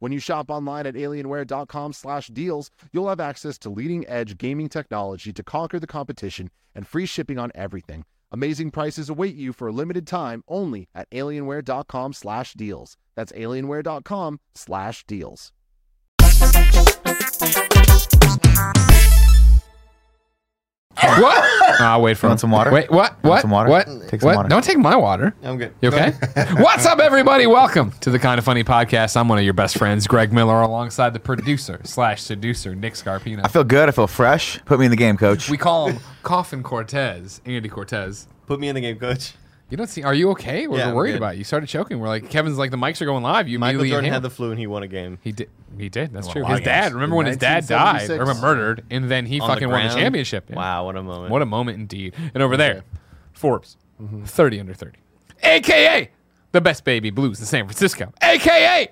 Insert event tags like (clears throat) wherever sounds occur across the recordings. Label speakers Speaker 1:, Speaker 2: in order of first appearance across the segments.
Speaker 1: When you shop online at alienware.com/deals, you'll have access to leading-edge gaming technology to conquer the competition and free shipping on everything. Amazing prices await you for a limited time only at alienware.com/deals. That's alienware.com/deals.
Speaker 2: What?
Speaker 3: Uh, I'll wait for
Speaker 2: Want
Speaker 3: him.
Speaker 2: some water?
Speaker 3: Wait, what? What?
Speaker 2: some water?
Speaker 3: What?
Speaker 2: Take some
Speaker 3: What?
Speaker 2: water.
Speaker 3: Don't take my water.
Speaker 4: I'm good.
Speaker 3: You
Speaker 2: (laughs)
Speaker 3: okay? (laughs) What's up, everybody? Welcome to the Kind of Funny podcast. I'm one of your best friends, Greg Miller, alongside the producer slash seducer, Nick
Speaker 2: I
Speaker 3: Scarpino.
Speaker 2: feel good. I feel fresh. Put me in the game, coach.
Speaker 3: We call him Coffin Cortez, Andy Cortez.
Speaker 4: Put me in the game, coach.
Speaker 3: You don't see? Are you okay? We're
Speaker 4: Yeah, I'm
Speaker 3: worried
Speaker 4: good.
Speaker 3: about you. You started choking. We're like, Kevin's like, the mics are going live. You
Speaker 4: Michael
Speaker 3: immediately
Speaker 4: Jordan
Speaker 3: inhaled.
Speaker 4: had the flu and he won a game.
Speaker 3: He did. He did. That's
Speaker 2: Well,
Speaker 3: true.
Speaker 2: a lot
Speaker 3: His
Speaker 2: of
Speaker 3: dad.
Speaker 2: games.
Speaker 3: Remember
Speaker 1: In
Speaker 3: when his dad died or
Speaker 1: 1976.
Speaker 3: murdered, and then he
Speaker 4: On
Speaker 3: fucking
Speaker 4: the
Speaker 3: won the
Speaker 4: ground.
Speaker 3: championship. Yeah.
Speaker 4: Wow, what a moment.
Speaker 3: What a moment indeed. And over there, Forbes,
Speaker 1: Mm-hmm.
Speaker 3: 30 under 30, AKA the best baby blues in San Francisco, AKA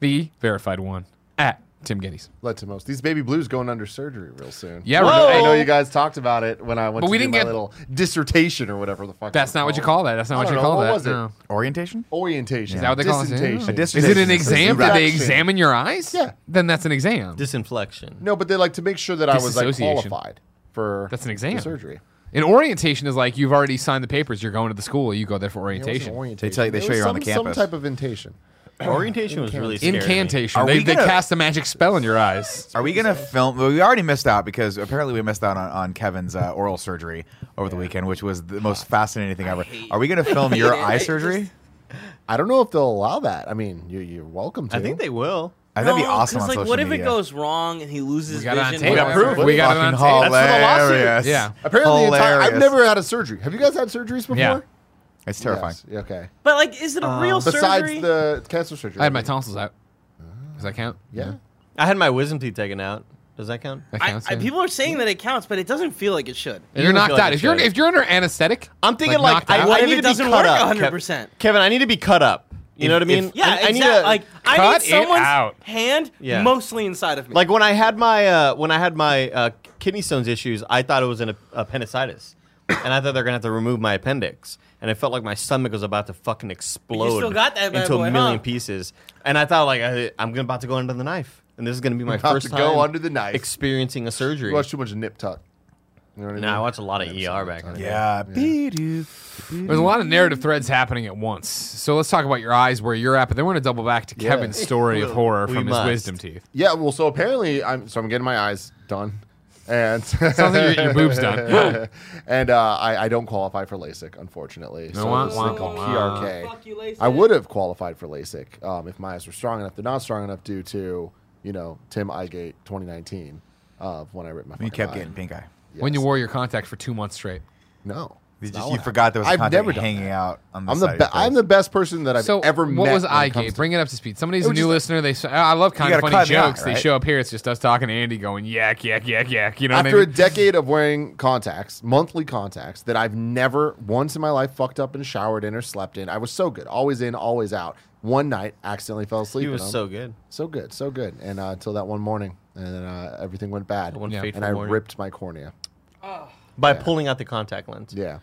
Speaker 3: the verified one at Tim Geddes.
Speaker 1: Let to most. These baby blues going under surgery real soon. I
Speaker 3: Yeah,
Speaker 1: know- I know
Speaker 3: Whoa.
Speaker 1: you guys talked about it when I went
Speaker 3: But
Speaker 1: to
Speaker 3: we
Speaker 1: do
Speaker 3: didn't
Speaker 1: my
Speaker 3: get-
Speaker 1: little dissertation or whatever the fuck.
Speaker 3: That's
Speaker 1: it's
Speaker 3: not what you
Speaker 1: called.
Speaker 3: call that. That's not
Speaker 1: Oh. I
Speaker 3: what
Speaker 1: don't
Speaker 3: you
Speaker 1: know.
Speaker 3: call
Speaker 1: What
Speaker 3: that.
Speaker 1: was it?
Speaker 3: No.
Speaker 2: Orientation?
Speaker 1: Orientation.
Speaker 3: Is that what they call it?
Speaker 1: Dissentation.
Speaker 3: Yeah.
Speaker 2: A dissertation.
Speaker 3: Is it an
Speaker 2: Dissertation.
Speaker 3: exam? Did they
Speaker 1: Dissection.
Speaker 3: examine your eyes?
Speaker 1: Yeah.
Speaker 3: Then that's an exam.
Speaker 4: Disinflection.
Speaker 1: No, but they like to make sure that I was like
Speaker 3: Disassociation.
Speaker 1: qualified for
Speaker 3: That's an
Speaker 1: the
Speaker 3: exam.
Speaker 1: surgery.
Speaker 3: An orientation is like you've already signed the papers. You're going to the school. You go there for
Speaker 1: It wasn't
Speaker 3: orientation.
Speaker 1: orientation.
Speaker 2: They tell you- they
Speaker 1: It
Speaker 2: show
Speaker 1: was
Speaker 2: you're on the
Speaker 1: some-
Speaker 2: campus.
Speaker 1: Some type of intation.
Speaker 4: Orientation was really scary. to me.
Speaker 3: Incantation.
Speaker 2: Are
Speaker 3: They,
Speaker 2: we
Speaker 3: they
Speaker 2: gonna-
Speaker 3: cast a magic spell in your eyes.
Speaker 2: Are we gonna film? Well, we already missed out because apparently we missed out on, on Kevin's uh, oral surgery over the weekend, which was the most fascinating thing ever. Are we gonna film your eye surgery?
Speaker 1: I don't know if they'll allow that. I mean, you, you're welcome to.
Speaker 4: I think they will.
Speaker 2: I think that'd be
Speaker 5: No,
Speaker 2: awesome
Speaker 5: 'cause,
Speaker 2: on
Speaker 5: like,
Speaker 2: social
Speaker 5: what
Speaker 2: media.
Speaker 5: if it goes wrong and he loses
Speaker 3: We got it on
Speaker 5: vision?
Speaker 3: tape.
Speaker 5: whatever?
Speaker 1: proof.
Speaker 3: We got it on
Speaker 2: Fucking
Speaker 3: tape.
Speaker 1: That's for the
Speaker 2: hilarious.
Speaker 1: lawsuit.
Speaker 3: Yeah.
Speaker 1: Apparently, the entire, I've
Speaker 2: Hilarious.
Speaker 1: never had a surgery. Have you guys had surgeries before?
Speaker 3: Yeah.
Speaker 2: It's terrifying.
Speaker 1: Yes. Okay.
Speaker 5: But like, is it
Speaker 3: Uh,
Speaker 5: a real
Speaker 1: Besides
Speaker 5: surgery?
Speaker 1: the cancer surgery.
Speaker 3: I had my tonsils out. Does that count?
Speaker 1: Yeah.
Speaker 4: I had my wisdom teeth taken out. Does that count?
Speaker 3: That
Speaker 5: I,
Speaker 3: counts.
Speaker 5: I,
Speaker 3: yeah.
Speaker 5: people are saying that it counts, but it doesn't feel like it should.
Speaker 3: And you're
Speaker 4: You don't
Speaker 3: knocked
Speaker 4: feel like
Speaker 3: out.
Speaker 4: it
Speaker 3: If you're
Speaker 4: should.
Speaker 3: if you're under anesthetic,
Speaker 4: I'm thinking
Speaker 3: like,
Speaker 4: like,
Speaker 3: knocked
Speaker 4: I,
Speaker 3: out.
Speaker 5: What
Speaker 4: I
Speaker 5: if
Speaker 4: need
Speaker 5: it
Speaker 4: to be
Speaker 5: doesn't
Speaker 4: cut
Speaker 5: work
Speaker 4: up.
Speaker 5: 100%?
Speaker 4: Kev- Kevin, I need to be cut up. You know what I mean?
Speaker 5: Yeah,
Speaker 4: I, I need
Speaker 5: exact-
Speaker 4: to
Speaker 5: like I
Speaker 3: Cut
Speaker 5: need
Speaker 3: it
Speaker 5: someone's
Speaker 3: out.
Speaker 5: hand
Speaker 4: Yeah.
Speaker 5: mostly inside of me.
Speaker 4: Like when I had my uh, when I had my uh, kidney stones issues, I thought it was an ap- appendicitis, and I thought they're gonna have to remove my appendix, and I felt like my stomach was about to fucking explode
Speaker 5: still got that bad
Speaker 4: into
Speaker 5: boy,
Speaker 4: a million
Speaker 5: huh?
Speaker 4: pieces, and I thought like I, I'm gonna about to go under the knife, and this is gonna be my
Speaker 1: About
Speaker 4: first
Speaker 1: to
Speaker 4: time
Speaker 1: go under the knife.
Speaker 4: experiencing a surgery.
Speaker 1: You watch too much nip tuck. You know what I mean?
Speaker 4: Nah, I watched a lot of ER back in the day.
Speaker 2: Yeah. Be-do.
Speaker 3: There's a lot of narrative threads happening at once. So let's talk about your eyes, where you're at. But then we're gonna double back to
Speaker 1: Yeah.
Speaker 3: Kevin's story of horror
Speaker 4: We
Speaker 3: from his
Speaker 4: must.
Speaker 3: wisdom teeth.
Speaker 1: Yeah. Well, so apparently, I'm so I'm getting my eyes done, and sounds
Speaker 3: like you're getting your boobs done.
Speaker 1: (laughs) and uh, I, I don't qualify for LASIK, unfortunately. So
Speaker 3: wah,
Speaker 1: this
Speaker 3: wah,
Speaker 1: thing called
Speaker 3: wah.
Speaker 1: PRK.
Speaker 5: Fuck you, LASIK.
Speaker 1: I would have qualified for LASIK um, if my eyes were strong enough. They're not strong enough due to you know Tim Igate 2019 of when I ripped my.
Speaker 2: You
Speaker 1: fucking
Speaker 2: kept
Speaker 1: eye.
Speaker 2: getting pink eye.
Speaker 3: When you
Speaker 1: Yes.
Speaker 3: wore your contact for two months straight.
Speaker 1: no.
Speaker 2: You,
Speaker 1: It's
Speaker 2: just,
Speaker 1: not
Speaker 2: you
Speaker 1: what
Speaker 2: forgot there was a
Speaker 1: I've
Speaker 2: contact
Speaker 1: never done
Speaker 2: hanging
Speaker 1: that.
Speaker 2: out on the
Speaker 1: I'm
Speaker 2: side
Speaker 1: the
Speaker 2: of
Speaker 1: be-
Speaker 2: your
Speaker 1: I'm
Speaker 2: face.
Speaker 1: the best person that I've
Speaker 3: So
Speaker 1: ever met.
Speaker 3: what was
Speaker 1: when it comes
Speaker 3: Eigate?
Speaker 1: to-
Speaker 3: Bring it up to speed. Somebody's
Speaker 1: It
Speaker 3: a
Speaker 1: was
Speaker 3: new
Speaker 1: just-
Speaker 3: listener. They s- I love kind of
Speaker 2: gotta
Speaker 3: funny
Speaker 2: cut me out,
Speaker 3: jokes. They
Speaker 2: right?
Speaker 3: show up here. It's just us talking to Andy, going yak yak yak yak. You know
Speaker 1: After
Speaker 3: what I
Speaker 1: a
Speaker 3: mean?
Speaker 1: decade of wearing contacts, monthly contacts that I've never once in my life fucked up and showered in or slept in, I was so good, always in, always out. One night, accidentally fell asleep.
Speaker 4: He
Speaker 1: in
Speaker 4: was
Speaker 1: them.
Speaker 4: so good.
Speaker 1: so good, so good, and uh, until that one morning, and then uh, everything went bad,
Speaker 4: One
Speaker 3: Yeah.
Speaker 4: fateful
Speaker 1: and I
Speaker 4: morning.
Speaker 1: ripped my cornea.
Speaker 4: by pulling out the contact lens.
Speaker 1: Yeah.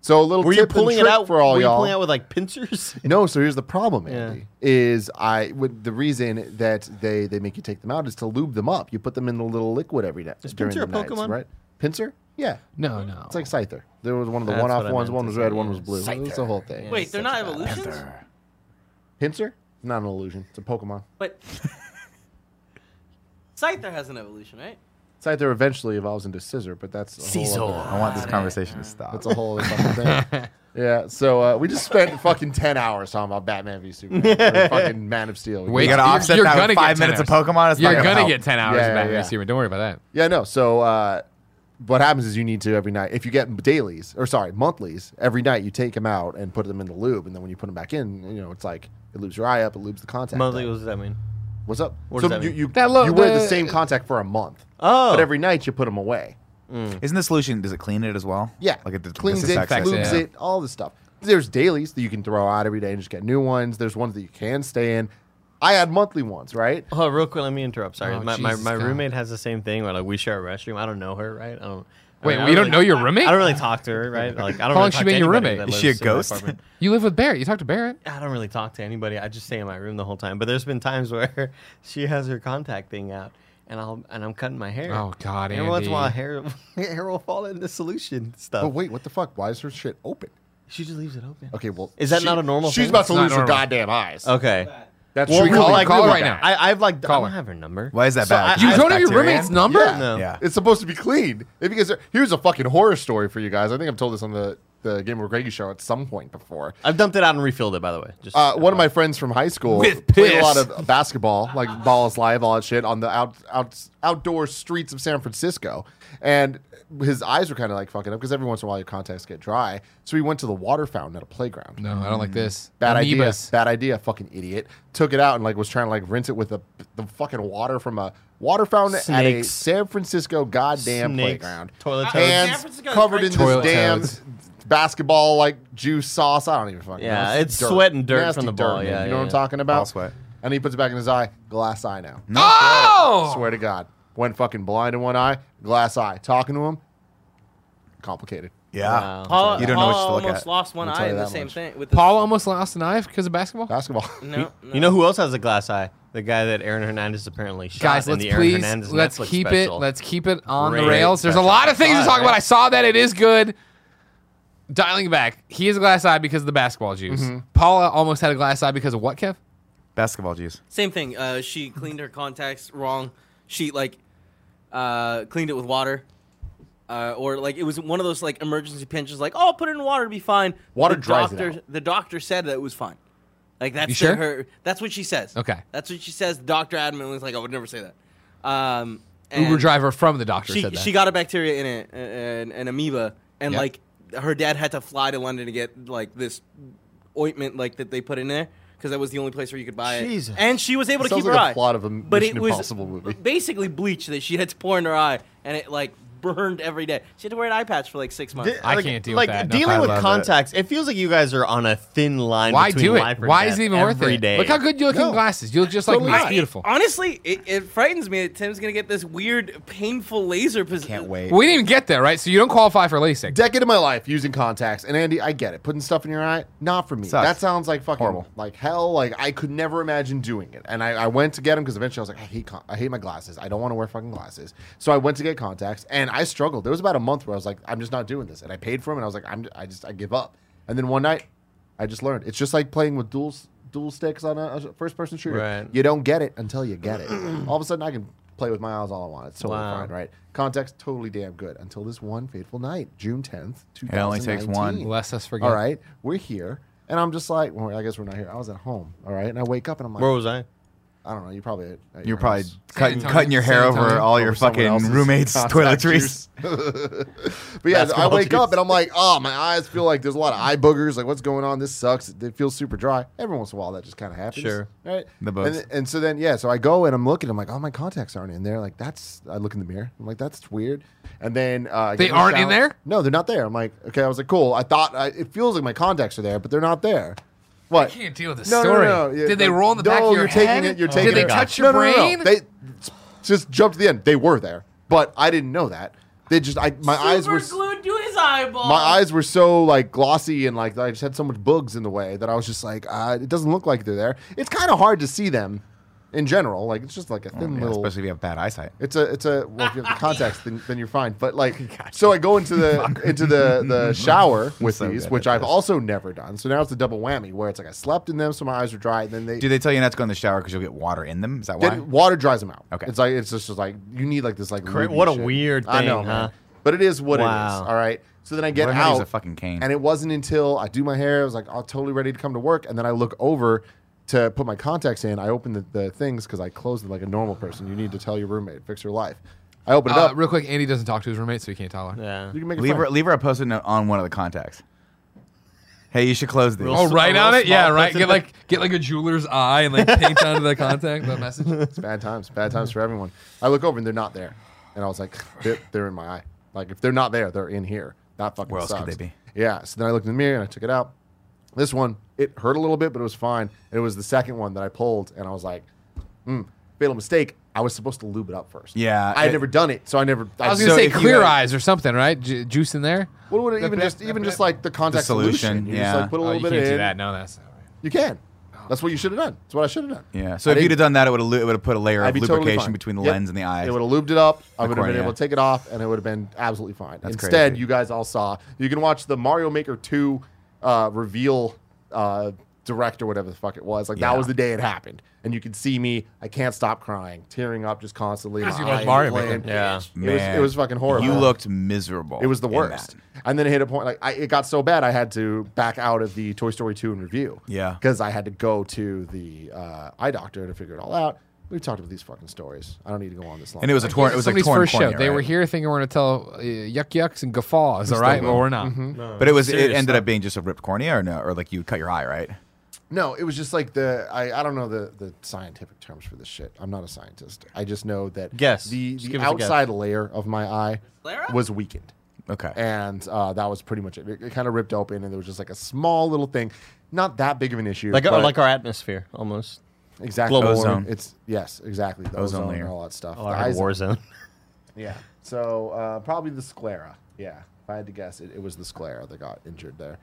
Speaker 1: So a little
Speaker 4: Were you
Speaker 1: tip
Speaker 4: pulling
Speaker 1: and
Speaker 4: it
Speaker 1: trick
Speaker 4: out
Speaker 1: for all
Speaker 4: Were you
Speaker 1: y'all.
Speaker 4: pulling out with like pincers?
Speaker 1: No, so here's the problem,
Speaker 4: Yeah.
Speaker 1: Andy. Is I would the reason that they they make you take them out is to lube them up. You put them in the little liquid every night.
Speaker 4: Is
Speaker 1: during
Speaker 4: Pincer
Speaker 1: the
Speaker 4: a
Speaker 1: nights,
Speaker 4: Pokemon?
Speaker 1: right? Pincer? Yeah,
Speaker 3: No, no.
Speaker 1: it's like Scyther. There was one of the
Speaker 4: That's
Speaker 1: one-off
Speaker 4: what I
Speaker 1: ones.
Speaker 4: meant
Speaker 1: One
Speaker 4: to
Speaker 1: was
Speaker 4: say,
Speaker 1: red, one
Speaker 4: yeah.
Speaker 1: was blue. It was the whole thing.
Speaker 4: (laughs) Yeah.
Speaker 5: Wait, they're not evolutions,
Speaker 1: Pincer? Not an illusion. It's a Pokemon.
Speaker 5: but Scyther has an evolution, right?
Speaker 1: Scyther eventually evolves into Scissor, but that's a whole other,
Speaker 2: I want this conversation to stop.
Speaker 1: that's a whole other fucking
Speaker 4: (laughs)
Speaker 1: thing. Yeah, so uh, we just spent fucking ten hours talking about Batman v Superman,
Speaker 4: (laughs)
Speaker 1: or fucking Man of Steel.
Speaker 3: Wait,
Speaker 2: You gotta
Speaker 3: You're-
Speaker 2: offset
Speaker 3: you're
Speaker 2: that
Speaker 3: gonna
Speaker 2: with
Speaker 3: get
Speaker 2: five
Speaker 3: 10
Speaker 2: minutes of
Speaker 3: hours.
Speaker 2: Pokemon. It's not
Speaker 3: You're gonna
Speaker 2: help.
Speaker 3: get ten hours
Speaker 1: Yeah,
Speaker 3: of Batman
Speaker 1: yeah.
Speaker 3: Superman. Don't worry about that.
Speaker 1: Yeah, no. So uh, what happens is you need to every night. If you get dailies or sorry monthlies, every night you take them out and put them in the lube, and then when you put them back in, you know it's like it lubes your eye up, it lubes the contact.
Speaker 4: Monthly,
Speaker 1: up.
Speaker 4: what does that mean?
Speaker 6: What's up?
Speaker 4: What
Speaker 6: so
Speaker 4: does that
Speaker 6: you
Speaker 4: mean?
Speaker 6: you,
Speaker 3: That lo-
Speaker 6: you wear the
Speaker 3: the-
Speaker 6: same contact for a month.
Speaker 4: Oh.
Speaker 6: But every night you put them away.
Speaker 2: Isn't the solution? Does it clean it as well?
Speaker 6: Yeah,
Speaker 2: like it
Speaker 6: cleans it,
Speaker 2: disinfects
Speaker 3: disinfects
Speaker 6: lubes
Speaker 3: yeah.
Speaker 6: it, all this stuff. There's dailies that you can throw out every day and just get new ones. There's ones that you can stay in. I had monthly ones, right?
Speaker 4: Oh, real quick, let me interrupt. Sorry,
Speaker 3: Oh,
Speaker 4: my, my,
Speaker 3: Jesus,
Speaker 4: my
Speaker 3: God.
Speaker 4: roommate has the same thing where like we share a restroom. I don't know her, right? I don't. I
Speaker 3: Wait,
Speaker 4: mean, I
Speaker 3: you don't know your
Speaker 4: I-
Speaker 3: roommate?
Speaker 4: I don't really talk to her, right? Like,
Speaker 3: How
Speaker 4: I don't. really
Speaker 3: long she
Speaker 4: talk
Speaker 3: been
Speaker 4: to
Speaker 3: your
Speaker 4: anybody
Speaker 3: roommate?
Speaker 4: that
Speaker 2: Is she a
Speaker 4: lives in my
Speaker 2: ghost?
Speaker 4: apartment.
Speaker 3: You live with Barrett. You talk to Barrett.
Speaker 4: I don't really talk to anybody. I just stay in my room the whole time. But there's been times (laughs) where she has her contact thing out, and I'll and I'm cutting my hair.
Speaker 3: Oh, God,
Speaker 4: Every once in a while,
Speaker 3: Andy.
Speaker 4: hair (laughs) hair will fall into solution stuff.
Speaker 6: But wait, what the fuck? Why is her shit open?
Speaker 4: she just leaves it open.
Speaker 6: Okay, well,
Speaker 4: Is that
Speaker 6: she-
Speaker 4: not a normal
Speaker 6: She's
Speaker 4: thing?
Speaker 6: about to
Speaker 3: It's not
Speaker 6: lose her
Speaker 3: normal.
Speaker 6: goddamn eyes.
Speaker 4: Okay.
Speaker 6: That's
Speaker 3: Well,
Speaker 6: true.
Speaker 3: really,
Speaker 6: Call,
Speaker 3: like,
Speaker 6: call
Speaker 3: really
Speaker 6: right
Speaker 3: bad.
Speaker 6: now.
Speaker 4: I, I've like I
Speaker 3: Call
Speaker 4: don't
Speaker 3: her.
Speaker 4: have her number.
Speaker 2: Why is that
Speaker 4: So
Speaker 2: bad?
Speaker 4: I-
Speaker 3: You
Speaker 4: I-
Speaker 3: don't have your
Speaker 2: bacteria?
Speaker 3: roommate's number.
Speaker 6: Yeah.
Speaker 4: No.
Speaker 2: Yeah.
Speaker 6: (laughs) it's supposed to be clean. If you guys are- here's a fucking horror story for you guys. I think I've told this on the the Game of Greggy show at some point before.
Speaker 4: I've dumped it out and refilled it. By the way, just
Speaker 6: Uh, one of my friends from high school
Speaker 3: With
Speaker 6: played a lot
Speaker 3: piss.
Speaker 6: of basketball, like balls live, all that shit, on the out, out outdoor streets of San Francisco, and his eyes were kind of like fucking up because every once in a while your contacts get dry. So he went to the water fountain at a playground.
Speaker 3: No, I don't like this.
Speaker 6: Bad idea.
Speaker 3: Amoebas.
Speaker 6: Bad idea. Fucking idiot. Took it out and like was trying to like rinse it with the the fucking water from a water fountain at a
Speaker 4: Snakes.
Speaker 6: San Francisco goddamn
Speaker 4: Snakes.
Speaker 6: playground.
Speaker 4: Toilet
Speaker 5: Uh,
Speaker 4: toads.
Speaker 5: San
Speaker 6: Hands
Speaker 5: Francisco's
Speaker 6: covered
Speaker 5: great
Speaker 6: in
Speaker 3: Toilet
Speaker 6: this damn
Speaker 3: toads.
Speaker 6: basketball like juice sauce. I don't even fucking. know.
Speaker 4: Yeah, it's sweat and dirt
Speaker 6: Nasty
Speaker 4: from the
Speaker 6: dirt,
Speaker 4: ball,
Speaker 6: man.
Speaker 4: yeah,
Speaker 6: you know
Speaker 4: yeah,
Speaker 6: what I'm
Speaker 4: yeah.
Speaker 6: talking about.
Speaker 2: All sweat.
Speaker 6: And he puts it back in his eye. Glass eye now.
Speaker 3: Oh!
Speaker 6: Swear to God, went fucking blind in one eye. Glass eye. Talking to him. Complicated.
Speaker 2: Yeah.
Speaker 4: Wow.
Speaker 2: You don't know what
Speaker 5: Paul
Speaker 2: to look
Speaker 5: almost
Speaker 2: at.
Speaker 5: lost one
Speaker 6: I'll tell
Speaker 5: eye
Speaker 6: you
Speaker 5: in the
Speaker 6: that
Speaker 5: same
Speaker 6: much.
Speaker 5: thing. With the
Speaker 3: Paul almost lost an eye because of basketball.
Speaker 6: Basketball. (laughs)
Speaker 5: No, no.
Speaker 4: You know who else has a glass eye? The guy that Aaron Hernandez apparently shot
Speaker 3: Guys,
Speaker 4: in
Speaker 3: let's
Speaker 4: the
Speaker 3: please
Speaker 4: Aaron Hernandez
Speaker 3: let's
Speaker 4: Netflix
Speaker 3: keep
Speaker 4: special.
Speaker 3: it let's keep it on the
Speaker 4: Great
Speaker 3: rails. There's a
Speaker 4: special.
Speaker 3: lot of things to
Speaker 4: Fun,
Speaker 3: talk about.
Speaker 4: right?
Speaker 3: I saw that it is good. Dialing back, he has a glass eye because of the basketball juice. Paula almost had a glass eye because of what, Kev?
Speaker 2: Basketball juice.
Speaker 5: Same thing. Uh, she cleaned her contacts wrong. She like uh, cleaned it with water. Uh, or like it was one of those like emergency pinches, like oh, I'll put it in water to be fine.
Speaker 6: Water
Speaker 5: the
Speaker 6: dries it
Speaker 5: doctor,
Speaker 6: out.
Speaker 5: The doctor said that it was fine. Like that's
Speaker 3: You sure?
Speaker 5: her. That's what she says.
Speaker 3: Okay.
Speaker 5: that's what she says. Doctor adamantly was like, I would never say that. Um,
Speaker 3: Uber
Speaker 5: and-
Speaker 3: driver from the doctor
Speaker 5: she,
Speaker 3: said that.
Speaker 5: she got a bacteria in it, an, an amoeba, and
Speaker 3: Yeah.
Speaker 5: like her dad had to fly to London to get like this ointment like that they put in there because that was the only place where you could buy
Speaker 4: Jesus.
Speaker 5: it. And she was able to
Speaker 6: Sounds
Speaker 5: keep her
Speaker 6: like a
Speaker 5: eye.
Speaker 6: plot of a
Speaker 5: but
Speaker 6: Mission
Speaker 5: it was
Speaker 6: Impossible movie.
Speaker 5: basically bleach that she had to pour in her eye, and it like burned every day. She had to wear an eye patch for like six months.
Speaker 4: Di-
Speaker 3: I
Speaker 4: like-
Speaker 3: can't deal with
Speaker 4: like
Speaker 3: that. No,
Speaker 2: I
Speaker 4: dealing with
Speaker 2: love it.
Speaker 4: contacts. It. feels like you guys are on a thin line.
Speaker 3: Why
Speaker 4: between
Speaker 3: do it?
Speaker 4: life and
Speaker 3: Why
Speaker 4: death
Speaker 3: is it even worth
Speaker 4: every
Speaker 3: it?
Speaker 4: day.
Speaker 3: Look how good you look in
Speaker 6: No.
Speaker 3: glasses. You look just like me.
Speaker 6: Totally
Speaker 3: It's
Speaker 6: not.
Speaker 3: beautiful.
Speaker 5: honestly, it, it frightens me that Tim's gonna get this weird, painful laser position.
Speaker 2: Can't wait.
Speaker 3: we didn't even get there, right? So you don't qualify for LASIK.
Speaker 6: decade of my life using contacts. And Andy, I get it. Putting stuff in your eye, not for me.
Speaker 2: Sucks.
Speaker 6: That sounds like fucking
Speaker 2: Horrible.
Speaker 6: like hell. Like I could never imagine doing it. And I, I went to get them because eventually I was like, I hate con- I hate my glasses. I don't want to wear fucking glasses. So I went to get contacts, and I struggled. There was about a month where I was like, I'm just not doing this. And I paid for them, and I was like, I'm I just I give up. And then one night, I just learned it's just like playing with dual s- dual sticks on a, first person shooter.
Speaker 4: Right.
Speaker 6: You don't get it until you get it. all of a sudden, I can. Play with my eyes all I want. It's totally
Speaker 4: Wow.
Speaker 6: fine, right? Contacts totally damn good until this one fateful night, June tenth, two.
Speaker 2: It only takes one.
Speaker 6: 2019.
Speaker 3: Lest us forget.
Speaker 6: All right, we're here, and I'm just like, well, I guess we're not here. I was at home, all right, and I wake up and I'm like,
Speaker 4: Where was I?
Speaker 6: I don't know, you probably uh, at- at
Speaker 2: You're
Speaker 6: your
Speaker 2: probably
Speaker 6: house.
Speaker 2: cutting
Speaker 3: Antonio.
Speaker 2: cutting your hair
Speaker 3: San
Speaker 2: over
Speaker 3: Antonio.
Speaker 2: all your
Speaker 6: Over someone
Speaker 2: fucking
Speaker 6: else's
Speaker 2: roommates'
Speaker 6: contact
Speaker 2: toiletries.
Speaker 6: juice.
Speaker 2: (laughs)
Speaker 6: but yeah, I
Speaker 4: Basketball
Speaker 6: wake up
Speaker 4: juice.
Speaker 6: and I'm like, oh, my eyes feel like there's a lot of eye boogers. Like, what's going on? This sucks. They feel super dry. Every once in a while, that just kind of happens.
Speaker 4: Sure.
Speaker 6: Right.
Speaker 2: The bugs.
Speaker 6: and, th- and so then yeah, so I go and I'm looking. I'm like, oh, my contacts aren't in there. Like that's. I look in the mirror. I'm like, that's weird. And then uh, I
Speaker 3: They
Speaker 6: get in the
Speaker 3: aren't in
Speaker 6: shower.
Speaker 3: there?
Speaker 6: No, they're not there. I'm like, okay. I was like, cool. I thought I, it feels like my contacts are there, but they're not there. What?
Speaker 3: I can't deal with this
Speaker 6: No, no,
Speaker 3: story.
Speaker 6: no, no. Yeah,
Speaker 3: Did they
Speaker 6: like,
Speaker 3: roll in the
Speaker 6: no,
Speaker 3: back of your
Speaker 6: you're taking
Speaker 3: head?
Speaker 6: it. You're taking
Speaker 3: Did they
Speaker 6: it.
Speaker 3: touch
Speaker 6: No,
Speaker 3: your
Speaker 6: no, no,
Speaker 3: brain?
Speaker 6: no. They just jumped to the end. They were there, but I didn't know that. They just, I, my eyes were, s-
Speaker 5: glued to his eyeball.
Speaker 6: my eyes were so like glossy and like I just had so much bugs in the way that I was just like, uh, it doesn't look like they're there. It's kind of hard to see them, in general. Like it's just like a thin
Speaker 2: Oh, Yeah,
Speaker 6: little.
Speaker 2: especially if you have bad eyesight.
Speaker 6: It's a it's a well if you have the contacts then, then you're fine.
Speaker 2: (laughs)
Speaker 6: But like so I go into the into the the shower with
Speaker 2: So
Speaker 6: these,
Speaker 2: good
Speaker 6: which
Speaker 2: at
Speaker 6: I've
Speaker 2: this.
Speaker 6: also never done. So now it's a double whammy where it's like I slept in them, so my eyes are dry, and then they
Speaker 2: Do they tell you not to go in the shower because you'll get water in them? Is that why?
Speaker 6: then water dries them out.
Speaker 2: Okay.
Speaker 6: It's like it's just, just like you need like this like
Speaker 4: Cra-
Speaker 6: lubey
Speaker 4: what a
Speaker 6: shit.
Speaker 4: weird
Speaker 6: I know,
Speaker 4: thing, huh?
Speaker 6: man. But it is what
Speaker 4: Wow.
Speaker 6: it is. All right. So then I get
Speaker 2: Learn how to
Speaker 6: out
Speaker 2: use a fucking cane.
Speaker 6: and it wasn't until I do my hair, I was like all totally ready to come to work, and then I look over to put my contacts in. I open the, the things because I closed it like a normal person. You need to tell your roommate, fix your life. I open it
Speaker 3: Uh,
Speaker 6: up.
Speaker 3: real quick, Andy doesn't talk to his roommate, so he can't tell her.
Speaker 4: Yeah.
Speaker 6: you can make a
Speaker 2: leave
Speaker 6: friend.
Speaker 2: her leave her a post-it note on one of the contacts. Hey, you should close these.
Speaker 3: Oh,
Speaker 4: s-
Speaker 3: right
Speaker 4: a real
Speaker 3: on it. Yeah,
Speaker 4: small
Speaker 3: right.
Speaker 4: person
Speaker 3: Get
Speaker 4: that-
Speaker 3: like get like a jeweler's eye and like paint onto the contact the (laughs) message.
Speaker 6: It's bad times. Bad times for everyone. I look over and they're not there, and I was like, (laughs) they're, they're in my eye. Like if they're not there, they're in here. That fucking
Speaker 2: Where else could
Speaker 6: sucks.
Speaker 2: they be?
Speaker 6: Yeah. So then I looked in the mirror and I took it out. This one, it hurt a little bit, but it was fine. And it was the second one that I pulled, and I was like, mm, fatal mistake. I was supposed to lube it up first.
Speaker 2: Yeah,
Speaker 6: I
Speaker 2: it-
Speaker 6: had never done it, so I never. I,
Speaker 3: I was
Speaker 6: just-
Speaker 3: gonna
Speaker 2: So
Speaker 3: say
Speaker 2: if you
Speaker 3: clear
Speaker 2: had-
Speaker 3: eyes or something, right? Ju- juice in there.
Speaker 6: What would it even just even just like the contact
Speaker 2: solution,
Speaker 6: solution? You
Speaker 2: yeah.
Speaker 6: just like put a
Speaker 3: Oh,
Speaker 6: little
Speaker 3: you
Speaker 6: bit
Speaker 3: can't
Speaker 6: in.
Speaker 3: do that. No, that's not right.
Speaker 6: You can. That's what you should have done. That's what I should have done.
Speaker 2: Yeah. So
Speaker 6: I
Speaker 2: if you'd have
Speaker 6: didn't-
Speaker 2: done that, it would have it would have put a layer
Speaker 6: I'd
Speaker 2: of
Speaker 6: be
Speaker 2: lubrication
Speaker 6: totally fine.
Speaker 2: between the
Speaker 6: Yep.
Speaker 2: lens and the eyes.
Speaker 6: It would have lubed it up. I
Speaker 2: The
Speaker 6: would have been
Speaker 2: cornea.
Speaker 6: able to take it off, and it would have been absolutely fine.
Speaker 2: That's
Speaker 6: Instead,
Speaker 2: crazy.
Speaker 6: you guys all saw. You can watch the Mario Maker 2 uh, reveal uh, direct or whatever the fuck it was. Like
Speaker 2: Yeah.
Speaker 6: that was the day it happened, and you could see me. I can't stop crying, tearing up just constantly.
Speaker 3: Because
Speaker 6: my
Speaker 3: you love
Speaker 6: eyes
Speaker 3: Mario
Speaker 6: were
Speaker 3: Maker.
Speaker 6: playing.
Speaker 4: Yeah.
Speaker 6: It was,
Speaker 2: Man,
Speaker 6: it was fucking horrible.
Speaker 2: You looked miserable.
Speaker 6: It was the
Speaker 2: in
Speaker 6: worst.
Speaker 2: that.
Speaker 6: And then it hit a point like I, it got so bad I had to back out of the Toy Story 2 in review.
Speaker 2: Yeah.
Speaker 6: Because I had to go to the uh, eye doctor to figure it all out. We've talked about these fucking stories. I don't need to go on this long.
Speaker 2: And it was a torn. It was like
Speaker 3: Somebody's
Speaker 2: torn
Speaker 3: first
Speaker 2: cornea,
Speaker 3: show. They
Speaker 2: right?
Speaker 3: were here thinking we're gonna tell uh, yuck yucks and guffaws. All right, Mm-hmm.
Speaker 6: will.
Speaker 3: well we're not.
Speaker 2: but it was. It
Speaker 4: Serious
Speaker 2: ended
Speaker 4: stuff.
Speaker 2: up being just a ripped cornea, or no, or like you cut your eye, right?
Speaker 6: No, it was just like the I, I don't know the, the scientific terms for this shit. I'm not a scientist. I just know that
Speaker 4: Guess.
Speaker 6: the,
Speaker 4: Just
Speaker 6: the
Speaker 4: give us a guess.
Speaker 6: outside layer of my eye
Speaker 5: Sclera?
Speaker 6: was weakened.
Speaker 2: Okay.
Speaker 6: And uh, that was pretty much it. It, kind of ripped open, and there was just like a small little thing, not that big of an issue.
Speaker 4: Like, our,
Speaker 6: but-
Speaker 4: like our atmosphere, almost.
Speaker 6: Exactly.
Speaker 4: Global
Speaker 6: Ozone.
Speaker 2: warming.
Speaker 6: It's yes, exactly. The
Speaker 2: Ozone
Speaker 6: ozone,
Speaker 2: layer.
Speaker 6: and all that stuff.
Speaker 4: Oh,
Speaker 6: The
Speaker 4: I heard
Speaker 6: eyes-
Speaker 4: war zone.
Speaker 6: Yeah. So uh, probably the sclera. Yeah. If I had to guess, it, it was the sclera that got injured there.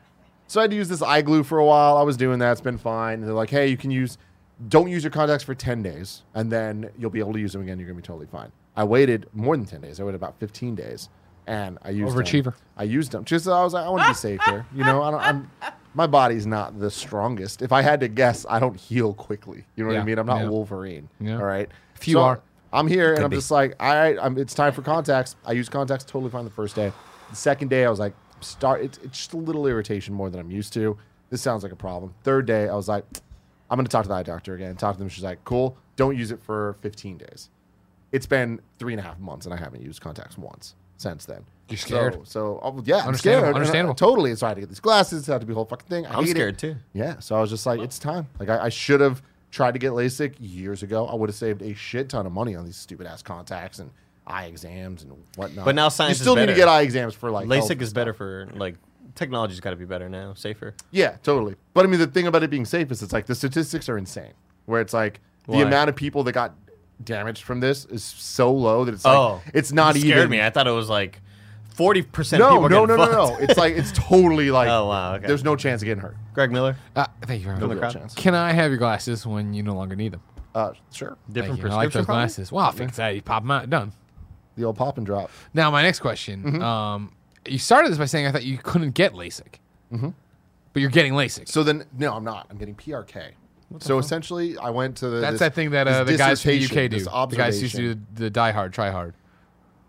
Speaker 6: So I had to use this eye glue for a while. I was doing that. It's been fine. They're like, hey, you can use, don't use your contacts for 10 days, and then you'll be able to use them again. You're going to be totally fine. I waited more than 10 days. I waited about 15 days, and I used them.
Speaker 3: Overachiever.
Speaker 6: I used them. Just I was like, I want to be safe here. You know, I don't, I'm, my body's not the strongest. If I had to guess, I don't heal quickly. You know what
Speaker 3: Yeah.
Speaker 6: I mean? I'm not
Speaker 3: Yeah.
Speaker 6: Wolverine.
Speaker 3: Yeah.
Speaker 6: All right.
Speaker 3: Few are.
Speaker 6: I'm here and I'm
Speaker 2: be.
Speaker 6: just like, all right, I'm, it's time for contacts. I use contacts totally fine the first day. The second day, I was like, start. It's, it's just a little irritation more than I'm used to. This sounds like a problem. Third day, I was like, I'm gonna talk to the eye doctor again. Talk to them. She's like, cool. Don't use it for 15 days. It's been three and a half months and I haven't used contacts once since then.
Speaker 3: You're scared.
Speaker 6: So, so oh, yeah, I'm
Speaker 3: Understandable,
Speaker 6: scared. And I-
Speaker 3: understandable.
Speaker 6: Totally. So I had to get these glasses. I had to be the whole fucking thing. I
Speaker 4: I'm
Speaker 6: hate it.
Speaker 4: scared, too.
Speaker 6: Yeah. So I was just like, it's time. Like I, I should have tried to get LASIK years ago. I would have saved a shit ton of money on these stupid ass contacts and eye exams and whatnot.
Speaker 4: But now science is
Speaker 6: You still need to
Speaker 4: better.
Speaker 6: get eye exams for like health.
Speaker 4: LASIK is better for, like, technology's got to be better now, safer.
Speaker 6: Yeah, totally. But I mean, the thing about it being safe is it's like the statistics are insane. Where it's like
Speaker 4: Why?
Speaker 6: the amount of people that got damaged from this is so low that it's like
Speaker 4: oh.
Speaker 6: it's not
Speaker 4: it
Speaker 6: even
Speaker 4: scared me. I thought it was like 40%
Speaker 6: no,
Speaker 4: people are
Speaker 6: no,
Speaker 4: getting
Speaker 6: no, no,
Speaker 4: fucked. (laughs)
Speaker 6: no. It's like it's totally like.
Speaker 4: Oh, wow, okay.
Speaker 6: There's no chance of getting hurt.
Speaker 4: Greg Miller,
Speaker 3: Uh, thank you very
Speaker 6: No
Speaker 3: much.
Speaker 6: real
Speaker 4: crowd.
Speaker 6: chance.
Speaker 3: Can I have your glasses when you no longer need them?
Speaker 6: Uh, sure.
Speaker 3: Thank
Speaker 4: different
Speaker 3: you. I like
Speaker 4: prescription.
Speaker 3: those
Speaker 4: probably?
Speaker 3: glasses. Wow, I think that you pop them out, done.
Speaker 6: The old pop and drop.
Speaker 3: Now, my next question. Um, you started this by saying I thought you couldn't get LASIK, Mm-hmm. but you're getting LASIK.
Speaker 6: So then, no, I'm not. I'm getting PRK. So essentially, I went to the.
Speaker 3: That's
Speaker 6: this-
Speaker 3: that thing that uh,
Speaker 6: this
Speaker 3: the guys from the
Speaker 6: dissertation,
Speaker 3: UK do.
Speaker 6: this
Speaker 3: The guys used to
Speaker 6: observation.
Speaker 3: do the Die Hard, Try Hard.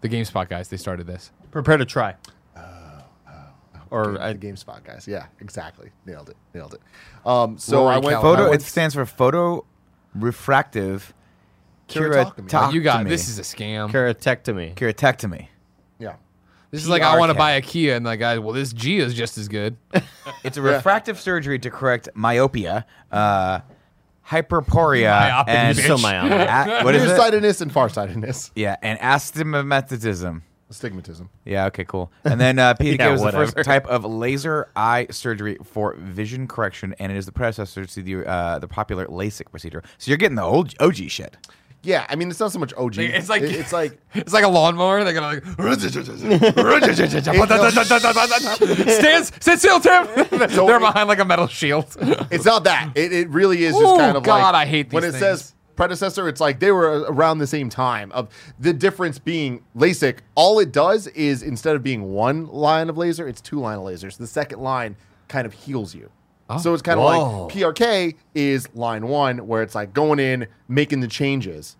Speaker 3: The GameSpot guys, they started this.
Speaker 4: Prepare to try. Or I,
Speaker 6: the GameSpot guys. Yeah, exactly. Nailed it. Nailed it. Um, so
Speaker 3: Rory
Speaker 6: I went.
Speaker 3: Callahan.
Speaker 6: I
Speaker 2: Photo.
Speaker 6: went-
Speaker 2: It stands for photo refractive
Speaker 6: Keratoctomy.
Speaker 2: keratoctomy.
Speaker 3: you got this is a scam.
Speaker 4: keratectomy.
Speaker 2: keratectomy.
Speaker 6: yeah.
Speaker 3: This is like I want to
Speaker 2: PRK.
Speaker 3: buy a Kia, and the guy, well, this Gia is just as good. (laughs)
Speaker 2: It's a refractive surgery to correct myopia, uh, hyperporia,
Speaker 3: Myopic,
Speaker 2: and
Speaker 4: you're so myopic.
Speaker 2: a- (laughs) what is it?
Speaker 6: Nearsightedness and farsightedness.
Speaker 2: Yeah, and astigmatism.
Speaker 6: Astigmatism.
Speaker 2: Yeah, okay, cool. And then
Speaker 4: (laughs)
Speaker 2: uh, PDK
Speaker 4: Yeah,
Speaker 2: was the
Speaker 4: whatever.
Speaker 2: first type of laser eye surgery for vision correction, and it is the predecessor to the uh, the popular LASIK procedure. So you're getting the old OG shit.
Speaker 6: Yeah, I mean, it's not so much OG.
Speaker 3: It's like-
Speaker 6: It- it's like
Speaker 3: It's like a lawnmower. They're gonna
Speaker 6: (laughs)
Speaker 3: like stands sit still,
Speaker 6: (laughs)
Speaker 3: Tim. (laughs) They're behind like a metal shield.
Speaker 6: It's not that. It, it really is just
Speaker 3: Ooh,
Speaker 6: kind of like
Speaker 3: God, I hate
Speaker 6: when it
Speaker 3: these things.
Speaker 6: says predecessor. It's like they were around the same time. Of the difference being LASIK, all it does is instead of being one line of laser, it's two line of lasers. The second line kind of heals you. So it's kind of
Speaker 3: Oh, Whoa.
Speaker 6: like PRK is line one, where it's like going in, making the changes,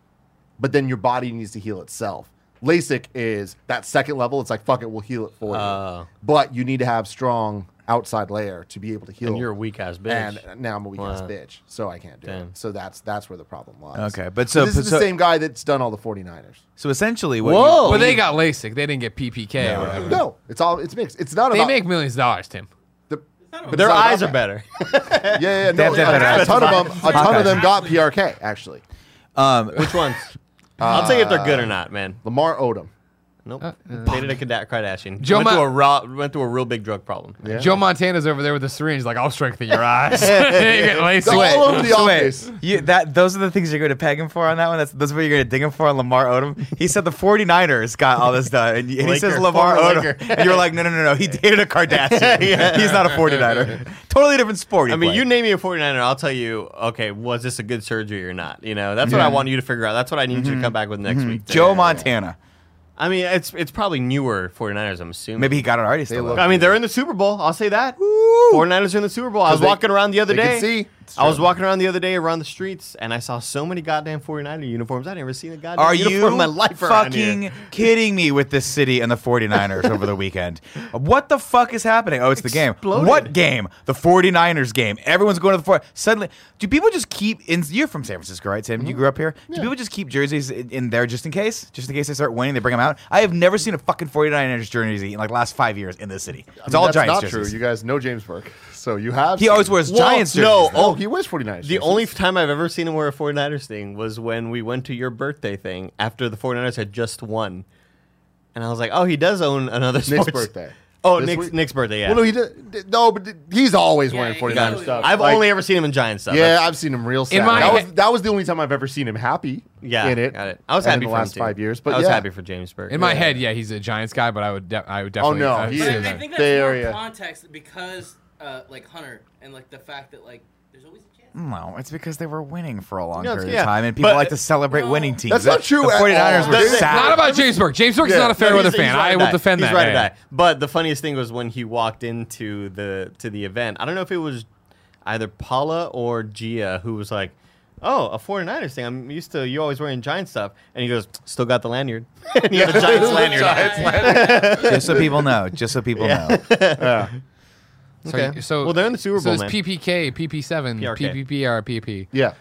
Speaker 6: but then your body needs to heal itself. LASIK is that second level. It's like fuck it, we'll heal it for
Speaker 4: Oh.
Speaker 6: you, but you need to have strong outside layer to be able to heal.
Speaker 4: And you're a weak ass bitch.
Speaker 6: And uh, now I'm a weak ass bitch, so I can't do
Speaker 4: Damn.
Speaker 6: it. So that's that's where the problem lies.
Speaker 2: Okay, but so-
Speaker 6: this is
Speaker 2: so-
Speaker 6: the same guy that's done all the 49ers.
Speaker 2: So essentially, what
Speaker 4: Whoa.
Speaker 2: You,
Speaker 3: But they got LASIK. They didn't get PPK or whatever.
Speaker 6: No, it's all it's mixed. It's not
Speaker 3: They
Speaker 6: about
Speaker 3: make millions of dollars, Tim.
Speaker 6: the
Speaker 4: But their
Speaker 6: not
Speaker 4: eyes
Speaker 6: about
Speaker 4: are better.
Speaker 6: Yeah, yeah, yeah, no,
Speaker 2: Def- def-
Speaker 6: a, a
Speaker 2: def-
Speaker 6: ton of them, a ton of them
Speaker 2: Hawkeyes.
Speaker 6: got PRK actually.
Speaker 2: Um,
Speaker 4: (laughs) Which ones? I'll tell you if they're good or not, man.
Speaker 6: Lamar Odom.
Speaker 4: Nope. Dated a Kada- Kardashian.
Speaker 3: Joe
Speaker 4: went,
Speaker 3: Ma-
Speaker 4: through a raw, went through a real big drug problem.
Speaker 6: Yeah.
Speaker 3: Joe Montana's over there with a syringe, like I'll strengthen
Speaker 6: (laughs)
Speaker 3: your eyes. (laughs) You get laced.
Speaker 6: All
Speaker 2: wait,
Speaker 6: over the
Speaker 2: so wait,
Speaker 6: office.
Speaker 2: you- that those are the things you're going to peg him for on that one. That's those are what you're going to ding him for on Lamar Odom. He said the 49ers got all this done, and, and he says
Speaker 4: Laker.
Speaker 2: Lamar
Speaker 4: Former
Speaker 2: Odom, and you're like, no, no, no, no. He
Speaker 4: (laughs)
Speaker 2: dated a Kardashian. He's not a 49er. totally different sport. he
Speaker 4: I mean,
Speaker 2: played.
Speaker 4: you name me a 49er, I'll tell you, okay, was this a good surgery or not? You know, that's what I want you to figure out. That's what I need you to come back with next week.
Speaker 2: Joe Montana.
Speaker 4: I mean, it's it's probably newer 49ers, I'm assuming.
Speaker 2: Maybe he got it already. Still,
Speaker 6: look-
Speaker 2: though.
Speaker 4: I mean, they're in the Super Bowl. I'll say that. 49ers are in the Super Bowl. I was
Speaker 6: they-
Speaker 4: walking around the other
Speaker 6: they
Speaker 4: day.
Speaker 6: can see. It's
Speaker 4: I was
Speaker 6: true.
Speaker 4: walking around the other day around the streets, and I saw so many goddamn 49er uniforms. I never seen a goddamn
Speaker 2: Are
Speaker 4: uniform
Speaker 2: you
Speaker 4: in my life around here.
Speaker 2: fucking kidding me with this city and the 49ers over the weekend? What the fuck is happening? Oh, it's the game.
Speaker 4: Exploded.
Speaker 2: What game? The 49ers game. Everyone's going to the 4 Suddenly, do people just keep in You're from San Francisco, right, Tim? You grew up here. Do people just keep jerseys in, in there just in case? Just in case they start winning, they bring them out? I have never seen a fucking 49ers jersey in like last 5 years in this city. It's
Speaker 6: I mean,
Speaker 2: all
Speaker 6: that's
Speaker 2: Giants
Speaker 6: not
Speaker 2: jerseys.
Speaker 6: true. You guys know James Burke, so you have.
Speaker 2: he
Speaker 6: seen-
Speaker 2: always wears
Speaker 4: Well,
Speaker 2: Giants jerseys.
Speaker 4: no,
Speaker 2: though.
Speaker 6: Oh, he wears 49ers.
Speaker 4: The only time I've ever seen him wear a 49ers thing was when we went to your birthday thing after the 49ers had just won. And I was like, oh, he does own another
Speaker 6: Nick's
Speaker 4: sports.
Speaker 6: birthday.
Speaker 4: Oh,
Speaker 6: This
Speaker 4: Nick's,
Speaker 6: week?
Speaker 4: Nick's birthday, yeah.
Speaker 6: Well, no, he did. did- No, but did- he's always
Speaker 5: Yeah,
Speaker 6: wearing
Speaker 5: he
Speaker 6: 49ers
Speaker 5: does.
Speaker 6: stuff.
Speaker 4: I've
Speaker 6: Like,
Speaker 4: only ever seen him in Giants stuff.
Speaker 6: Yeah,
Speaker 4: That's-
Speaker 6: I've seen him real sad.
Speaker 3: my
Speaker 6: that,
Speaker 3: head-
Speaker 6: was, that was the only time I've ever seen him happy.
Speaker 4: yeah.
Speaker 6: in it.
Speaker 4: Got it. I was
Speaker 6: and
Speaker 4: happy
Speaker 6: in the
Speaker 4: for him,
Speaker 6: last
Speaker 4: too.
Speaker 6: five years. But
Speaker 4: I was
Speaker 6: yeah.
Speaker 4: happy for James Burke.
Speaker 3: In my head, yeah, he's a Giants guy, but I would, de- I would
Speaker 4: Oh,
Speaker 3: definitely.
Speaker 6: no,
Speaker 3: I'd
Speaker 6: he
Speaker 3: say
Speaker 5: But I,
Speaker 6: is.
Speaker 3: that.
Speaker 5: I think that's
Speaker 6: Bay
Speaker 5: more
Speaker 6: Area.
Speaker 5: context because, uh, like Hunter, and like the fact that like there's always a chance.
Speaker 2: No, it's because they were winning for a long
Speaker 4: No, it's-
Speaker 2: period
Speaker 4: yeah.
Speaker 2: of time, and people
Speaker 4: But-
Speaker 2: like to celebrate
Speaker 5: No.
Speaker 2: winning teams.
Speaker 6: That's not true
Speaker 2: The
Speaker 6: at
Speaker 2: 49ers
Speaker 6: all.
Speaker 2: were
Speaker 6: That's-
Speaker 2: sad.
Speaker 3: Not about James Burke. James Burke's
Speaker 6: Yeah.
Speaker 3: not a fair
Speaker 4: No,
Speaker 3: weather
Speaker 4: he's- he's
Speaker 3: fan.
Speaker 4: right
Speaker 3: I
Speaker 4: or
Speaker 3: will
Speaker 4: die.
Speaker 3: defend
Speaker 4: he's
Speaker 3: that.
Speaker 4: right or
Speaker 3: Yeah, yeah.
Speaker 4: die. But the funniest thing was when he walked into the to the event. I don't know if it was either Paula or Gia who was like, "Oh, a 49ers thing. I'm used to you always wearing Giants stuff." And he goes, "Still got the lanyard." (laughs) and he had a
Speaker 3: (laughs)
Speaker 4: Giants lanyard.
Speaker 2: just so people know. Just so people know.
Speaker 3: So,
Speaker 4: Okay.
Speaker 3: so
Speaker 4: Well, they're in the Super
Speaker 3: so
Speaker 4: Bowl,
Speaker 3: it's
Speaker 4: man.
Speaker 3: PPK, PP7,
Speaker 4: PRK.
Speaker 3: PPP, or PP.
Speaker 6: Yeah,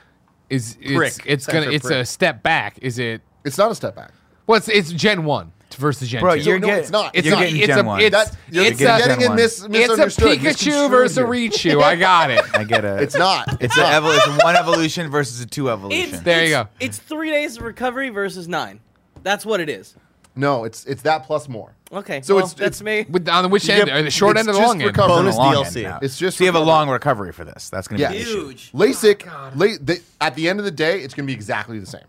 Speaker 3: Is
Speaker 4: Prick.
Speaker 3: it's, it's
Speaker 4: Stands
Speaker 3: gonna
Speaker 4: for
Speaker 3: it's a
Speaker 4: prick.
Speaker 3: step back? Is it?
Speaker 6: it's not a step back.
Speaker 3: Well, it's, it's Gen One versus Gen
Speaker 2: Bro,
Speaker 3: Two.
Speaker 2: you're
Speaker 6: no,
Speaker 2: getting
Speaker 6: it's not.
Speaker 3: It's
Speaker 2: you're
Speaker 3: not-
Speaker 2: getting
Speaker 3: it's
Speaker 2: Gen
Speaker 3: a-
Speaker 2: one.
Speaker 3: it's-
Speaker 6: That, you're
Speaker 3: it's
Speaker 6: you're
Speaker 2: a-
Speaker 6: getting
Speaker 2: Gen
Speaker 6: it mis-
Speaker 2: one.
Speaker 3: it's a
Speaker 6: misunderstood.
Speaker 3: Pikachu versus a
Speaker 6: Misconstrued here.
Speaker 3: Raichu. I got it.
Speaker 4: (laughs)
Speaker 2: I get it.
Speaker 6: It's not.
Speaker 2: It's an evol- It's one evolution versus a two evolution.
Speaker 3: There you go.
Speaker 5: It's three days of recovery versus nine. That's what it is.
Speaker 6: No, it's it's that plus more.
Speaker 5: Okay.
Speaker 6: So
Speaker 5: So well,
Speaker 6: it's-
Speaker 5: it's that's
Speaker 6: it's-
Speaker 5: me.
Speaker 3: With, on the which end, or the short
Speaker 6: it's
Speaker 3: end or the
Speaker 6: just
Speaker 3: long end?
Speaker 6: recover-
Speaker 2: From the
Speaker 4: Bonus
Speaker 2: long
Speaker 4: DLC.
Speaker 2: end now.
Speaker 6: It's just
Speaker 2: so you have a
Speaker 6: recovery.
Speaker 2: long recovery for this. That's gonna
Speaker 6: Yeah.
Speaker 2: be the issue.
Speaker 5: Huge.
Speaker 6: LASIK, la- the, at the end of the day, it's going to be exactly the same. At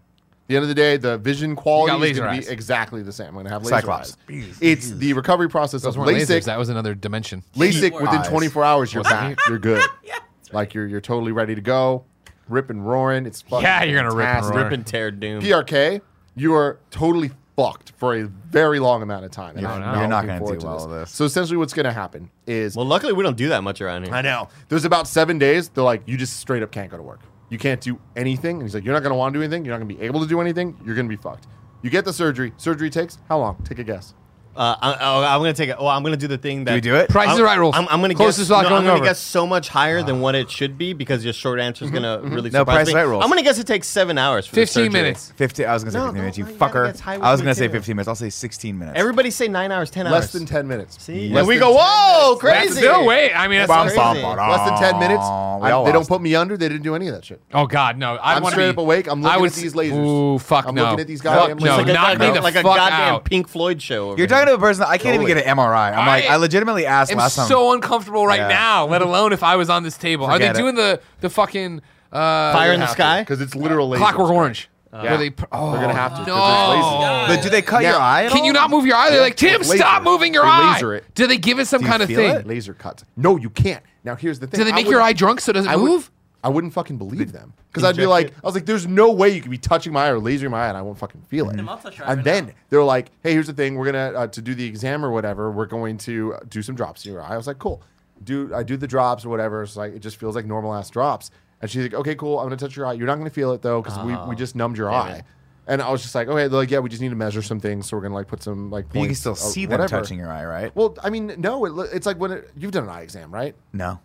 Speaker 6: the end of the day, the vision quality
Speaker 3: You got
Speaker 6: is
Speaker 3: laser
Speaker 6: going to
Speaker 3: eyes.
Speaker 6: be exactly the same. I'm going to have laser
Speaker 2: Cyclops.
Speaker 6: eyes. It's the recovery process
Speaker 3: Those
Speaker 6: of
Speaker 3: weren't
Speaker 6: LASIK.
Speaker 3: lasers. That was another dimension.
Speaker 6: LASIK within
Speaker 2: Eyes.
Speaker 6: 24 hours, you're
Speaker 3: Wasn't
Speaker 6: back. You're good. Like you're you're totally ready to go, rip and roaring. It's fucking
Speaker 3: Yeah, you're gonna rip and
Speaker 6: fantastic.
Speaker 3: roar.
Speaker 4: Rip and tear doom.
Speaker 6: PRK, you are totally fucked for a very long amount of time. And
Speaker 3: You're
Speaker 6: I'm
Speaker 3: not-
Speaker 2: you're not
Speaker 6: looking
Speaker 2: gonna
Speaker 6: forward
Speaker 2: do
Speaker 6: to
Speaker 2: well with this.
Speaker 6: So essentially, what's going to happen is
Speaker 4: Well, luckily we don't do that much around here.
Speaker 6: I know. There's about seven days. They're like, you just straight up can't go to work. You can't do anything. And he's like, you're not going to want to do anything. You're not going to be able to do anything. You're going to be fucked. You get the surgery. Surgery takes how long? Take a guess.
Speaker 4: Uh, I, I, I'm gonna take it. Well, I'm gonna do the thing that
Speaker 2: Do we do it?
Speaker 3: Price
Speaker 4: I'm,
Speaker 3: is right rules.
Speaker 4: I'm, I'm gonna
Speaker 3: Closest
Speaker 4: guess.
Speaker 3: without
Speaker 4: no,
Speaker 3: going
Speaker 4: I'm gonna
Speaker 3: over. Ah. Mm-hmm,
Speaker 4: guess so much higher than what it should be because your short answer is gonna really
Speaker 2: No,
Speaker 4: surprise
Speaker 2: price
Speaker 4: me.
Speaker 2: is right rules.
Speaker 4: I'm gonna guess it takes seven hours. For the
Speaker 3: 15
Speaker 4: surgery.
Speaker 3: minutes.
Speaker 2: Fifty. I was gonna say
Speaker 4: No,
Speaker 2: 15 minutes. You
Speaker 4: no, you gotta
Speaker 2: fuckers.
Speaker 4: get high
Speaker 2: I was
Speaker 4: with
Speaker 2: gonna
Speaker 4: me,
Speaker 2: say
Speaker 4: too.
Speaker 2: 15 minutes. I'll say 16 minutes.
Speaker 4: Everybody say nine hours, ten
Speaker 6: Less
Speaker 4: hours.
Speaker 6: than 10 minutes.
Speaker 4: See,
Speaker 6: Less
Speaker 4: and we
Speaker 6: than
Speaker 4: go,
Speaker 6: 10
Speaker 4: whoa,
Speaker 6: minutes.
Speaker 4: crazy.
Speaker 3: Still wait. I mean, that's,
Speaker 4: Bum,
Speaker 3: that's
Speaker 4: bum,
Speaker 3: crazy.
Speaker 4: bum.
Speaker 6: Less than 10 minutes.
Speaker 2: Oh, We
Speaker 6: I-
Speaker 2: all
Speaker 6: they don't
Speaker 2: lost
Speaker 6: put me under. They didn't do any of that shit.
Speaker 3: Oh God, no! I
Speaker 6: I'm
Speaker 3: wanna
Speaker 6: straight
Speaker 3: be-
Speaker 6: up awake. I'm looking
Speaker 3: I would
Speaker 6: at these
Speaker 3: s-
Speaker 6: lasers.
Speaker 3: Ooh, fuck
Speaker 6: I'm
Speaker 3: no!
Speaker 6: looking at these
Speaker 3: Fuck
Speaker 6: goddamn
Speaker 3: no!
Speaker 6: lasers.
Speaker 4: a
Speaker 3: Knock me
Speaker 4: goddamn-
Speaker 3: the
Speaker 4: like a
Speaker 3: fuck
Speaker 4: goddamn
Speaker 3: out!
Speaker 4: Pink Floyd show. Over
Speaker 2: You're talking to a person. I can't even
Speaker 6: Totally.
Speaker 2: get an MRI. I'm like,
Speaker 3: I-
Speaker 2: I legitimately asked
Speaker 3: I'm
Speaker 2: last time.
Speaker 3: so uncomfortable right
Speaker 2: Yeah.
Speaker 3: now. Let alone if I was on this table. Are
Speaker 2: Forget
Speaker 3: they
Speaker 2: it.
Speaker 3: doing the the fucking uh,
Speaker 4: Fire in the sky.
Speaker 6: Because it's literal lasers.
Speaker 3: Clockwork Orange?
Speaker 6: Yeah.
Speaker 3: Where they? pr- Oh,
Speaker 6: They're going to have to. 'cause it's lasers.
Speaker 3: no!
Speaker 2: But do they cut
Speaker 6: Now-
Speaker 2: your eye? at
Speaker 3: Can you
Speaker 2: all?
Speaker 3: not move your eye? They're like, Tim,
Speaker 6: Laser.
Speaker 3: stop moving your
Speaker 6: They
Speaker 3: eye.
Speaker 6: laser it.
Speaker 3: Do they give it some
Speaker 2: you
Speaker 3: kind of
Speaker 2: feel
Speaker 3: thing?
Speaker 2: it?
Speaker 6: Laser cuts. No, you can't. Now here's the thing.
Speaker 3: Do they
Speaker 6: I
Speaker 3: make your
Speaker 6: would-
Speaker 3: eye drunk so it doesn't
Speaker 6: I would-
Speaker 3: move?
Speaker 6: I wouldn't fucking believe them because I'd be like, I was like, there's no way you could be touching my eye or lasering my eye and I won't fucking feel it.
Speaker 5: I'll touch your eye
Speaker 6: And
Speaker 5: right
Speaker 6: then
Speaker 5: now.
Speaker 6: they're like, hey, here's the thing, we're gonna uh, to do the exam or whatever, we're going to uh, do some drops in your eye. I was like, cool. Do I do the drops or whatever? It's like it just feels like normal ass drops. And she's like, okay, cool. I'm gonna touch your eye. You're not gonna feel it though because
Speaker 2: Oh,
Speaker 6: we, we just numbed your eye. And I was just like, okay, they're like, yeah, we just need to measure some things, so we're gonna like put some like.
Speaker 2: You can
Speaker 6: points,
Speaker 2: still
Speaker 6: uh,
Speaker 2: see them
Speaker 6: whatever."
Speaker 2: touching your eye, right?
Speaker 6: Well, I mean, no, it, lo- it's like when it, you've done an eye exam, right?
Speaker 2: No.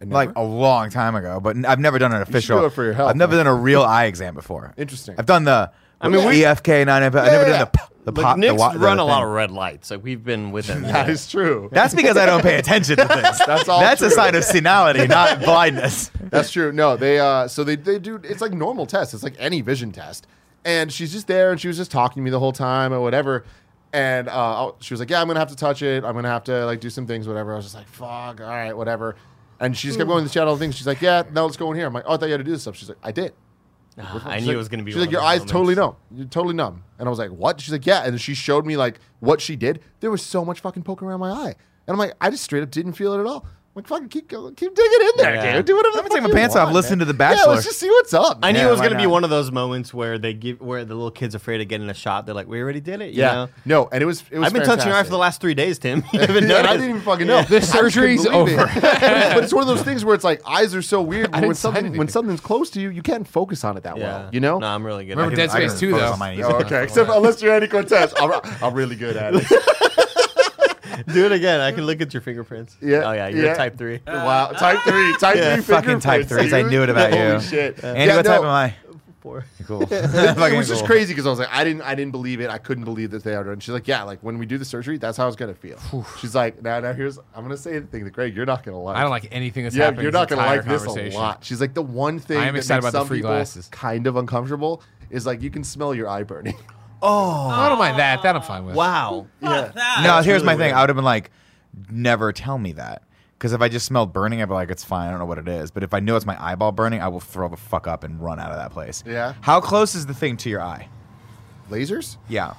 Speaker 6: And
Speaker 2: Like
Speaker 6: never?
Speaker 2: a long time ago, but n- I've never done an
Speaker 6: should
Speaker 2: official.
Speaker 6: do it for your health,
Speaker 2: I've never
Speaker 6: man.
Speaker 2: done a real eye exam before.
Speaker 6: Interesting.
Speaker 2: I've done the
Speaker 4: I mean, we
Speaker 2: EFK nine. I've I've never
Speaker 6: yeah,
Speaker 2: done the p- the
Speaker 4: the
Speaker 2: pop.
Speaker 4: Knicks
Speaker 2: the, wa- the
Speaker 4: run a
Speaker 2: thing.
Speaker 4: lot of red lights. Like we've been with them.
Speaker 6: That is true.
Speaker 2: That's because I don't pay attention
Speaker 6: (laughs)
Speaker 2: to things.
Speaker 6: That's all
Speaker 2: That's a
Speaker 6: true.
Speaker 2: sign of senility,
Speaker 6: (laughs)
Speaker 2: not blindness.
Speaker 6: That's true. No, they uh so they they do it's like normal tests. It's like any vision test. And she's just there and she was just talking to me the whole time or whatever. And uh, I'll- she was like, "Yeah, I'm gonna have to touch it. I'm gonna have to like do some things, whatever." I was just like, "Fuck, all right, whatever." And she just kept going to the chat all the things. She's like, "Yeah, now let's go in here." I'm like, "Oh, I thought you had to do this stuff." She's like, "I did."
Speaker 4: I
Speaker 6: She's
Speaker 4: knew
Speaker 6: like-
Speaker 4: it was going to be.
Speaker 6: She's
Speaker 4: one
Speaker 6: like,
Speaker 4: of
Speaker 6: "Your
Speaker 4: those
Speaker 6: eyes
Speaker 4: moments."
Speaker 6: totally numb. You're totally numb." And I was like, "What?" She's like, "Yeah." And she showed me like what she did. There was so much fucking poking around my eye, and I'm like, I just straight up didn't feel it at all. I'm like, fucking keep go- keep digging in there,
Speaker 4: Yeah.
Speaker 6: dude. Do whatever.
Speaker 2: I'm gonna
Speaker 6: the
Speaker 2: take
Speaker 6: fuck
Speaker 2: my
Speaker 6: you
Speaker 2: pants off,
Speaker 6: want,
Speaker 2: listen
Speaker 6: man.
Speaker 2: to The Bachelor.
Speaker 6: Yeah, let's just see what's up.
Speaker 4: I knew
Speaker 2: Yeah,
Speaker 4: it was
Speaker 2: why
Speaker 4: going to be
Speaker 2: not?
Speaker 4: one of those moments where they give where the little kid's afraid of getting a shot. They're like, "We already did it." You Know?
Speaker 6: No, and it was. It was
Speaker 4: I've been touching your eye for the
Speaker 6: fantastic.
Speaker 4: last three days, Tim. You haven't
Speaker 6: And
Speaker 4: noticed.
Speaker 6: I didn't even
Speaker 4: (laughs)
Speaker 6: fucking know.
Speaker 3: This
Speaker 6: I just couldn't
Speaker 3: surgery's
Speaker 6: believe it.
Speaker 3: over.
Speaker 6: (laughs) but it's one of those things where it's like eyes are
Speaker 2: (laughs)
Speaker 6: so weird.
Speaker 3: didn't sign
Speaker 6: When something when
Speaker 3: anything.
Speaker 6: something's close to you, you can't focus on it that well. You know.
Speaker 4: No, I'm really good.
Speaker 3: Remember
Speaker 4: at
Speaker 3: Dead
Speaker 2: I
Speaker 3: Space
Speaker 2: can
Speaker 3: 2,
Speaker 2: focus
Speaker 3: though.
Speaker 2: on mine.
Speaker 6: Oh, (laughs) okay, except unless you're Andy Cortez, I'm, I'm really good at it.
Speaker 4: it. Do it again. I can look at your fingerprints.
Speaker 6: Yeah,
Speaker 4: Oh yeah, you're
Speaker 6: yeah.
Speaker 4: type three.
Speaker 6: wow, type three, type
Speaker 4: Yeah.
Speaker 6: three,
Speaker 2: Fucking type
Speaker 6: fingerprints,
Speaker 2: threes. I
Speaker 6: dude.
Speaker 2: knew it about
Speaker 6: Holy
Speaker 2: you.
Speaker 6: shit!
Speaker 2: Andy,
Speaker 6: Yeah,
Speaker 2: what type
Speaker 6: no,
Speaker 2: am I?
Speaker 6: (laughs)
Speaker 4: Four.
Speaker 2: Cool. (laughs)
Speaker 6: It was just crazy because I was like, I didn't, I didn't believe it. I couldn't believe that they are. And she's like, Yeah, like when we do the surgery, that's how it's gonna feel. She's like, Now, now here's, I'm gonna say the thing that Greg, you're not gonna like.
Speaker 3: I don't like anything that's
Speaker 6: Yeah,
Speaker 3: happening.
Speaker 6: you're not
Speaker 3: this
Speaker 6: gonna like
Speaker 3: entire
Speaker 6: this a
Speaker 3: conversation.
Speaker 6: lot. She's like, the one thing
Speaker 3: I am
Speaker 6: that
Speaker 3: excited
Speaker 6: makes
Speaker 3: about the
Speaker 6: some
Speaker 3: free
Speaker 6: people
Speaker 3: glasses.
Speaker 6: kind of uncomfortable is like you can smell your eye burning. (laughs)
Speaker 3: I don't mind that. That I'm fine with.
Speaker 4: Wow.
Speaker 5: Fuck that.
Speaker 2: No, here's my
Speaker 4: really
Speaker 2: thing.
Speaker 4: weird.
Speaker 2: I would have been like, never tell me that. Because if I just smelled burning, I'd be like, it's fine. I don't know what it is. But if I know it's my eyeball burning, I will throw the fuck up and run out of that place.
Speaker 6: Yeah.
Speaker 2: How close is the thing to your eye?
Speaker 6: Lasers?
Speaker 2: Yeah.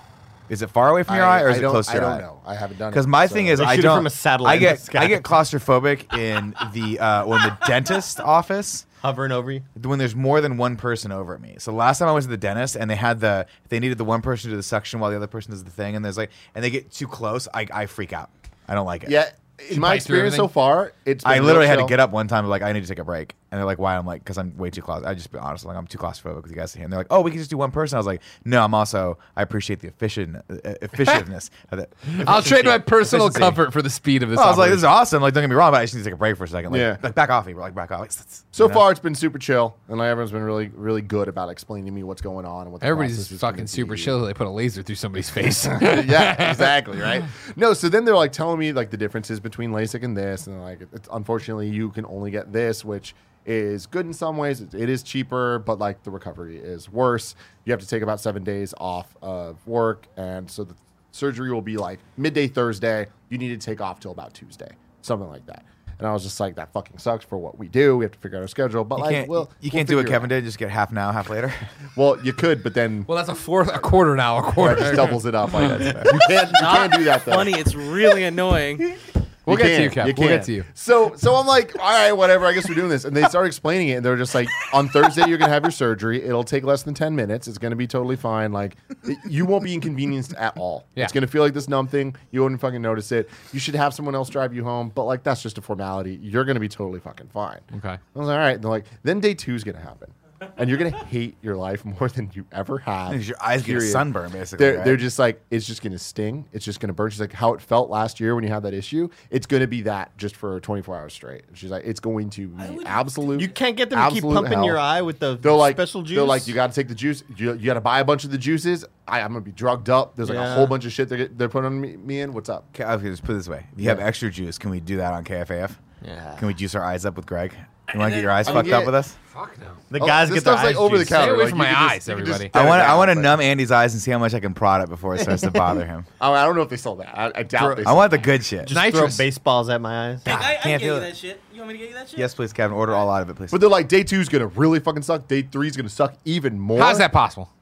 Speaker 2: Is it far away from your eye or is
Speaker 6: I
Speaker 2: it
Speaker 6: don't,
Speaker 2: close to
Speaker 6: I
Speaker 2: your
Speaker 6: don't
Speaker 2: eye?
Speaker 6: know. I haven't done it.
Speaker 2: Because my
Speaker 6: so-
Speaker 2: thing is,
Speaker 4: They
Speaker 2: I
Speaker 4: shoot it
Speaker 2: don't.
Speaker 4: from a satellite
Speaker 2: I
Speaker 4: in the
Speaker 2: get
Speaker 4: sky.
Speaker 2: I get claustrophobic in the uh, when the dentist (laughs) office
Speaker 4: Hovering over you.
Speaker 2: when there's more than one person over me. So last time I went to the dentist and they had the they needed the one person to do the suction while the other person does the thing, and there's like and they get too close, I, I freak out. I don't like it.
Speaker 6: yeah. In my
Speaker 3: bite through
Speaker 6: experience so
Speaker 3: everything?
Speaker 6: far, it's.
Speaker 2: I
Speaker 6: been
Speaker 2: literally
Speaker 6: real
Speaker 2: had to
Speaker 6: chill.
Speaker 2: get up one time, like I need to take a break, and they're like, "Why?" I'm like, "Cause I'm way too claust. I just be honest, like I'm too claustrophobic with you guys here." And they're like, "Oh, we can just do one person." I was like, "No, I'm also I appreciate the efficient uh,
Speaker 6: (laughs)
Speaker 2: efficientness." of the- (laughs)
Speaker 3: I'll trade my personal
Speaker 2: Efficiency.
Speaker 3: comfort for the speed of this.
Speaker 2: Well, I was like, "This is
Speaker 3: operation.
Speaker 2: awesome." Like, don't get me wrong, but I just need to take a break for a second. Like,
Speaker 6: Yeah.
Speaker 2: like, back off me, like back off. Like,
Speaker 6: So far, it's been super chill, and like, everyone's been really, really good about explaining to me what's going on and what. The process
Speaker 3: Everybody's
Speaker 6: is
Speaker 3: fucking
Speaker 6: gonna
Speaker 3: super
Speaker 6: be.
Speaker 3: chill. They put a laser through somebody's face. (laughs)
Speaker 6: (laughs) yeah, exactly, right? No, so then they're like telling me like the differences between LASIK and this, and like it's, unfortunately you can only get this, which is good in some ways. It, it is cheaper, but like the recovery is worse. You have to take about seven days off of work, and so the surgery will be like midday Thursday. You need to take off till about Tuesday, something like that. And I was just like, that fucking sucks for what we do. We have to figure out our schedule, but
Speaker 2: you
Speaker 6: like,
Speaker 2: can't,
Speaker 6: well,
Speaker 2: you
Speaker 6: we'll
Speaker 2: can't do what
Speaker 6: figure it
Speaker 2: Kevin did. Just get half now, half
Speaker 6: (laughs)
Speaker 2: later.
Speaker 6: out. Well, you could, but then.
Speaker 3: well, that's a fourth, a quarter now, a quarter.
Speaker 6: that just doubles it up.
Speaker 2: (laughs)
Speaker 6: Like that. You can't, you can't do that though.
Speaker 5: Funny, it's really annoying.
Speaker 3: We'll get to you,
Speaker 6: can,
Speaker 3: Cap. We'll
Speaker 6: can.
Speaker 3: get to you.
Speaker 6: So, so I'm like, all right, whatever. I guess we're doing this. And they start explaining it, and they're just like, on Thursday you're gonna have your surgery. It'll take less than ten minutes. It's gonna be totally fine. Like, it- you won't be inconvenienced at all.
Speaker 3: Yeah.
Speaker 6: It's gonna feel like this numb thing. You wouldn't fucking notice it. You should have someone else drive you home. But like, that's just a formality. You're gonna be totally fucking fine.
Speaker 3: Okay.
Speaker 6: I was like, all right. And they're like, then day two's gonna happen, and you're gonna hate your life more than you ever have.
Speaker 2: 'Cause your eyes get a
Speaker 6: Period.
Speaker 2: sunburn, basically.
Speaker 6: They're,
Speaker 2: right?
Speaker 6: they're just like, it's just going to sting. It's just going to burn. She's like, how it felt last year when you had that issue. It's going to be that just for 24 hours straight. She's like, it's going to be absolute.
Speaker 4: You can't get them to keep
Speaker 6: absolute
Speaker 4: pumping
Speaker 6: hell.
Speaker 4: your eye with the
Speaker 6: They're like,
Speaker 4: special juice.
Speaker 6: They're like, you got to take the juice. You, you got to buy a bunch of the juices. I, I'm going to be drugged up. There's like a
Speaker 4: Yeah.
Speaker 6: whole bunch of shit they're, they're putting on me, me in. What's up?
Speaker 2: Okay, okay, just put it this way: if you have extra juice, can we do that on KFAF?
Speaker 4: Yeah.
Speaker 2: Can we juice our eyes up with Greg? You want to get your eyes fucked
Speaker 6: yeah.
Speaker 2: up with us?
Speaker 3: Fuck no.
Speaker 4: the guys
Speaker 6: Oh,
Speaker 4: get
Speaker 6: this
Speaker 4: their
Speaker 6: stuff's,
Speaker 4: eyes
Speaker 6: like, over the
Speaker 4: juiced.
Speaker 6: counter.
Speaker 3: Stay away
Speaker 6: Like,
Speaker 3: from
Speaker 6: you
Speaker 3: my
Speaker 6: can just-
Speaker 3: eyes,
Speaker 6: you can just
Speaker 3: everybody.
Speaker 6: stare
Speaker 2: I want to. I
Speaker 6: down,
Speaker 2: want to
Speaker 6: but-
Speaker 2: numb Andy's eyes and see how much I can prod it before it starts to
Speaker 6: (laughs)
Speaker 2: bother him.
Speaker 6: I I don't know if they saw that. I, I doubt they.
Speaker 2: I
Speaker 6: sold
Speaker 2: want the good shit.
Speaker 4: Just
Speaker 3: Nitrous.
Speaker 4: throw baseballs at my eyes.
Speaker 5: Like, (laughs) I, I
Speaker 2: Can't
Speaker 5: can get
Speaker 2: feel
Speaker 5: you
Speaker 2: it.
Speaker 5: that shit. You want me to get you that shit?
Speaker 2: yes, please, Kevin. Order all out of it, please.
Speaker 6: But they're like, day two's gonna really fucking suck. Day three's gonna suck even more.
Speaker 3: How's that possible?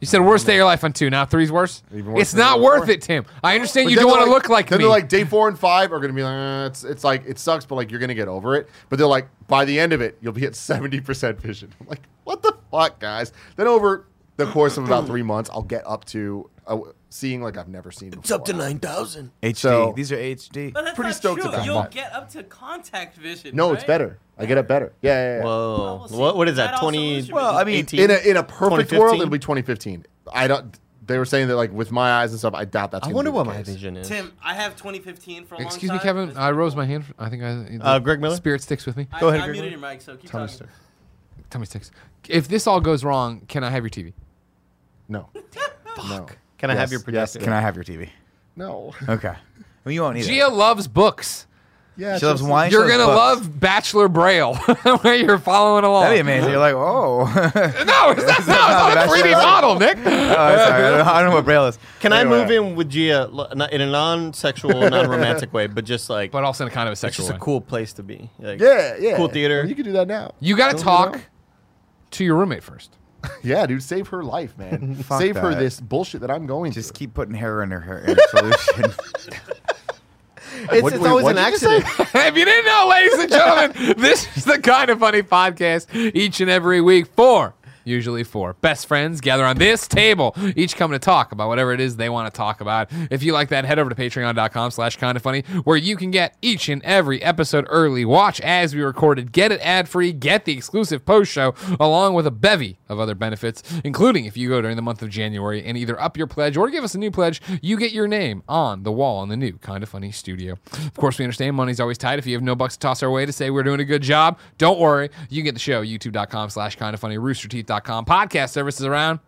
Speaker 3: You said worst day of your life on two. Now three's worse.
Speaker 6: Even worse
Speaker 3: it's
Speaker 6: than
Speaker 3: not
Speaker 6: number
Speaker 3: worth
Speaker 6: four.
Speaker 3: it, Tim. I understand
Speaker 6: But
Speaker 3: you
Speaker 6: then
Speaker 3: don't
Speaker 6: they're
Speaker 3: want to look like
Speaker 6: then
Speaker 3: me.
Speaker 6: they're like day four and five are gonna be like "Uh, it's it's like it sucks, but like you're gonna get over it. But they're like by the end of it, you'll be at seventy percent vision. (laughs) I'm like, what the fuck, guys? Then over the course of about three months, I'll get up to uh, seeing like I've never seen. Before.
Speaker 4: thousand.
Speaker 2: HD.
Speaker 6: so-
Speaker 2: These are HD.
Speaker 5: But that's
Speaker 6: Pretty
Speaker 5: not
Speaker 6: stoked
Speaker 5: true.
Speaker 6: about
Speaker 5: You'll
Speaker 6: that.
Speaker 5: get up to contact vision.
Speaker 6: No, it's
Speaker 5: right?
Speaker 6: better. I get up better. Yeah, yeah, yeah.
Speaker 4: Whoa.
Speaker 5: Well, see,
Speaker 4: what, what is
Speaker 5: that
Speaker 4: that?
Speaker 5: also
Speaker 4: Twenty.
Speaker 5: should be- Well, I
Speaker 6: mean,
Speaker 4: 18?
Speaker 6: in a in a perfect
Speaker 4: 2015?
Speaker 6: world, it'll be 2015. I don't. They were saying that like with my eyes and stuff, I doubt that's.
Speaker 4: I
Speaker 6: gonna
Speaker 4: wonder
Speaker 6: be the
Speaker 4: what my
Speaker 6: case.
Speaker 4: vision is.
Speaker 5: Tim, I have 2015 for a long
Speaker 3: Excuse me,
Speaker 5: time.
Speaker 3: Kevin. I rose my hand. I think I.
Speaker 4: Uh, Greg Miller?
Speaker 3: Spirit sticks with me.
Speaker 5: I,
Speaker 4: Go ahead,
Speaker 5: I
Speaker 4: Greg.
Speaker 5: muted your mic, so keep
Speaker 4: Tell me
Speaker 5: talking.
Speaker 4: stuff.
Speaker 3: Tummy sticks. If this all goes wrong, can I have your TV?
Speaker 4: (laughs)
Speaker 6: No. Fuck.
Speaker 4: Can I have your projector?
Speaker 2: Can I have your TV?
Speaker 6: No. (laughs)
Speaker 2: Okay. Well, you won't need
Speaker 3: Gia loves books.
Speaker 6: Yeah.
Speaker 2: it. She loves
Speaker 6: just-
Speaker 2: wine. she
Speaker 3: You're
Speaker 2: loves
Speaker 3: gonna
Speaker 2: books.
Speaker 3: love Bachelor Braille (laughs) when you're following along.
Speaker 2: That'd be amazing. You're like, oh. oh (laughs) sorry.
Speaker 3: No, it's not, no, it's not a
Speaker 2: That's
Speaker 3: 3D
Speaker 2: not-
Speaker 3: model, Nick.
Speaker 2: (laughs) I don't know- I don't know what Braille is.
Speaker 4: Can I
Speaker 2: Anyway.
Speaker 4: move in with Gia l- not- in a non-sexual,
Speaker 6: (laughs)
Speaker 4: non-romantic way, but just like
Speaker 3: But also in a kind of a
Speaker 4: it's
Speaker 3: sexual
Speaker 4: just a
Speaker 3: way.
Speaker 4: cool place to be? Like,
Speaker 6: Yeah, yeah.
Speaker 4: Cool theater.
Speaker 6: You could do that now.
Speaker 3: You got
Speaker 6: Don't
Speaker 3: to
Speaker 6: you
Speaker 3: talk
Speaker 6: know?
Speaker 3: to your roommate first. (laughs)
Speaker 6: Yeah, dude, save her life, man.
Speaker 2: Fuck
Speaker 6: save her
Speaker 2: that.
Speaker 6: this bullshit that I'm going
Speaker 2: Just
Speaker 6: through.
Speaker 2: keep putting hair in her hair (laughs) in solution.
Speaker 4: It's,
Speaker 6: What-
Speaker 4: it's
Speaker 6: wait,
Speaker 4: always
Speaker 6: what'd
Speaker 4: an
Speaker 6: you just say?
Speaker 4: accident.
Speaker 3: if you didn't know, ladies and
Speaker 6: (laughs)
Speaker 3: gentlemen, this is the kind of funny podcast each and every week. Four, usually four, best friends gather on this table, each come to talk about whatever it is they want to talk about. If you like that, head over to patreon.com slash kind of funny, where you can get each and every episode early, watch as we recorded, get it ad free, get the exclusive post show, along with a bevy of other benefits, including if you go during the month of January and either up your pledge or give us a new pledge, you get your name on the wall in the new Kind of Funny studio. Of course, we understand money's always tight. If you have no bucks to toss our way to say we're doing a good job, don't worry. You can get the show, youtube.com slash kind of funny, roosterteeth.com, podcast services around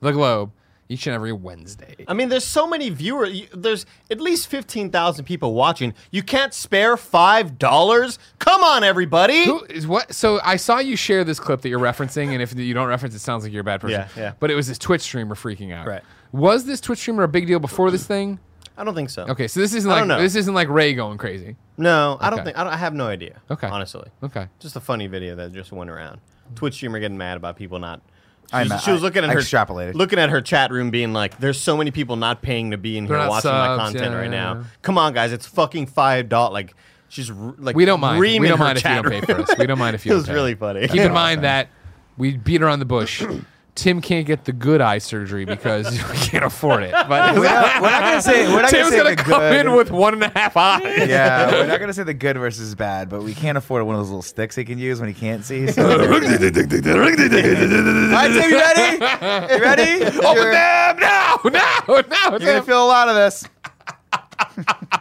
Speaker 3: the globe each and every Wednesday.
Speaker 4: I mean, there's so many viewers. You- There's at least fifteen thousand people watching. You can't spare five dollars. Come on, everybody.
Speaker 3: Who is what? So I saw you share this clip that you're referencing, and if you don't reference, it sounds like you're a bad person.
Speaker 4: Yeah, yeah.
Speaker 3: But it was this Twitch streamer freaking out.
Speaker 4: Right.
Speaker 3: Was this Twitch streamer a big deal before this thing?
Speaker 4: I don't think so.
Speaker 3: Okay, so this isn't
Speaker 4: I
Speaker 3: like
Speaker 4: don't know.
Speaker 3: this isn't like Ray going crazy.
Speaker 4: No, I don't
Speaker 3: Okay.
Speaker 4: think. I, don't, I have no idea.
Speaker 3: Okay.
Speaker 4: Honestly.
Speaker 3: Okay.
Speaker 4: Just a funny video that just went around. Twitch streamer getting mad about people not. She
Speaker 2: I'm-
Speaker 4: was, she was
Speaker 2: I-
Speaker 4: looking at
Speaker 2: I
Speaker 4: her
Speaker 2: extrapolated.
Speaker 4: looking at her chat room, being like, "There's so many people not paying to be in here
Speaker 3: They're not
Speaker 4: watching my
Speaker 3: subs,
Speaker 4: content
Speaker 3: yeah,
Speaker 4: right
Speaker 3: yeah,
Speaker 4: now.
Speaker 3: uh, yeah.
Speaker 4: Come on, guys, it's fucking five dollars." Like she's r- like,
Speaker 3: We don't mind.
Speaker 4: reaming
Speaker 3: We don't
Speaker 4: her
Speaker 3: mind if you
Speaker 4: chat
Speaker 3: don't pay for us. We don't mind if you.
Speaker 4: (laughs) It
Speaker 3: don't
Speaker 4: was
Speaker 3: pay.
Speaker 4: really funny.
Speaker 3: Keep in mind that we beat around the bush. Tim can't get the good eye surgery because we can't afford it. But
Speaker 2: we're, not, we're not gonna say. We're not
Speaker 3: Tim's
Speaker 2: gonna say
Speaker 3: gonna
Speaker 2: the
Speaker 3: come
Speaker 2: good.
Speaker 3: in with one and a half eyes.
Speaker 2: (laughs) yeah, we're not gonna say the good versus bad, but we can't afford one of those little sticks he can use when he can't see. So. (laughs) All right, Tim, you ready? You (laughs) ready?
Speaker 3: Open
Speaker 2: You're-
Speaker 3: them now! Now! Now! It's
Speaker 2: You're
Speaker 3: gonna,
Speaker 2: gonna feel a lot of this.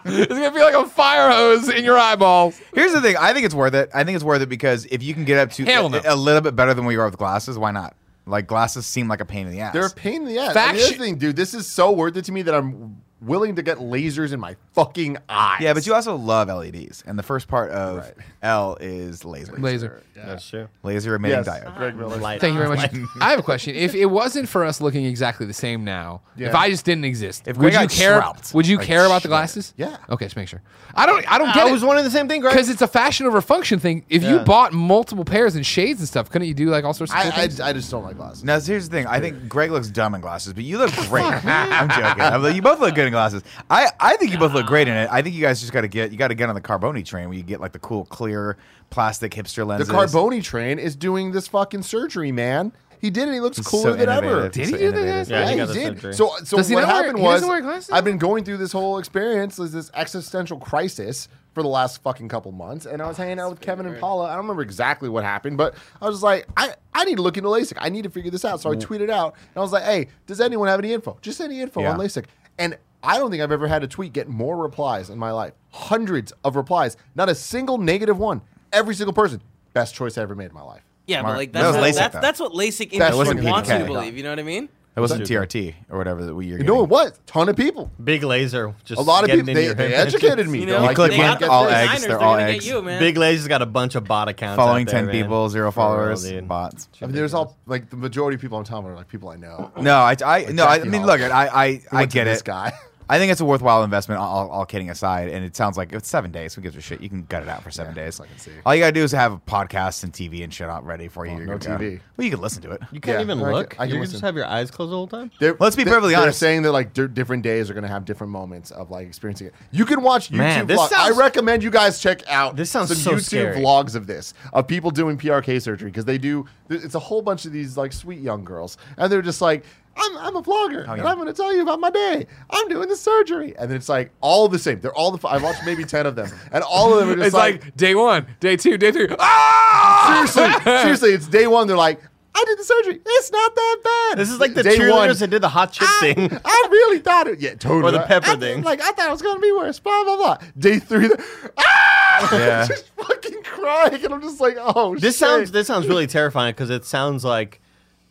Speaker 3: it's gonna be like a fire hose in your eyeballs.
Speaker 2: Here's the thing. I think it's worth it. I think it's worth it because if you can get up to
Speaker 3: Hell no.
Speaker 2: a, a little bit better than we are with glasses, why not? Like glasses seem like a pain in the ass.
Speaker 6: They're a pain in the ass.
Speaker 3: Fact
Speaker 6: and the other
Speaker 3: sh-
Speaker 6: thing, dude, this is so worth it to me that I'm willing to get lasers in my fucking eyes.
Speaker 2: yeah, but you also love LEDs, and the first part of L is laser.
Speaker 3: Laser.
Speaker 4: That's true.
Speaker 2: Laser emitting
Speaker 6: yes, Uh-huh.
Speaker 2: diode.
Speaker 6: Greg Miller.
Speaker 4: Light.
Speaker 3: Thank you very much. I have a question. If it wasn't for us looking exactly the same now, if
Speaker 6: Yeah.
Speaker 3: I just didn't exist,
Speaker 2: If we
Speaker 3: would you
Speaker 2: got
Speaker 3: care?
Speaker 2: shrouded,
Speaker 3: Would you
Speaker 2: like
Speaker 3: care about the
Speaker 2: shrouded.
Speaker 3: glasses?
Speaker 6: Yeah.
Speaker 3: Okay, just make sure. I don't. I don't get
Speaker 4: I
Speaker 3: it.
Speaker 4: was wondering the same thing, Greg.
Speaker 3: Because it's a fashion over function thing. If you
Speaker 4: Yeah.
Speaker 3: bought multiple pairs and shades and stuff, couldn't you do like all sorts of cool
Speaker 6: I, I,
Speaker 3: things?
Speaker 6: I just don't like glasses.
Speaker 2: Now, here's the thing. I think Greg looks dumb in glasses, but you look great. I'm joking. I'm like, you both look good in glasses. I, I think you both look great in it. I think you guys just got to get you got to get on the Carboni train where you get like the cool clear plastic hipster
Speaker 6: The
Speaker 2: lenses.
Speaker 6: Carboni train is doing this fucking surgery, man. He did it. He looks cooler
Speaker 2: so
Speaker 6: than ever.
Speaker 2: innovative.
Speaker 3: Did
Speaker 2: So
Speaker 3: he do that?
Speaker 2: innovative.
Speaker 4: Yeah,
Speaker 6: Yeah,
Speaker 4: he
Speaker 6: he,
Speaker 4: got the surgery.
Speaker 6: did. So, so
Speaker 3: Does he
Speaker 6: what
Speaker 3: not wear-
Speaker 6: happened
Speaker 3: he
Speaker 6: was
Speaker 3: doesn't wear glasses?
Speaker 6: I've been going through this whole experience, is this existential crisis for the last fucking couple months, and I was hanging out with Kevin and Paula. I don't remember exactly what happened, but I was just like, I, I need to look into LASIK. I need to figure this out. So I
Speaker 4: Mm.
Speaker 6: tweeted out, and I was like, Hey, does anyone have any info? Just any info
Speaker 2: Yeah.
Speaker 6: on LASIK. And I don't think I've ever had a tweet get more replies in my life. Hundreds of replies, not a single negative one. Every single person. Best choice I ever made in my life.
Speaker 5: Yeah,
Speaker 2: Smart.
Speaker 5: but like
Speaker 2: That
Speaker 5: that's
Speaker 2: was
Speaker 5: what,
Speaker 2: LASIK,
Speaker 5: that's,
Speaker 2: though.
Speaker 5: that's what LASIK
Speaker 6: That
Speaker 5: industry
Speaker 6: wasn't
Speaker 5: wants you to
Speaker 2: PK.
Speaker 5: believe. You know what I mean?
Speaker 2: That wasn't TRT or whatever that we you're
Speaker 6: You know
Speaker 2: getting.
Speaker 6: what? Ton of people.
Speaker 4: Big laser. Just
Speaker 6: A lot of
Speaker 4: getting
Speaker 6: people.
Speaker 4: in
Speaker 6: They,
Speaker 4: your
Speaker 6: they
Speaker 4: head.
Speaker 6: educated me.
Speaker 5: You
Speaker 6: They're
Speaker 5: know,
Speaker 6: like,
Speaker 2: click
Speaker 5: they
Speaker 6: "You
Speaker 2: one,
Speaker 5: got
Speaker 6: can't get
Speaker 5: the
Speaker 2: all
Speaker 6: this."
Speaker 2: eggs,
Speaker 5: Niners,
Speaker 2: they're
Speaker 5: They're
Speaker 2: all
Speaker 5: gonna get
Speaker 2: eggs.
Speaker 5: you,
Speaker 4: (laughs)
Speaker 5: man.
Speaker 4: Big laser's got a bunch of bot accounts.
Speaker 2: Following
Speaker 4: out there,
Speaker 2: 10
Speaker 4: man.
Speaker 2: people, zero
Speaker 4: For real,
Speaker 2: followers,
Speaker 4: dude.
Speaker 2: bots.
Speaker 6: I mean, there's all like the majority of people on Tumblr are like people I know.
Speaker 2: No, I, I no, I
Speaker 6: Jackie
Speaker 2: mean,
Speaker 6: Hall.
Speaker 2: look, I I, I
Speaker 6: Went to
Speaker 2: get
Speaker 6: this
Speaker 2: it.
Speaker 6: guy.
Speaker 2: I think it's a worthwhile investment. All, all kidding aside, and it sounds like it's seven days. Who gives a shit? You can gut it out for seven days.
Speaker 6: I can see.
Speaker 2: All you gotta do is have podcasts and TV and shit out ready for you.
Speaker 6: Well,
Speaker 2: You're
Speaker 6: no
Speaker 2: good to go.
Speaker 6: TV.
Speaker 2: Well, you can listen to it.
Speaker 4: You can't
Speaker 6: Yeah,
Speaker 4: even
Speaker 6: I can-
Speaker 4: look.
Speaker 6: I can
Speaker 4: you
Speaker 6: listen.
Speaker 4: just have your eyes closed the whole time.
Speaker 6: (laughs) They're,
Speaker 2: Let's be
Speaker 6: they-
Speaker 2: perfectly
Speaker 6: they're
Speaker 2: honest.
Speaker 6: saying that like di- different days are going to have different moments of like experiencing it. You can watch YouTube
Speaker 4: Man, this
Speaker 6: vlogs.
Speaker 4: sounds-
Speaker 6: I recommend you guys check out
Speaker 4: This sounds
Speaker 6: some
Speaker 4: so
Speaker 6: YouTube
Speaker 4: scary.
Speaker 6: vlogs of this of people doing PRK surgery because they do. th- It's a whole bunch of these like sweet young girls, and they're just like. I'm, I'm a vlogger
Speaker 4: Oh,
Speaker 6: and
Speaker 2: yeah.
Speaker 6: I'm going to tell you about my day. I'm doing the surgery. And it's like all the same. They're all the. I've watched maybe 10 of them. And
Speaker 4: (laughs)
Speaker 6: all of them are just
Speaker 3: it's like, day one, day two, day three. Ah! (laughs)
Speaker 6: seriously, seriously, it's day one. They're like, I did the surgery. It's not that bad.
Speaker 4: This is like the
Speaker 6: day
Speaker 4: cheerleaders
Speaker 6: one, Ah!
Speaker 4: that did the hot chip
Speaker 6: I, (laughs)
Speaker 4: thing.
Speaker 6: I really thought it. Yeah, totally.
Speaker 4: Or the pepper
Speaker 6: I-
Speaker 4: thing.
Speaker 6: Like I thought it was gonna be worse. Blah blah blah. Day three, the, ah,
Speaker 2: Yeah. (laughs)
Speaker 6: just fucking crying, and I'm just like, oh.
Speaker 4: This
Speaker 6: shit.
Speaker 4: sounds this sounds really terrifying because it sounds like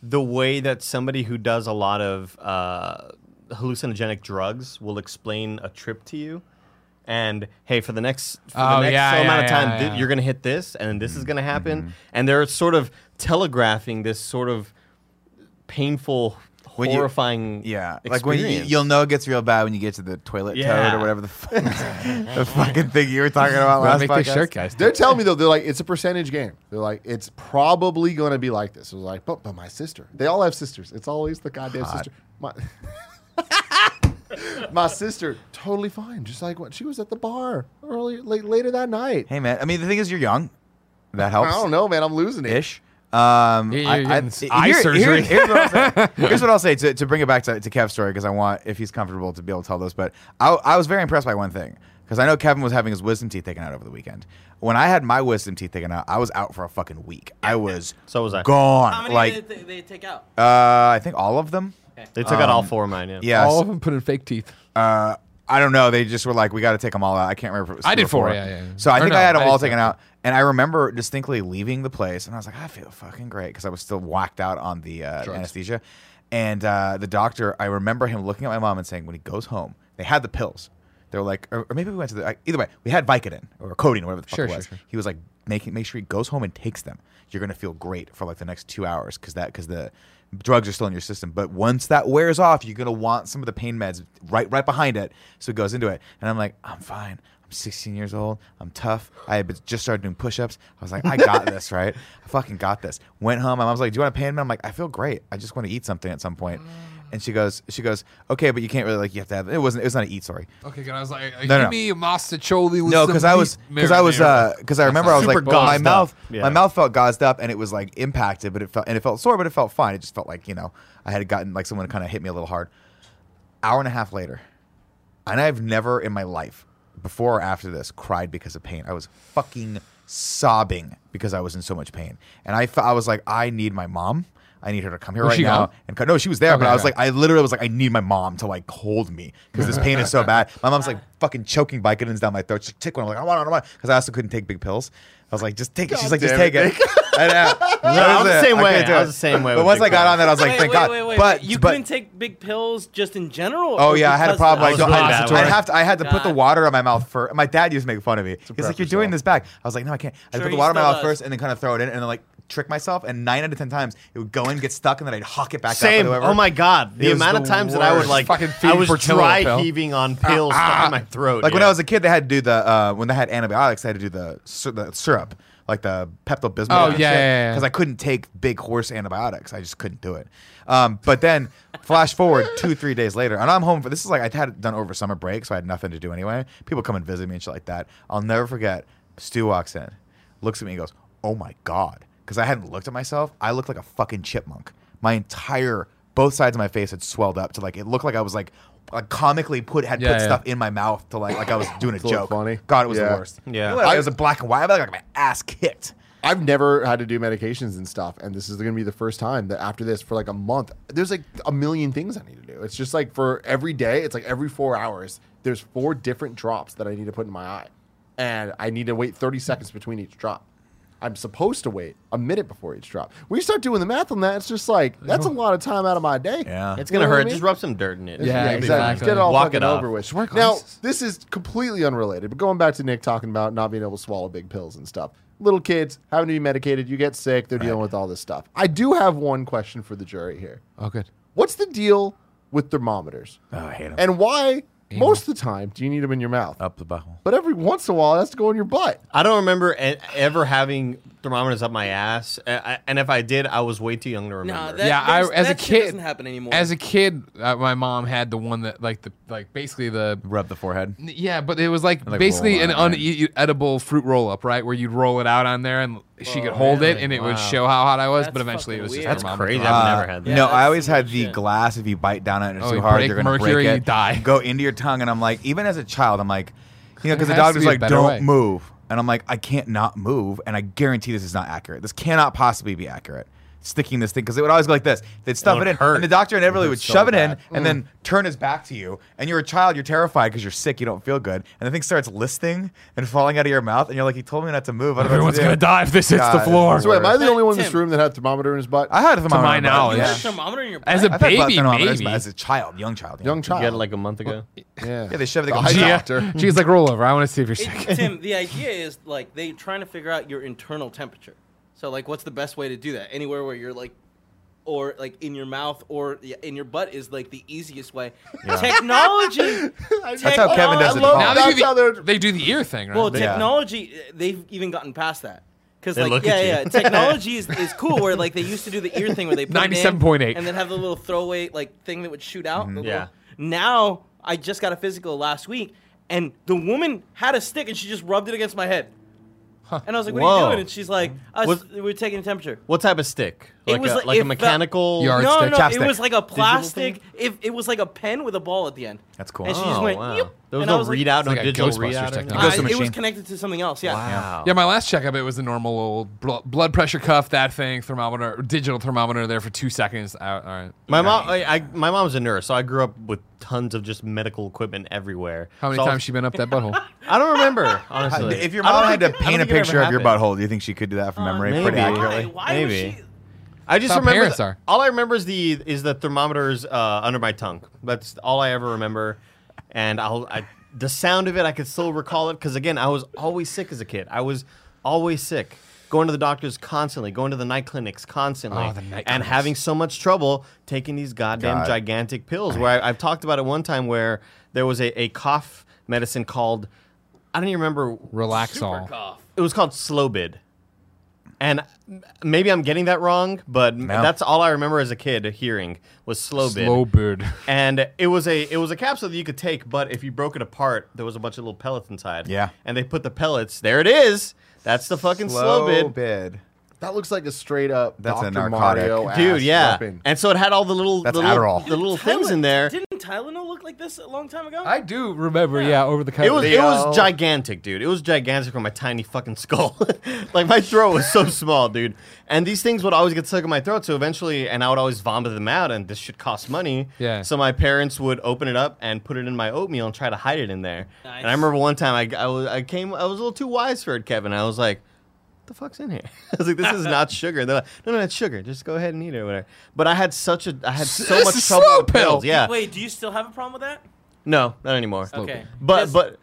Speaker 4: the way that somebody who does a lot of uh, hallucinogenic drugs will explain a trip to you. And hey, for the next for
Speaker 3: Oh,
Speaker 4: the next
Speaker 3: yeah,
Speaker 4: so
Speaker 3: yeah,
Speaker 4: amount of
Speaker 3: yeah,
Speaker 4: time, thi-
Speaker 3: yeah.
Speaker 4: you're going to hit this, and then this is going to happen.
Speaker 2: Mm-hmm.
Speaker 4: And they're sort of telegraphing this sort of painful,
Speaker 2: When you-
Speaker 4: horrifying.
Speaker 2: Yeah,
Speaker 4: experience.
Speaker 2: like when you, you'll know it gets real bad when you get to the toilet
Speaker 4: Yeah.
Speaker 2: toad or whatever the, fuck (laughs) the fucking thing you were talking
Speaker 6: Oh,
Speaker 3: Gotta
Speaker 2: about last
Speaker 3: make
Speaker 2: podcast.
Speaker 3: this shirt, guys.
Speaker 6: They're telling me though, they're like, it's a percentage game. They're like, it's probably going to be like this. It was like, but, but my sister. They all have sisters. It's always the goddamn sister. My, (laughs) my sister, totally fine. Just like when she was at the bar early, late, later that night.
Speaker 2: Hey man, I mean the thing is you're young, that
Speaker 6: I
Speaker 2: helps.
Speaker 6: don't know, man. I'm losing it.
Speaker 2: Ish. Um,
Speaker 3: You're-
Speaker 2: I-
Speaker 3: you're
Speaker 2: I-
Speaker 3: getting s- eye surgery.
Speaker 2: here's what I'll
Speaker 3: (laughs)
Speaker 2: say, here's what I'll say to, to bring it back to, to Kev's story because I want, if he's comfortable, to be able to tell this. But I, I was very impressed by one thing because I know Kevin was having his wisdom teeth taken out over the weekend. When I had my wisdom teeth taken out, I was out for a fucking week. I was
Speaker 4: So was I.
Speaker 2: gone.
Speaker 5: How many
Speaker 2: like
Speaker 5: did they, they take out?
Speaker 2: uh, I think all of them.
Speaker 4: They took out all four of mine. Yeah.
Speaker 2: um, Yeah.
Speaker 3: All
Speaker 2: so-
Speaker 3: of them put in fake teeth.
Speaker 2: uh, I don't know. They just were like, we got to take them all out. I can't remember. If it was
Speaker 3: I
Speaker 2: three
Speaker 3: did
Speaker 2: or four.
Speaker 3: four, yeah, yeah, yeah.
Speaker 2: So
Speaker 3: Or
Speaker 2: I think
Speaker 3: no,
Speaker 2: I had them
Speaker 3: I
Speaker 2: all
Speaker 3: did
Speaker 2: taken out, and I remember distinctly leaving the place, and I was like, I feel fucking great because I was still whacked out on the uh, anesthesia. And uh, the doctor, I remember him looking at my mom and saying, when he goes home, they had the pills. They were like, or, or maybe we went to the. Either way, we had Vicodin or codeine, or whatever the fuck
Speaker 3: Sure,
Speaker 2: it
Speaker 3: sure,
Speaker 2: was.
Speaker 3: sure.
Speaker 2: He was like, making make sure he goes home and takes them. You're gonna feel great for like the next two hours because that because the drugs are still in your system. But once that wears off, you're gonna want some of the pain meds right right behind it. So it goes into it, and I'm like, I'm fine. I'm 16 years old. I'm tough. I had been- just started doing push-ups. I was like, I got this, (laughs) right? I fucking got this. Went home. My mom's like, Do you want a pain med? I'm like, I feel great. I just want to eat something at some point. And she goes, she goes, okay, but you can't really like you have to have it wasn't it was not an eat, sorry.
Speaker 3: Okay, good. I was like,
Speaker 2: No,
Speaker 3: give
Speaker 2: no.
Speaker 3: me a mastacholi with
Speaker 2: No,
Speaker 3: some
Speaker 2: because I was
Speaker 3: meat
Speaker 2: because I was uh,
Speaker 3: marinara.
Speaker 2: because I remember I was
Speaker 4: super
Speaker 2: like well, my
Speaker 4: gauzed
Speaker 2: mouth
Speaker 4: up. Yeah.
Speaker 2: my mouth felt gauzed up and it was like impacted, but it felt and it felt sore, but it felt fine. It just felt like you know I had gotten like someone kind of hit me a little hard. Hour and a half later, and I've never in my life before or after this cried because of pain. I was fucking sobbing because I was in so much pain, and I fe- I was like I need my mom. I need her to come here
Speaker 3: Was
Speaker 2: right
Speaker 3: she
Speaker 2: now
Speaker 3: gone?
Speaker 2: and co- no, she was there, but
Speaker 3: Okay,
Speaker 2: I was
Speaker 3: okay.
Speaker 2: like, I literally was like, I need my mom to like hold me because this pain is so bad. My mom's like fucking choking Vicodins down my throat. She's like, take one. I'm like, I don't want, I don't want, because I also couldn't take big pills. I was like, just take it. She's like, just
Speaker 6: damn
Speaker 2: take it. (laughs) I know. That
Speaker 4: was the
Speaker 2: it.
Speaker 4: same way.
Speaker 2: couldn't do
Speaker 4: I
Speaker 2: it.
Speaker 4: was the same way
Speaker 2: But
Speaker 4: with
Speaker 2: once
Speaker 4: big
Speaker 2: I got
Speaker 4: pills.
Speaker 2: on that, I was like,
Speaker 5: wait,
Speaker 2: thank
Speaker 5: wait,
Speaker 2: God.
Speaker 5: wait, wait.
Speaker 2: But
Speaker 5: you
Speaker 2: but-
Speaker 5: couldn't take big pills just in general.
Speaker 2: Oh
Speaker 5: or
Speaker 2: yeah, I had a
Speaker 5: because of
Speaker 2: problem.
Speaker 5: that?
Speaker 2: I
Speaker 4: was really bad
Speaker 2: don't, I
Speaker 4: one.
Speaker 2: have to. I had to put the
Speaker 5: God.
Speaker 2: water in my mouth first. My dad used to make fun of me. He's
Speaker 6: prep
Speaker 2: like, "You're doing
Speaker 6: yourself.
Speaker 2: this back." I was like, "No, I can't." I
Speaker 5: Sure,
Speaker 2: put the
Speaker 5: he
Speaker 2: water in my
Speaker 5: still
Speaker 2: mouth
Speaker 5: does.
Speaker 2: first, and then kind of throw it in, and then like trick myself. And nine out of ten times, it would go in, get stuck, and then I'd hawk it back
Speaker 4: Same.
Speaker 2: up.
Speaker 4: Oh my god,
Speaker 2: It
Speaker 4: the
Speaker 2: was
Speaker 4: amount
Speaker 2: the
Speaker 4: of times that I would
Speaker 2: worst.
Speaker 4: like,
Speaker 3: Fucking
Speaker 4: I
Speaker 3: feed
Speaker 4: was
Speaker 3: Portillo,
Speaker 4: dry
Speaker 3: pal.
Speaker 4: heaving on pills stuck in my throat.
Speaker 2: Ah, Like when
Speaker 4: yeah.
Speaker 2: I was a kid, they had to do the uh, when they had antibiotics, they had to do the syr- the syrup, like the Pepto Bismol.
Speaker 3: Oh, yeah, yeah, yeah.
Speaker 2: because I couldn't take big horse antibiotics. I just couldn't do it. Um, but then flash forward two three days later, and I'm home for this is like I had it done over summer break, so I had nothing to do anyway. People come and visit me and shit like that. I'll never forget. Stu walks in, looks at me and goes, "Oh my god," because I hadn't looked at myself. I looked like a fucking chipmunk. My entire both sides of my face had swelled up to like it looked like I was like. Like comically put had
Speaker 3: Yeah,
Speaker 2: put
Speaker 3: yeah.
Speaker 2: stuff in my mouth to like like I was doing a
Speaker 6: a little
Speaker 2: joke.
Speaker 6: funny.
Speaker 2: God, it was
Speaker 6: Yeah.
Speaker 2: the worst.
Speaker 4: Yeah.
Speaker 2: it was, like- it was a black and white. I felt like my ass kicked.
Speaker 6: I've never had to do medications and stuff, and this is going to be the first time that after this, for like a month, there's like a million things I need to do. It's just like for every day, it's like every four hours, there's four different drops that I need to put in my eye, and I need to wait 30 seconds between each drop. I'm supposed to wait a minute before each drop. When you start doing the math on that, it's just like that's a lot of time out of my day.
Speaker 2: Yeah.
Speaker 4: it's gonna
Speaker 6: You know what I
Speaker 4: hurt.
Speaker 6: mean?
Speaker 4: Just rub some dirt in it.
Speaker 3: Yeah,
Speaker 6: Yeah,
Speaker 4: It'll be
Speaker 6: exactly.
Speaker 4: fine.
Speaker 6: Get it all
Speaker 4: Walk
Speaker 6: fucking
Speaker 4: it off.
Speaker 6: over with.
Speaker 3: wear
Speaker 6: Now,
Speaker 3: glasses.
Speaker 6: this is completely unrelated, but going back to Nick talking about not being able to swallow big pills and stuff. Little kids having to be medicated, you get sick, they're dealing with all this stuff. I do have one question for the jury here.
Speaker 3: Oh, good.
Speaker 6: What's the deal with thermometers?
Speaker 2: Oh, I hate 'em.
Speaker 6: And why, most of the time, do you need them in your mouth?
Speaker 2: Up the butthole.
Speaker 6: But every once in a while, it has to go in your butt.
Speaker 4: I don't remember e- ever having thermometers up my ass, a- I- and if I did, I was way too young to remember.
Speaker 5: Nah, that,
Speaker 3: Yeah, I-
Speaker 5: there's-
Speaker 3: as a
Speaker 5: that shit
Speaker 3: kid-
Speaker 5: doesn't happen anymore.
Speaker 3: As a kid, uh, my mom had the one that like the like basically the
Speaker 2: Rub the forehead.
Speaker 3: N- Yeah, but it was like,
Speaker 2: Like
Speaker 3: basically an
Speaker 2: roll on it.
Speaker 3: unedible fruit roll up, right? Where you'd roll it out on there and she could hold it and it would show how hot I was,
Speaker 5: Oh, That's
Speaker 3: but eventually it
Speaker 5: fucking
Speaker 3: was just
Speaker 5: weird.
Speaker 3: her
Speaker 4: That's
Speaker 3: mom.
Speaker 4: crazy.
Speaker 2: Uh,
Speaker 4: I've never had that.
Speaker 2: No,
Speaker 5: Yeah,
Speaker 2: I
Speaker 5: that's
Speaker 2: always
Speaker 5: some
Speaker 2: had the
Speaker 5: shit.
Speaker 2: glass. If you bite down on it
Speaker 3: Oh,
Speaker 2: too
Speaker 3: you
Speaker 2: hard,
Speaker 3: break
Speaker 2: you're gonna
Speaker 3: mercury,
Speaker 2: break it.
Speaker 3: you die.
Speaker 2: Go into your tongue, and I'm like, even as a child, I'm like, you know, because the
Speaker 3: There has to
Speaker 2: doctor's
Speaker 3: be a
Speaker 2: like,
Speaker 3: better
Speaker 2: don't
Speaker 3: way."
Speaker 2: move, and I'm like, I can't not move, and I guarantee this is not accurate. This cannot possibly be accurate. sticking this thing because it would always go like this. They'd
Speaker 3: It
Speaker 2: stuff it,
Speaker 3: would
Speaker 2: in,
Speaker 3: hurt.
Speaker 2: and the doctor inevitably
Speaker 6: It
Speaker 2: would
Speaker 6: hurts so
Speaker 2: shove it in
Speaker 6: bad.
Speaker 2: and
Speaker 3: Mm.
Speaker 2: then turn his back to you. And you're a child, you're terrified because you're sick, you don't feel good, and the thing starts listing and falling out of your mouth, and you're like, "He told me not to move." I don't
Speaker 3: Everyone's
Speaker 2: know
Speaker 3: gonna
Speaker 2: what to do.
Speaker 3: die if this hits the
Speaker 2: God,
Speaker 3: floor.
Speaker 2: it's
Speaker 6: So wait, am I the
Speaker 5: Hey,
Speaker 6: only one in this
Speaker 5: Tim.
Speaker 6: room that had thermometer in his butt?
Speaker 2: I had a thermometer.
Speaker 3: my
Speaker 2: in butt,
Speaker 3: knowledge.
Speaker 5: You
Speaker 2: yeah.
Speaker 5: had a thermometer in your
Speaker 3: oh, As (laughs)
Speaker 5: butt?
Speaker 3: a
Speaker 2: I've had butt
Speaker 3: baby,
Speaker 2: thermometers,
Speaker 3: maybe.
Speaker 2: but as a child, young child, yeah.
Speaker 6: Young
Speaker 4: You
Speaker 6: child.
Speaker 4: got it like a month ago.
Speaker 6: yeah.
Speaker 2: (laughs) Yeah, they shove it. They go,
Speaker 6: I-
Speaker 2: "Yeah."
Speaker 6: doctor.
Speaker 3: (laughs) She's like, roll over. I want to see if you're sick.
Speaker 5: It- Tim, the idea is like they trying to figure out your internal temperature. So like, what's the best way to do that? Anywhere where you're like, or like in your mouth or yeah, in your butt is like the easiest way.
Speaker 3: (laughs)
Speaker 5: Technology.
Speaker 2: That's how Kevin does it.
Speaker 6: I love
Speaker 3: (laughs)
Speaker 2: Paul.
Speaker 3: Now
Speaker 6: That's
Speaker 3: they do,
Speaker 6: how
Speaker 3: the,
Speaker 6: they're-
Speaker 3: they do the ear thing, right?
Speaker 5: Well,
Speaker 2: Yeah.
Speaker 5: technology. They've even gotten past that. Because
Speaker 4: They
Speaker 5: like
Speaker 4: look
Speaker 5: yeah
Speaker 4: at you. (laughs)
Speaker 5: yeah technology is, is cool where like they used to do the ear thing where they put it in
Speaker 3: 97.8.
Speaker 5: and then have the little throwaway like thing that would shoot out the little-
Speaker 4: Mm-hmm. Yeah.
Speaker 5: now I just got a physical last week and the woman had a stick and she just rubbed it against my head and I was like what are you
Speaker 4: Whoa. Mm-hmm.
Speaker 5: doing and she's like us,
Speaker 4: Was-
Speaker 5: we were taking a temperature
Speaker 4: What type of stick?
Speaker 5: It
Speaker 4: Like
Speaker 5: was
Speaker 4: a,
Speaker 5: like- uh,
Speaker 4: like,
Speaker 5: it
Speaker 4: a
Speaker 5: felt-
Speaker 4: mechanical.
Speaker 3: Yard-
Speaker 5: no
Speaker 3: stick,
Speaker 5: no
Speaker 2: chapstick.
Speaker 5: it was like a
Speaker 4: thing?
Speaker 5: plastic if it was like a pen with a ball at the end
Speaker 2: That's cool.
Speaker 5: and she just
Speaker 4: Oh,
Speaker 5: went
Speaker 4: wow.
Speaker 5: "Yep."
Speaker 4: There was
Speaker 5: and I
Speaker 4: no
Speaker 5: was like,
Speaker 4: readout, no
Speaker 3: like a
Speaker 4: digital
Speaker 3: Ghostbusters
Speaker 4: readout. or
Speaker 3: technology.
Speaker 4: anything?
Speaker 5: I-
Speaker 2: Goes to
Speaker 5: it was
Speaker 2: machine.
Speaker 5: connected to something else yeah
Speaker 4: Wow.
Speaker 3: yeah, my last checkup, it was the normal old bl- blood pressure cuff, that thing, thermometer, digital thermometer there for two seconds. Out, all right.
Speaker 4: My mom, I, I, my mom's a nurse, so I grew up with tons of just medical equipment everywhere.
Speaker 3: How many
Speaker 4: So I was-
Speaker 3: times she been up that
Speaker 5: (laughs)
Speaker 3: butthole?
Speaker 4: I don't remember honestly.
Speaker 2: (laughs) If your
Speaker 4: I don't
Speaker 2: mom had to
Speaker 4: think it- I don't
Speaker 2: paint a
Speaker 4: think it ever
Speaker 2: picture of your
Speaker 4: happened.
Speaker 2: butthole, do you think she could do that from memory
Speaker 4: maybe.
Speaker 2: pretty
Speaker 5: Why?
Speaker 2: accurately?
Speaker 5: Why was
Speaker 4: Maybe.
Speaker 5: she?
Speaker 4: I just
Speaker 3: That's how
Speaker 4: remember
Speaker 3: parents
Speaker 4: the-
Speaker 3: are.
Speaker 4: all I remember is the is the thermometers uh, under my tongue. That's all I ever remember, and I'll I, the sound of it I could still recall it because again I was always sick as a kid. I was always sick, going to the doctors constantly, going to the night clinics constantly,
Speaker 3: Oh, the night
Speaker 4: and
Speaker 3: clinics.
Speaker 4: having so much trouble taking these goddamn
Speaker 2: God.
Speaker 4: gigantic pills. Where I, I've talked about it one time where there was a, a cough medicine called I don't even remember
Speaker 3: Relax all.
Speaker 5: Cough.
Speaker 4: it was called Slow Bid. And m- maybe I'm getting that wrong, but m-
Speaker 2: No.
Speaker 4: that's all I remember as a kid hearing was Slow Bid.
Speaker 3: Slow bird.
Speaker 4: and it was a it was a capsule that you could take, but if you broke it apart, there was a bunch of little pellets inside.
Speaker 2: Yeah.
Speaker 4: And they put the pellets. There it is. That's the fucking Slow, Bid.
Speaker 2: bid.
Speaker 6: That looks like a straight up
Speaker 2: That's a
Speaker 6: Dr.
Speaker 2: narcotic.
Speaker 6: Mario
Speaker 4: Dude, yeah.
Speaker 6: Weapon.
Speaker 4: And so it had all the little
Speaker 2: That's
Speaker 4: the little,
Speaker 2: Adderall.
Speaker 4: the little things in there.
Speaker 5: Didn't Tylenol look like this a long time ago?
Speaker 3: I do remember, yeah, over the
Speaker 4: It was
Speaker 3: counter.
Speaker 4: it was
Speaker 6: Leo.
Speaker 4: gigantic, dude. It was gigantic on my tiny fucking skull. (laughs) like my throat was so small, dude. And these things would always get stuck in my throat. So eventually, and I would always vomit them out. And this should cost money.
Speaker 3: Yeah.
Speaker 4: So my parents would open it up and put it in my oatmeal and try to hide it in there. And I
Speaker 5: Nice.
Speaker 4: remember one time I, I was I came I was a little too wise for it, Kevin. I was like. The fuck's in here? (laughs) I was like, "This is
Speaker 5: (laughs)
Speaker 4: not sugar." They're like, "No, no, it's sugar. Just go ahead and eat it or whatever." But I had such a, I had so
Speaker 3: This
Speaker 4: much
Speaker 3: is
Speaker 4: trouble.
Speaker 3: slow
Speaker 4: with
Speaker 3: pill.
Speaker 4: pills. Yeah.
Speaker 5: Wait, do you still have a problem with that?
Speaker 4: No, not anymore.
Speaker 5: Okay.
Speaker 4: But
Speaker 5: Yes.
Speaker 4: but,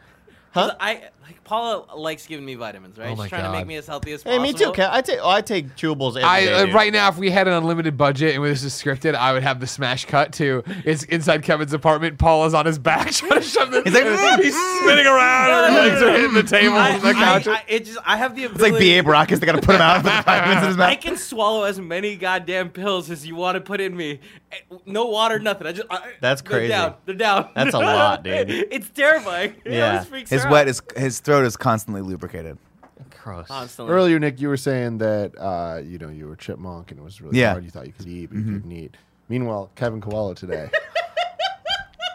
Speaker 4: huh?
Speaker 5: 'Cause I like Paula likes giving me vitamins, right?
Speaker 3: Oh my
Speaker 5: She's trying to
Speaker 3: God.
Speaker 5: make me as healthy as
Speaker 4: Hey,
Speaker 5: possible.
Speaker 4: me too. Kev. I take oh, I take chewables every
Speaker 3: I
Speaker 4: day,
Speaker 3: uh,
Speaker 4: dude.
Speaker 3: right now, if we had an unlimited budget and this is scripted, I would have the smash cut to it's inside Kevin's apartment. Paula's on his back (laughs) trying to shove the. He's
Speaker 2: like,
Speaker 3: (laughs) he's spinning (laughs) around. Her legs are hitting the table.
Speaker 5: I,
Speaker 3: on the couch.
Speaker 5: I, I, it just, I have the
Speaker 2: It's like
Speaker 5: ability.
Speaker 2: B.A. Baracus. They got to put him out for the five
Speaker 5: (laughs)
Speaker 2: minutes in his
Speaker 5: I
Speaker 2: mouth.
Speaker 5: can swallow as many goddamn pills as you want to put in me. Eh, No water, nothing. I just. I, eh,
Speaker 4: That's
Speaker 5: they're
Speaker 4: crazy.
Speaker 5: Down. They're down.
Speaker 4: That's a lot, dude.
Speaker 5: (laughs) it's terrifying. It
Speaker 4: Yeah.
Speaker 5: always freaks
Speaker 2: His
Speaker 5: her
Speaker 2: wet
Speaker 5: out.
Speaker 2: is his throat is constantly lubricated.
Speaker 4: Gross.
Speaker 5: Constantly.
Speaker 6: Earlier, Nick, you were saying that uh, you know you were a chipmunk and it was really
Speaker 2: Yeah.
Speaker 6: hard. You thought you could eat,
Speaker 3: Mm-hmm.
Speaker 6: but you couldn't eat. Meanwhile, Kevin
Speaker 3: (laughs)
Speaker 6: Koala today, we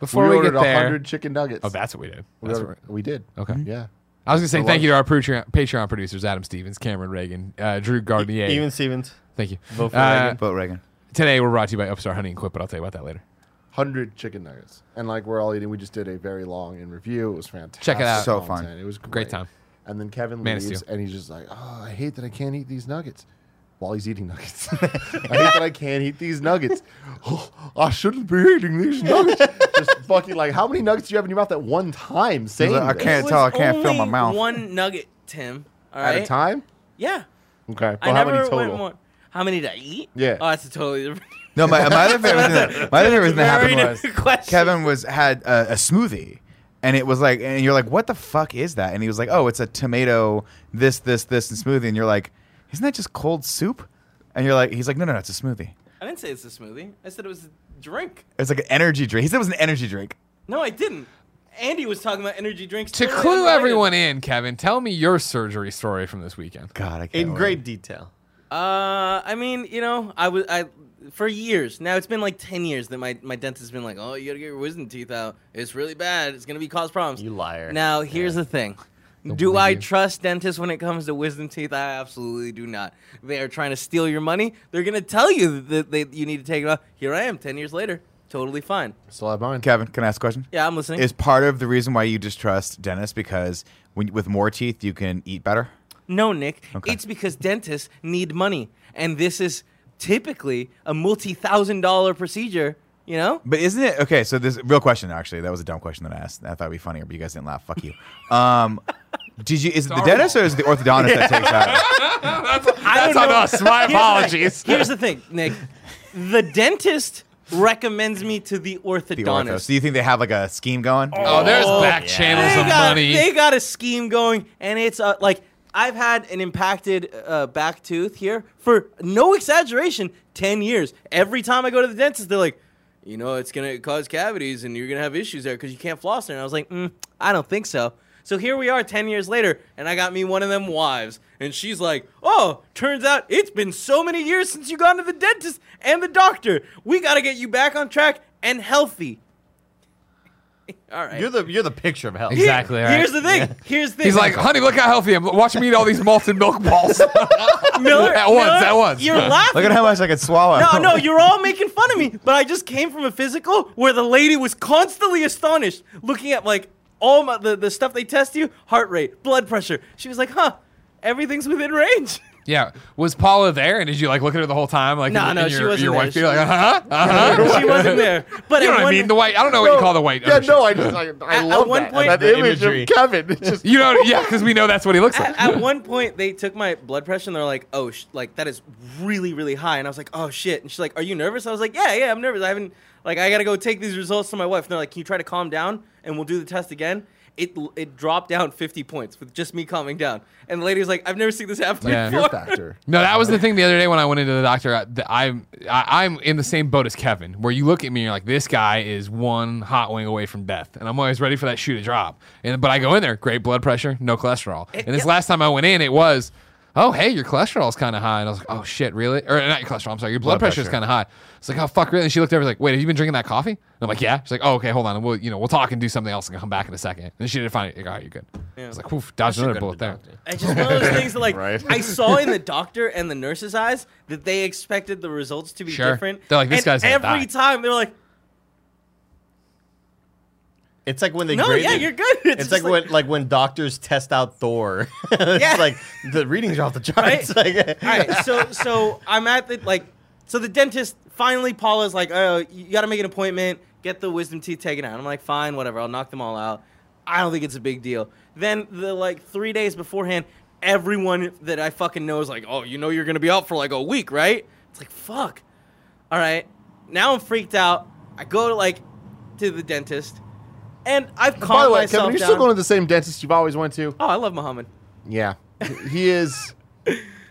Speaker 3: Before we,
Speaker 6: ordered
Speaker 3: get there,
Speaker 6: hundred chicken nuggets.
Speaker 3: oh, that's what we did.
Speaker 6: we,
Speaker 3: That's
Speaker 6: ordered-
Speaker 3: what
Speaker 6: we did.
Speaker 3: Okay.
Speaker 6: yeah.
Speaker 3: I was gonna say
Speaker 6: I
Speaker 3: thank
Speaker 6: love-
Speaker 3: you to our Patreon, Patreon producers Adam Stevens, Cameron Reagan, uh, Drew Gardnier.
Speaker 4: Even Stevens.
Speaker 3: thank you.
Speaker 4: Vote for
Speaker 3: Uh,
Speaker 4: Reagan.
Speaker 2: Vote Reagan.
Speaker 3: Today we're brought to you by Upstart Honey and Quip, but I'll tell you about that later.
Speaker 6: Hundred chicken nuggets, and like we're all eating. We just did a very long in review. It was fantastic.
Speaker 3: Check it out.
Speaker 2: So fun.
Speaker 6: content. It was great.
Speaker 3: time.
Speaker 6: And then Kevin
Speaker 3: Man of
Speaker 6: leaves,
Speaker 3: Steel.
Speaker 6: and he's just like, "Oh, I hate that I can't eat these nuggets." While he's eating nuggets, (laughs) I hate that I can't eat these nuggets. (gasps) Oh, I shouldn't be eating
Speaker 3: (laughs)
Speaker 6: these nuggets. just fucking like, how many nuggets do you have in your mouth at one time? Saying
Speaker 2: like, "I
Speaker 6: this?
Speaker 2: can't
Speaker 5: It
Speaker 2: tell, I
Speaker 5: was
Speaker 2: can't feel my
Speaker 5: only
Speaker 2: mouth.
Speaker 5: One nugget, Tim. All right.
Speaker 6: at a time.
Speaker 5: Yeah.
Speaker 6: Okay.
Speaker 5: I
Speaker 6: Well, how
Speaker 5: never
Speaker 6: many
Speaker 5: went
Speaker 6: total?
Speaker 5: more. How many did I eat?
Speaker 6: Yeah.
Speaker 5: Oh, that's a totally different.
Speaker 2: No, my, my other favorite thing that, my other favorite thing that
Speaker 5: Very
Speaker 2: happened
Speaker 5: (laughs)
Speaker 2: was
Speaker 5: different question.
Speaker 2: Kevin was had a, a smoothie, and it was like, and you're like, what the fuck is that? And he was like, oh, it's a tomato, this, this, this, and smoothie. And you're like, isn't that just cold soup? And you're like, he's like, no, no, no it's a smoothie.
Speaker 5: I didn't say it's a smoothie. I said it was a drink.
Speaker 2: It's like an energy drink. He said it was an energy drink.
Speaker 5: No, I didn't. Andy was talking about energy drinks.
Speaker 3: To
Speaker 5: totally
Speaker 3: clue
Speaker 5: unrelated.
Speaker 3: everyone in, Kevin, tell me your surgery story from this weekend.
Speaker 2: God, I can't.
Speaker 4: In
Speaker 2: wait.
Speaker 4: great detail.
Speaker 5: Uh, I mean, you know, I was I for years now. It's been like ten years that my my dentist has been like, "Oh, you gotta get your wisdom teeth out. It's really bad. It's gonna be cause problems."
Speaker 4: You liar.
Speaker 5: Now here's the thing. do I
Speaker 3: believe.
Speaker 5: trust dentists when it comes to wisdom teeth? I absolutely do not. They are trying to steal your money. They're going to tell you that they, you need to take it off. Here I am, 10 years later. Totally fine.
Speaker 6: Still have mine.
Speaker 2: Kevin, can I ask a question?
Speaker 5: Yeah, I'm listening.
Speaker 2: Is part of the reason why you distrust dentists because when, with more teeth you can eat better?
Speaker 5: No, Nick.
Speaker 2: Okay.
Speaker 5: It's because dentists need money, and this is typically a multi-thousand dollar procedure. You know,
Speaker 2: But isn't it okay? So this real question actually. That was a dumb question that I asked. I thought it'd be funnier, but you guys didn't laugh. Fuck (laughs) you. Um, did you? Is it the
Speaker 3: horrible.
Speaker 2: dentist or is it the orthodontist that takes (laughs) out?
Speaker 5: that's
Speaker 1: on us. My apologies.
Speaker 5: Here's the thing, Nick. The dentist recommends me to the orthodontist.
Speaker 2: The ortho. So you think they have like a scheme going?
Speaker 3: Oh, there's back channels
Speaker 5: they
Speaker 3: of
Speaker 5: got,
Speaker 3: money.
Speaker 5: They got a scheme going, and it's uh, like I've had an impacted uh, back tooth here for no exaggeration, ten years. Every time I go to the dentist, they're like, you know, it's gonna cause cavities, and you're gonna have issues there because you can't floss there. And I was like, mm, I don't think so. So here we are, ten years later, and I got me one of them wives, and she's like, "Oh, turns out it's been so many years since you gone to the dentist and the doctor. We gotta get you back on track and healthy." (laughs) All right.
Speaker 4: You're the you're the picture of health.
Speaker 3: Exactly. right?
Speaker 5: Here's the thing. Here's the thing.
Speaker 3: He's like, honey, look how healthy I'm. Watch me eat all these malted milk
Speaker 5: (laughs)
Speaker 3: balls.
Speaker 5: Miller,
Speaker 3: (laughs) at once,
Speaker 5: Miller,
Speaker 3: at once.
Speaker 5: You're laughing.
Speaker 2: Look at how (laughs) much I could swallow.
Speaker 5: no, no, you're all making fun of me. But I just came from a physical where the lady was constantly astonished, looking at like all my, the the stuff they test you, heart rate, blood pressure. She was like, huh, everything's within range.
Speaker 3: yeah. Was Paula there? And did you like look at her the whole time? Like,
Speaker 5: No,
Speaker 3: in-
Speaker 5: no,
Speaker 3: in
Speaker 5: she
Speaker 3: your,
Speaker 5: wasn't
Speaker 3: Your
Speaker 5: there.
Speaker 3: wife,
Speaker 5: She
Speaker 3: be like, uh huh, uh huh.
Speaker 5: she wasn't there. (laughs) But
Speaker 3: You know
Speaker 5: at
Speaker 3: what I
Speaker 5: one-
Speaker 3: mean? The white. I don't know what you call the white.
Speaker 6: Yeah,
Speaker 3: ownership.
Speaker 6: no, I just, I, I
Speaker 5: At- at
Speaker 6: love
Speaker 5: one
Speaker 6: that.
Speaker 5: point-
Speaker 6: that
Speaker 4: The
Speaker 6: image
Speaker 4: imagery.
Speaker 6: of Kevin. It's
Speaker 3: (laughs)
Speaker 6: just
Speaker 3: You know, yeah, because we know that's what he looks like.
Speaker 5: at, at one point they took my blood pressure and they're like oh sh- like that is really really high and i was like oh shit and she's like are you nervous i was like yeah yeah i'm nervous i haven't like i gotta go take these results to my wife and they're like can you try to calm down and we'll do the test again it it dropped down 50 points with just me calming down and the lady was like i've never seen this happen
Speaker 3: Yeah.
Speaker 5: before
Speaker 6: fear factor.
Speaker 3: No, that was the thing the other day when I went into the doctor. I, the- I'm I, I'm in the same boat as Kevin, where you look at me and you're like, this guy is one hot wing away from death, and I'm always ready for that shoe to drop. And but I go in there, great blood pressure, no cholesterol. and this
Speaker 5: yeah.
Speaker 3: last time I went in, it was, oh hey, your cholesterol's kind of high, and I was like, oh shit, really? Or not your cholesterol, I'm sorry, your blood, pressure's
Speaker 2: pressure.
Speaker 3: kind of high. It's like, oh fuck, really? And she looked over like, wait, have you been drinking that coffee? And I'm like, yeah. She's like, oh okay, hold on, and we'll you know we'll talk and do something else and come back in a second. And she didn't find it. Like, all right, you're good. I was like, woof, dodged another bullet there.
Speaker 5: It's just one of those things that, like, I saw
Speaker 3: (laughs)
Speaker 5: in the doctor and the nurse's eyes that they expected the results to be
Speaker 3: Sure.
Speaker 5: different.
Speaker 3: They're like, this
Speaker 5: and
Speaker 3: guy's gonna die.
Speaker 5: every time they're like,
Speaker 4: It's like when they
Speaker 5: "No,
Speaker 4: grade
Speaker 5: yeah,
Speaker 4: the-
Speaker 5: you're good." (laughs)
Speaker 4: It's,
Speaker 5: just
Speaker 4: like, when like when doctors test out Thor. (laughs) it's
Speaker 5: Yeah.
Speaker 4: like the readings are
Speaker 5: (laughs)
Speaker 4: off the charts. Like,
Speaker 5: All right, so so I'm at the like, so the dentist finally Paula's like, oh, you got to make an appointment, get the wisdom teeth taken out. I'm like, fine, whatever, I'll knock them all out. I don't think it's a big deal. Then the like three days beforehand, everyone that I fucking know is like, oh, you know you're gonna be out for like a week, right? It's like fuck. All right, now I'm freaked out. I go to like to the dentist, and I've calmed
Speaker 6: By the way,
Speaker 5: myself
Speaker 6: Kevin, you're
Speaker 5: down.
Speaker 6: still going to the same dentist you've always went to.
Speaker 5: oh, I love Muhammad.
Speaker 6: Yeah, he is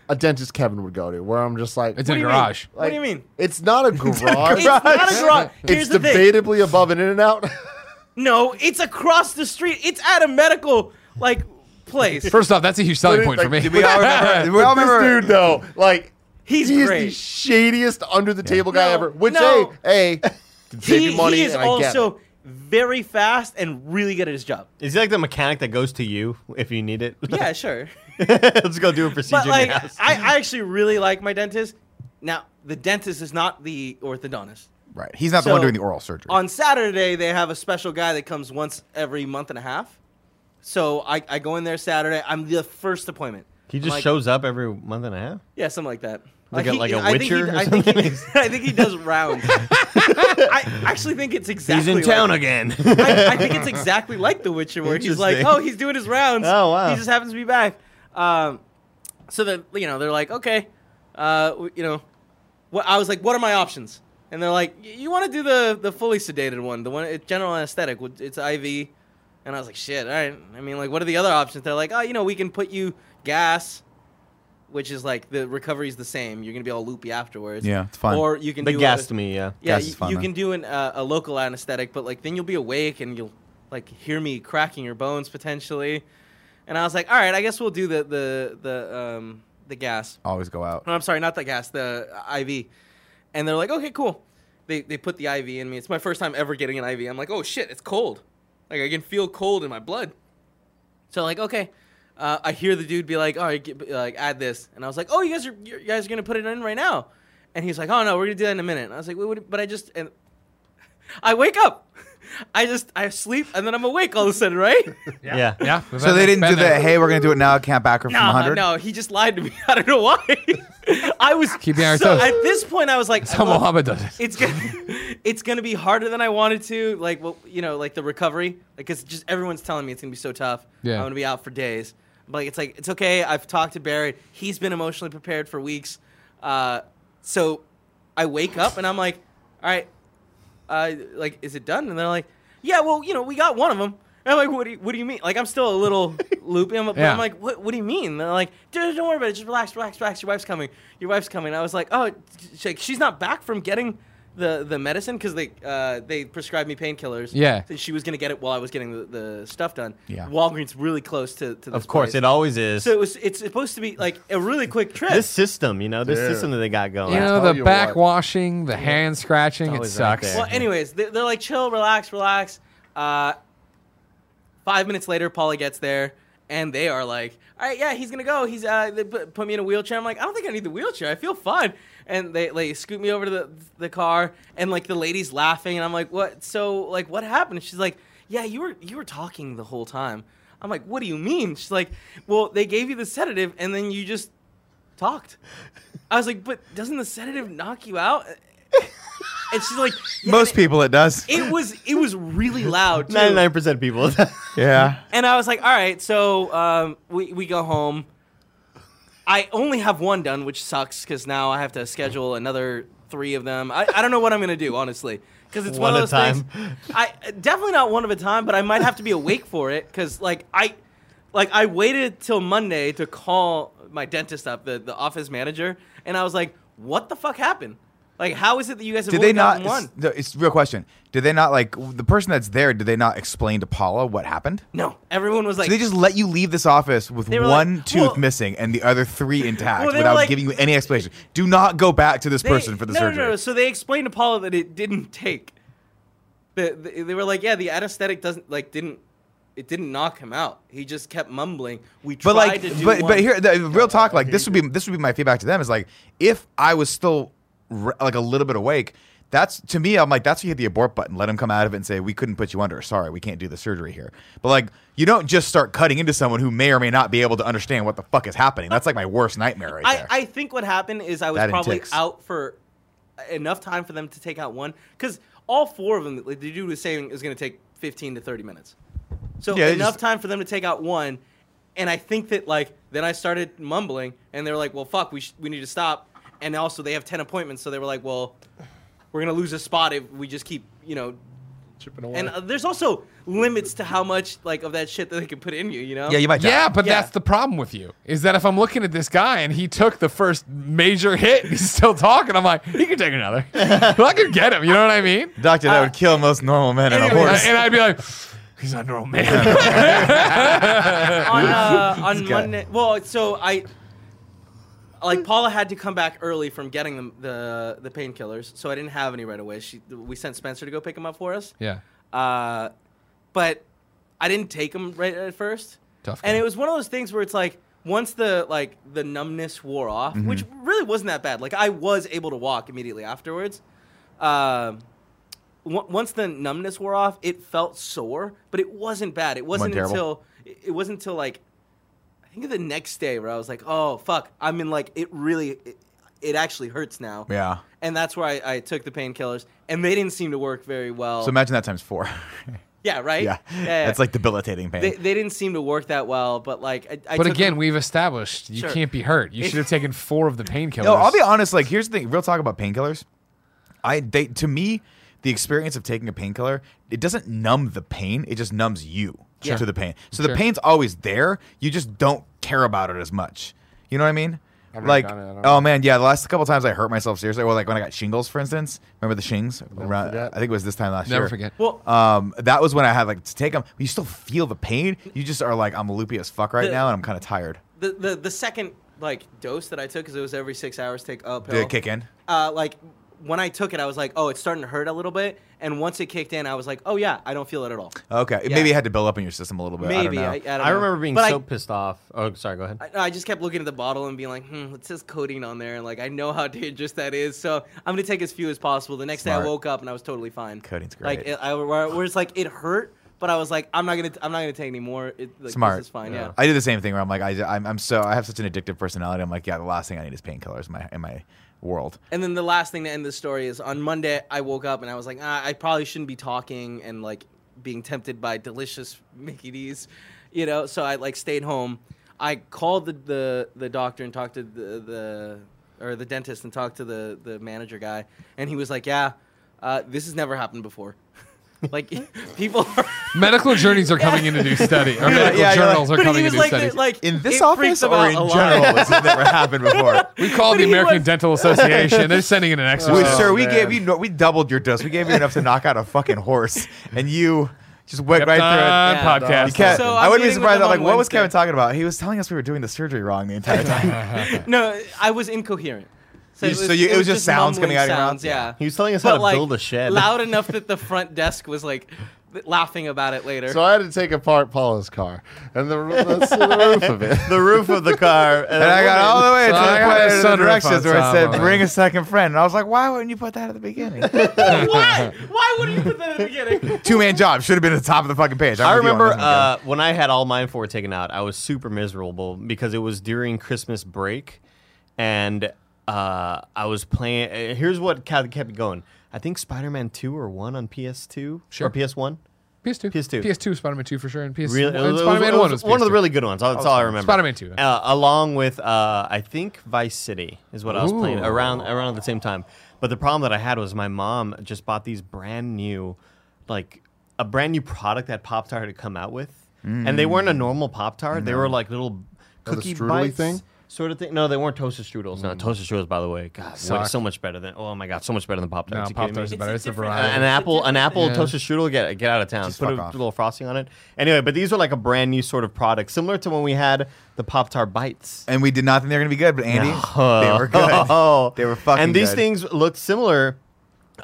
Speaker 6: a dentist Kevin would go to. Where I'm just like,
Speaker 3: It's
Speaker 5: What
Speaker 3: in
Speaker 5: do
Speaker 3: a
Speaker 5: you
Speaker 3: garage.
Speaker 5: Mean? what do you mean?
Speaker 6: It's not a garage.
Speaker 5: It's not a garage. Here's
Speaker 6: It's
Speaker 5: the thing.
Speaker 6: debatably above an in and out.
Speaker 5: No, it's across the street. It's at a medical like
Speaker 4: (laughs)
Speaker 5: place.
Speaker 3: First off, that's a huge selling point for me.
Speaker 6: (laughs) Like,
Speaker 2: We
Speaker 3: (laughs)
Speaker 2: all remember. We all remember.
Speaker 6: this dude though, like
Speaker 5: He's
Speaker 6: he
Speaker 5: great.
Speaker 6: is the shadiest under the table guy
Speaker 5: No,
Speaker 6: ever. Which
Speaker 5: no.
Speaker 6: hey, hey, can save
Speaker 5: he,
Speaker 6: you money.
Speaker 5: he is
Speaker 6: and I get it.
Speaker 5: also very fast and really good at his job.
Speaker 4: is he like the mechanic that goes to you if you need it?
Speaker 5: (laughs) Yeah, sure.
Speaker 4: (laughs) Let's go do a procedure.
Speaker 5: but
Speaker 4: in
Speaker 5: like,
Speaker 4: your house.
Speaker 5: I, I actually really like my dentist. Now, the dentist is not the orthodontist.
Speaker 2: Right. He's not the one
Speaker 5: So,
Speaker 2: doing the oral surgery.
Speaker 5: On Saturday, they have a special guy that comes once every month and a half. So I, I go in there Saturday. I'm the first appointment.
Speaker 4: he
Speaker 5: I'm
Speaker 4: just
Speaker 5: like,
Speaker 4: shows up every month and a half.
Speaker 5: Yeah, something like that.
Speaker 4: Like a-
Speaker 5: he-
Speaker 4: like a
Speaker 5: I think he-
Speaker 4: witcher or
Speaker 5: I think, he,
Speaker 4: something?
Speaker 5: (laughs) I think he
Speaker 4: (laughs)
Speaker 5: does rounds. I actually think it's exactly.
Speaker 4: He's in
Speaker 5: like
Speaker 4: town (laughs)
Speaker 5: that.
Speaker 4: again.
Speaker 5: I, I think it's exactly like The Witcher, where he's like,
Speaker 4: Interesting.
Speaker 5: "Oh, he's doing his rounds.
Speaker 4: Oh, wow.
Speaker 5: he just happens to be back." Um, so that you know, they're like, "Okay, uh, w- you know," what I was like, "What are my options?" And they're like, "Y- "You want to do the the fully sedated one, the one it's general anesthetic, with- it's IV." And I was like, "Shit, all right." I mean, like, what are the other options? They're like, "Oh, you know, we can put you gas." Which is like the recovery's the same. You're gonna be all loopy afterwards.
Speaker 2: Yeah, it's fun.
Speaker 5: Or you can
Speaker 4: they
Speaker 5: do a-
Speaker 4: gassed me. Yeah.
Speaker 5: yeah,
Speaker 2: Gas is
Speaker 5: you,
Speaker 2: fun,
Speaker 5: you
Speaker 2: though.
Speaker 5: can do an, uh, a local anesthetic, but like then you'll be awake and you'll like hear me cracking your bones potentially. And I was like, all right, I guess we'll do the the the um, the gas.
Speaker 2: Always go out.
Speaker 5: No, I'm sorry, not the gas, the IV. And they're like, okay, cool. They they put the IV in me. It's my first time ever getting an IV. I'm like, oh shit, it's cold. Like I can feel cold in my blood. So like, okay, Uh, I hear the dude be like, "All right, get, like add this," and I was like, "Oh, you guys are you guys are gonna put it in right now?" And he's like, "Oh no, we're gonna do that in a minute." And I was like, Wait, what, "But I just..." And (laughs) I wake up. (laughs) I just I sleep and then I'm awake all of a sudden, right?
Speaker 4: Yeah. yeah.
Speaker 3: Yeah.
Speaker 2: So they didn't do
Speaker 3: that. (laughs)
Speaker 2: that. Hey, we're gonna do it now. Can't back her from
Speaker 5: No,
Speaker 2: 100.
Speaker 5: Uh-huh, no, he just lied to me. (laughs) I don't know why. I was
Speaker 3: Keeping our
Speaker 5: so
Speaker 3: toes.
Speaker 5: at this point. I was like,
Speaker 3: That's how
Speaker 5: "Look,
Speaker 3: Muhammad does it.
Speaker 5: it's gonna (laughs) it's gonna be harder than I wanted to. Like, well, you know, like the recovery, like because just everyone's telling me it's gonna be so tough.
Speaker 3: Yeah.
Speaker 5: I'm gonna be out for days. But like, it's like it's okay. I've talked to Barrett. He's been emotionally prepared for weeks. Uh, so I wake up and I'm like, all right, uh, like, is it done? And they're like, yeah, well, you know, we got one of them. And I'm like, what do you, what do you mean? Like, I'm still a little loopy. I'm, but
Speaker 3: Yeah.
Speaker 5: I'm like, what, what do you mean? And they're like, dude, don't worry about it. Just relax, relax, relax. Your wife's coming. Your wife's coming. I was like, oh, she's like, she's not back from getting the, the medicine because they uh, they prescribed me painkillers.
Speaker 3: Yeah.
Speaker 5: So she was going to get it while I was getting the, the stuff done.
Speaker 2: Yeah.
Speaker 5: Walgreens really close to, to this
Speaker 4: Of course,
Speaker 5: place.
Speaker 4: it always is.
Speaker 5: So it was, it's supposed to be like a really quick trip.
Speaker 4: this system, you know, this
Speaker 6: Yeah.
Speaker 4: system that they got going.
Speaker 3: You know,
Speaker 6: tell
Speaker 3: the
Speaker 6: you
Speaker 3: back
Speaker 6: what.
Speaker 3: washing, the hand scratching, it
Speaker 4: always right
Speaker 3: sucks.
Speaker 4: there.
Speaker 5: Well, anyways, they're, they're like, chill, relax, relax. Uh, five minutes later, Paula gets there, and they are like, all right, yeah, he's gonna go. He's uh, they put, put me in a wheelchair. I'm like, I don't think I need the wheelchair. I feel fine. And they like scoot me over to the the car, and like the lady's laughing, and I'm like, what? So like, what happened? She's like, yeah, you were you were talking the whole time. I'm like, what do you mean? She's like, well, they gave you the sedative, and then you just talked. I was like, but doesn't the sedative knock you out? And she's like, "Yeah,
Speaker 2: Most
Speaker 5: and-
Speaker 2: people it does. (laughs)
Speaker 5: it was it was really loud. too.
Speaker 4: Ninety-nine percent of people.
Speaker 5: (laughs)
Speaker 4: (laughs)
Speaker 2: yeah.
Speaker 5: And I was like, all right, so um, we we go home. I only have one done, which sucks because now I have to schedule another three of them. I, I don't know what I'm gonna do honestly because it's one,
Speaker 4: One
Speaker 5: of
Speaker 4: at
Speaker 5: those
Speaker 4: time.
Speaker 2: (laughs)
Speaker 5: things. I definitely not one of a time, but I might have to be awake for it because like I like I waited till Monday to call my dentist up, the the office manager, and I was like, what the fuck happened? Like, how is it that you guys have
Speaker 2: Did
Speaker 5: only
Speaker 2: they not?
Speaker 5: gotten one?
Speaker 2: It's, no, it's a real question. Did they not like the person that's there? Did they not explain to Paula what happened?
Speaker 5: No, everyone was like,
Speaker 2: So they just let you leave this office with
Speaker 5: They were
Speaker 2: one
Speaker 5: like,
Speaker 2: tooth
Speaker 5: well-
Speaker 2: missing and the other three intact
Speaker 5: Well, they were
Speaker 2: without
Speaker 5: like-
Speaker 2: giving you any explanation. Do not go back to this
Speaker 5: They-
Speaker 2: person for the
Speaker 5: no,
Speaker 2: surgery.
Speaker 5: No, no, So they explained to Paula that it didn't take. The, the, they were like, yeah, the anesthetic doesn't like didn't it didn't knock him out. He just kept mumbling. We tried
Speaker 2: but like,
Speaker 5: to do
Speaker 2: but
Speaker 5: one.
Speaker 2: but here, the, real talk. Like this would be this would be my feedback to them is like if I was still re- like a little bit awake. That's to me. I'm like that's when you hit the abort button. Let them come out of it and say we couldn't put you under. Sorry, we can't do the surgery here. But like you don't just start cutting into someone who may or may not be able to understand what the fuck is happening. That's like my worst nightmare right
Speaker 5: I,
Speaker 2: there.
Speaker 5: I think what happened is I was
Speaker 2: That and
Speaker 5: probably
Speaker 2: ticks.
Speaker 5: out for enough time for them to take out one because all four of them, like the dude was saying, is going to take 15 to 30 minutes. So
Speaker 2: Yeah, they
Speaker 5: enough
Speaker 2: just-
Speaker 5: time for them to take out one, and I think that like then I started mumbling, and they were like, "Well, fuck, we sh- we need to stop." And also they have 10 appointments, so they were like, "Well, we're going to lose a spot if we just keep you know."
Speaker 6: Chipping away.
Speaker 5: And uh, there's also limits to how much like of that shit that they can put in you, you know?
Speaker 2: yeah, you might. die.
Speaker 3: Yeah, but
Speaker 5: Yeah.
Speaker 3: that's the problem with you is that if I'm looking at this guy and he took the first major hit, and he's still talking. I'm like, he could take another. well, I could get him. You know what I mean?
Speaker 2: Doctor,
Speaker 5: Uh,
Speaker 2: that would kill most normal men on a
Speaker 3: And,
Speaker 2: horse.
Speaker 3: I, would be like, he's not a normal (laughs) man.
Speaker 5: on uh, on
Speaker 2: guy.
Speaker 5: Monday. Well, so I like Paula had to come back early from getting the the, the painkillers, so I didn't have any right away. She we sent Spencer to go pick them up for us.
Speaker 3: yeah.
Speaker 5: Uh, but I didn't take them right at first.
Speaker 3: Tough
Speaker 5: And
Speaker 3: guy.
Speaker 5: it was one of those things where it's like once the like the numbness wore off,
Speaker 2: Mm-hmm.
Speaker 5: which really wasn't that bad. Like I was able to walk immediately afterwards. Um, on- once the numbness wore off, it felt sore, but it wasn't bad. It wasn't
Speaker 2: terrible?
Speaker 5: until it it wasn't until like I think the next day where I was like, oh fuck, I'm in like it really it, it actually hurts now.
Speaker 2: Yeah.
Speaker 5: And that's where I, I took the painkillers, and they didn't seem to work very well.
Speaker 2: So imagine that times four. (laughs)
Speaker 5: yeah, right.
Speaker 2: yeah, that's like debilitating pain.
Speaker 5: they, they didn't seem to work that well. But like, I, I
Speaker 3: But
Speaker 5: took
Speaker 3: again,
Speaker 5: them-
Speaker 3: we've established you
Speaker 5: Sure.
Speaker 3: can't be hurt. You should have taken four of the painkillers.
Speaker 2: No, I'll be honest. Like, here's the thing. Real talk about painkillers. I they to me, the experience of taking a painkiller, it doesn't numb the pain. It just numbs you
Speaker 5: Sure.
Speaker 2: to the pain. So
Speaker 3: Sure.
Speaker 2: the pain's always there. You just don't care about it as much. You know what I mean?
Speaker 6: I've never
Speaker 2: Like,
Speaker 6: done it, I don't
Speaker 2: oh man, yeah. The last couple times I hurt myself seriously. Well, like when I got shingles, for instance. Remember the shings? Around, I
Speaker 6: forget.
Speaker 2: think it was this time last year.
Speaker 3: Never forget.
Speaker 5: Well,
Speaker 2: Um, that was when I had like to take them. You still feel the pain. You just are like, I'm loopy as fuck right
Speaker 5: The-
Speaker 2: now, and I'm kind of tired.
Speaker 5: the, the the second like dose that I took because it was every six hours take a pill.
Speaker 2: Did it kick in?
Speaker 5: Uh, like when I took it, I was like, oh, it's starting to hurt a little bit. And once it kicked in, I was like, oh yeah, I don't feel it at all.
Speaker 2: Okay,
Speaker 5: Yeah.
Speaker 2: maybe it had to build up in your system a little bit.
Speaker 5: Maybe
Speaker 2: I
Speaker 5: I,
Speaker 2: don't know.
Speaker 5: don't
Speaker 4: I
Speaker 5: know.
Speaker 4: remember being
Speaker 5: But
Speaker 4: so
Speaker 5: I-
Speaker 4: pissed off. Oh, sorry. Go ahead.
Speaker 5: I, I just kept looking at the bottle and being like, hmm, it says codeine on there, and like I know how (laughs) dangerous that is, so I'm gonna take as few as possible. The next day
Speaker 2: Smart.
Speaker 5: I woke up and I was totally fine.
Speaker 2: Codeine's
Speaker 5: Like
Speaker 2: great.
Speaker 5: it, I, where, where it's like it hurt, but I was like, I'm not gonna, I'm not gonna take any more. It, like,
Speaker 2: Smart.
Speaker 5: This is fine. Yeah.
Speaker 2: I do the same thing where I'm like, I, I'm, I'm so I have such an addictive personality. I'm like, yeah, the last thing I need is painkillers in my in my world.
Speaker 5: And then the last thing to end the story is on Monday I woke up and I was like, ah, I probably shouldn't be talking and like being tempted by delicious (laughs) Mickey D's, you know. So I like stayed home. I called the the, the doctor and talked to the, the or the dentist and talked to the the manager guy, and he was like, yeah, uh, this has never happened before. (laughs) like people. Are
Speaker 3: (laughs) Medical journeys are coming in to do study. Or
Speaker 2: Yeah,
Speaker 3: medical
Speaker 2: yeah, you're like-
Speaker 3: journals are
Speaker 5: But
Speaker 3: coming in
Speaker 5: he was
Speaker 3: to
Speaker 5: like,
Speaker 3: study.
Speaker 5: the- like
Speaker 2: In
Speaker 5: it
Speaker 2: this
Speaker 5: freaks
Speaker 2: office
Speaker 5: them
Speaker 2: or
Speaker 5: out
Speaker 2: in
Speaker 5: a lot. (laughs)
Speaker 2: general, this has never happened before. (laughs)
Speaker 3: we called the
Speaker 5: he
Speaker 3: American
Speaker 5: was-
Speaker 3: Dental Association. They're sending in an extra.
Speaker 2: We-
Speaker 3: set.
Speaker 2: sir, we
Speaker 6: man.
Speaker 2: gave you no, we doubled your dose. We gave you enough to knock out a fucking horse, and you just went
Speaker 3: Kept
Speaker 2: right
Speaker 3: on
Speaker 2: through it.
Speaker 5: Yeah.
Speaker 3: Uh, podcast.
Speaker 2: You can't-
Speaker 5: So
Speaker 2: I
Speaker 5: I'm
Speaker 2: wouldn't be
Speaker 5: meeting with
Speaker 2: surprised.
Speaker 5: them
Speaker 2: I'm like,
Speaker 5: on
Speaker 2: what was Kevin
Speaker 5: Wednesday.
Speaker 2: talking about? He was telling us we were doing the surgery wrong the
Speaker 5: (laughs)
Speaker 2: entire time.
Speaker 5: No, I was incoherent.
Speaker 2: You- so you- it was just sounds coming
Speaker 5: mumbling
Speaker 2: out of your mouth?
Speaker 5: sounds, Yeah.
Speaker 4: He was telling us
Speaker 5: But,
Speaker 4: how to
Speaker 5: like,
Speaker 4: build a shed.
Speaker 5: loud enough that the front desk was like laughing about it later.
Speaker 6: So I had to take apart Paula's car and the, that's the roof of it.
Speaker 4: (laughs) the roof of the
Speaker 5: (laughs)
Speaker 4: car.
Speaker 2: and I got all the way to
Speaker 3: So I got a
Speaker 2: the
Speaker 3: sunroof
Speaker 2: point of the directions
Speaker 3: on
Speaker 2: where it
Speaker 3: top
Speaker 2: said,
Speaker 3: of it.
Speaker 2: "Bring a second friend." And I was like, "Why wouldn't you put that at the (laughs) beginning?"
Speaker 5: (laughs)
Speaker 3: (laughs)
Speaker 5: Why? Why would you put that at
Speaker 2: (laughs)
Speaker 5: the beginning?
Speaker 2: Two man job should have been at the top of the fucking page.
Speaker 4: I
Speaker 2: I'm with you on
Speaker 4: remember
Speaker 2: this one, Kevin.
Speaker 4: uh, when I had all mine four taken out, I was super miserable because it was during Christmas break, and uh, I was playing. uh, Here's what ca- kept me going. I think Spider-Man two or one on PS2
Speaker 3: Sure.
Speaker 4: or PS1.
Speaker 3: PS2.
Speaker 4: PS2.
Speaker 3: PS2 was Spider Man 2 for sure. And PS1.
Speaker 4: Really, it was- it was-
Speaker 3: Spider Man
Speaker 4: it
Speaker 3: 1
Speaker 4: was
Speaker 3: was
Speaker 4: one of the
Speaker 3: PS2.
Speaker 4: really good ones. That's all I remember.
Speaker 3: Spider-Man 2, yeah.
Speaker 4: uh, along with uh, I think Vice City is what I was playing around around the same time. But the problem that I had was my mom just bought these brand new, like a brand new product that Pop Tart had come out with, and they weren't a normal Pop Tart. They were like little
Speaker 6: Oh, the
Speaker 4: cookie
Speaker 6: strudely
Speaker 4: bites.
Speaker 6: thing?
Speaker 4: Sort of thing. No, they weren't toasted strudels. No, toasted strudels. By the way, God,
Speaker 3: Suck.
Speaker 4: so much better than. Oh my God, so much better than Pop
Speaker 3: No,
Speaker 4: Tarts.
Speaker 3: Pop Tarts is better. It's a
Speaker 5: different-
Speaker 3: variety.
Speaker 4: Uh, An apple, an apple
Speaker 3: Yeah.
Speaker 4: toasted strudel. Get get out of town.
Speaker 2: Just
Speaker 4: Put a
Speaker 2: fuck off.
Speaker 4: little frosting on it. Anyway, but these are like a brand new sort of product, similar to when we had the Pop Tart bites.
Speaker 2: and we did not think (laughs) they were going to be good, but Andy, they
Speaker 4: (laughs)
Speaker 2: were
Speaker 6: (laughs)
Speaker 4: Oh.
Speaker 2: good. They were fucking.
Speaker 4: And these
Speaker 2: good.
Speaker 4: things looked similar,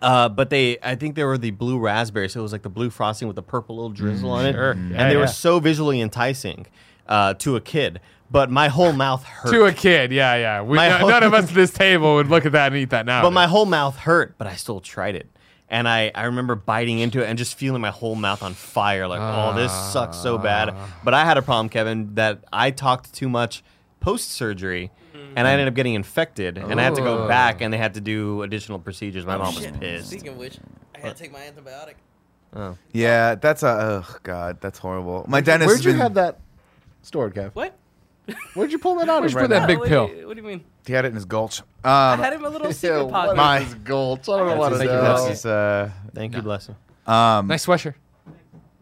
Speaker 4: uh, but they I think they were the blue raspberry, so it was like the blue frosting with the purple little drizzle on it,
Speaker 2: Mm-hmm.
Speaker 4: and
Speaker 3: Yeah,
Speaker 4: they were
Speaker 3: yeah.
Speaker 4: so visually enticing uh, to a kid. But my whole
Speaker 2: (laughs)
Speaker 4: mouth hurt.
Speaker 3: To a kid, yeah, yeah. We,
Speaker 4: My
Speaker 3: no-
Speaker 4: whole-
Speaker 3: none of us at this table would look at that and eat that now.
Speaker 4: But my whole mouth hurt, but I still tried it. And I, I remember biting into it and just feeling my whole mouth on fire. Like, oh, this sucks so bad.
Speaker 5: Ah.
Speaker 4: But I had a problem, Kevin, that I talked too much post surgery
Speaker 5: Mm-hmm.
Speaker 4: and I ended up getting infected. And I had to go
Speaker 3: Ooh.
Speaker 4: back and they had to do additional procedures. My mom was pissed.
Speaker 5: Oh, Speaking of which, I had to take my antibiotic.
Speaker 2: Yeah, that's a. Oh God, that's horrible. My dentist.
Speaker 6: Where'd you
Speaker 2: been-
Speaker 6: have that stored, Kev?
Speaker 5: What?
Speaker 6: Where'd you pull that out?
Speaker 3: Where'd
Speaker 6: of
Speaker 3: you
Speaker 6: right
Speaker 3: put that
Speaker 6: now?
Speaker 3: big
Speaker 5: what,
Speaker 3: pill.
Speaker 5: Do you, what do you mean?
Speaker 2: He had it in his gulch.
Speaker 5: I
Speaker 2: Um,
Speaker 5: had it in my little
Speaker 6: Yeah,
Speaker 5: secret
Speaker 6: what
Speaker 5: pocket.
Speaker 2: My-
Speaker 6: is this gulch? I don't know what
Speaker 4: That's
Speaker 6: it
Speaker 4: like-
Speaker 2: that's
Speaker 4: No.
Speaker 6: is.
Speaker 2: just, uh,
Speaker 4: Thank you, bless her.
Speaker 2: um,
Speaker 3: nice sweatshirt.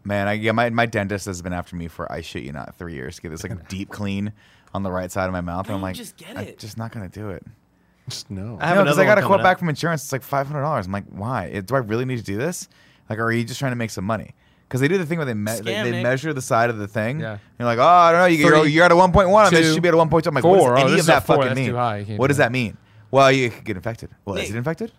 Speaker 2: man, I, yeah, my, my dentist has been after me for I shit you not three years to get this like deep clean on the right side of my mouth. And I'm
Speaker 5: don't you
Speaker 2: like,
Speaker 5: just get
Speaker 2: I'm
Speaker 5: it?
Speaker 2: just not gonna do it.
Speaker 6: Just no.
Speaker 4: I have
Speaker 2: no, because
Speaker 4: another
Speaker 2: I got a
Speaker 4: one
Speaker 2: quote
Speaker 4: coming
Speaker 2: back
Speaker 4: up.
Speaker 2: from insurance. It's like five hundred dollars. I'm like, why? It- Do I really need to do this? Like, or are you just trying to make some money? Because they do the thing where they me- they,
Speaker 5: Scam,
Speaker 2: they
Speaker 5: Nick.
Speaker 2: measure the side of the thing.
Speaker 3: Yeah.
Speaker 2: You're like, oh, I don't know. You, you're,
Speaker 3: Three,
Speaker 2: you're at a one point one. I mean,
Speaker 3: two,
Speaker 2: it should be at a one point two. I'm like, what
Speaker 3: four. Oh,
Speaker 2: does any
Speaker 3: this
Speaker 2: of
Speaker 3: is a
Speaker 2: that
Speaker 3: four.
Speaker 2: fucking
Speaker 3: That's
Speaker 2: mean?
Speaker 3: too high. You can't
Speaker 2: What
Speaker 3: do
Speaker 2: does
Speaker 3: that.
Speaker 2: that mean? Well, you could get infected. Well, is
Speaker 5: Nick.
Speaker 2: it infected?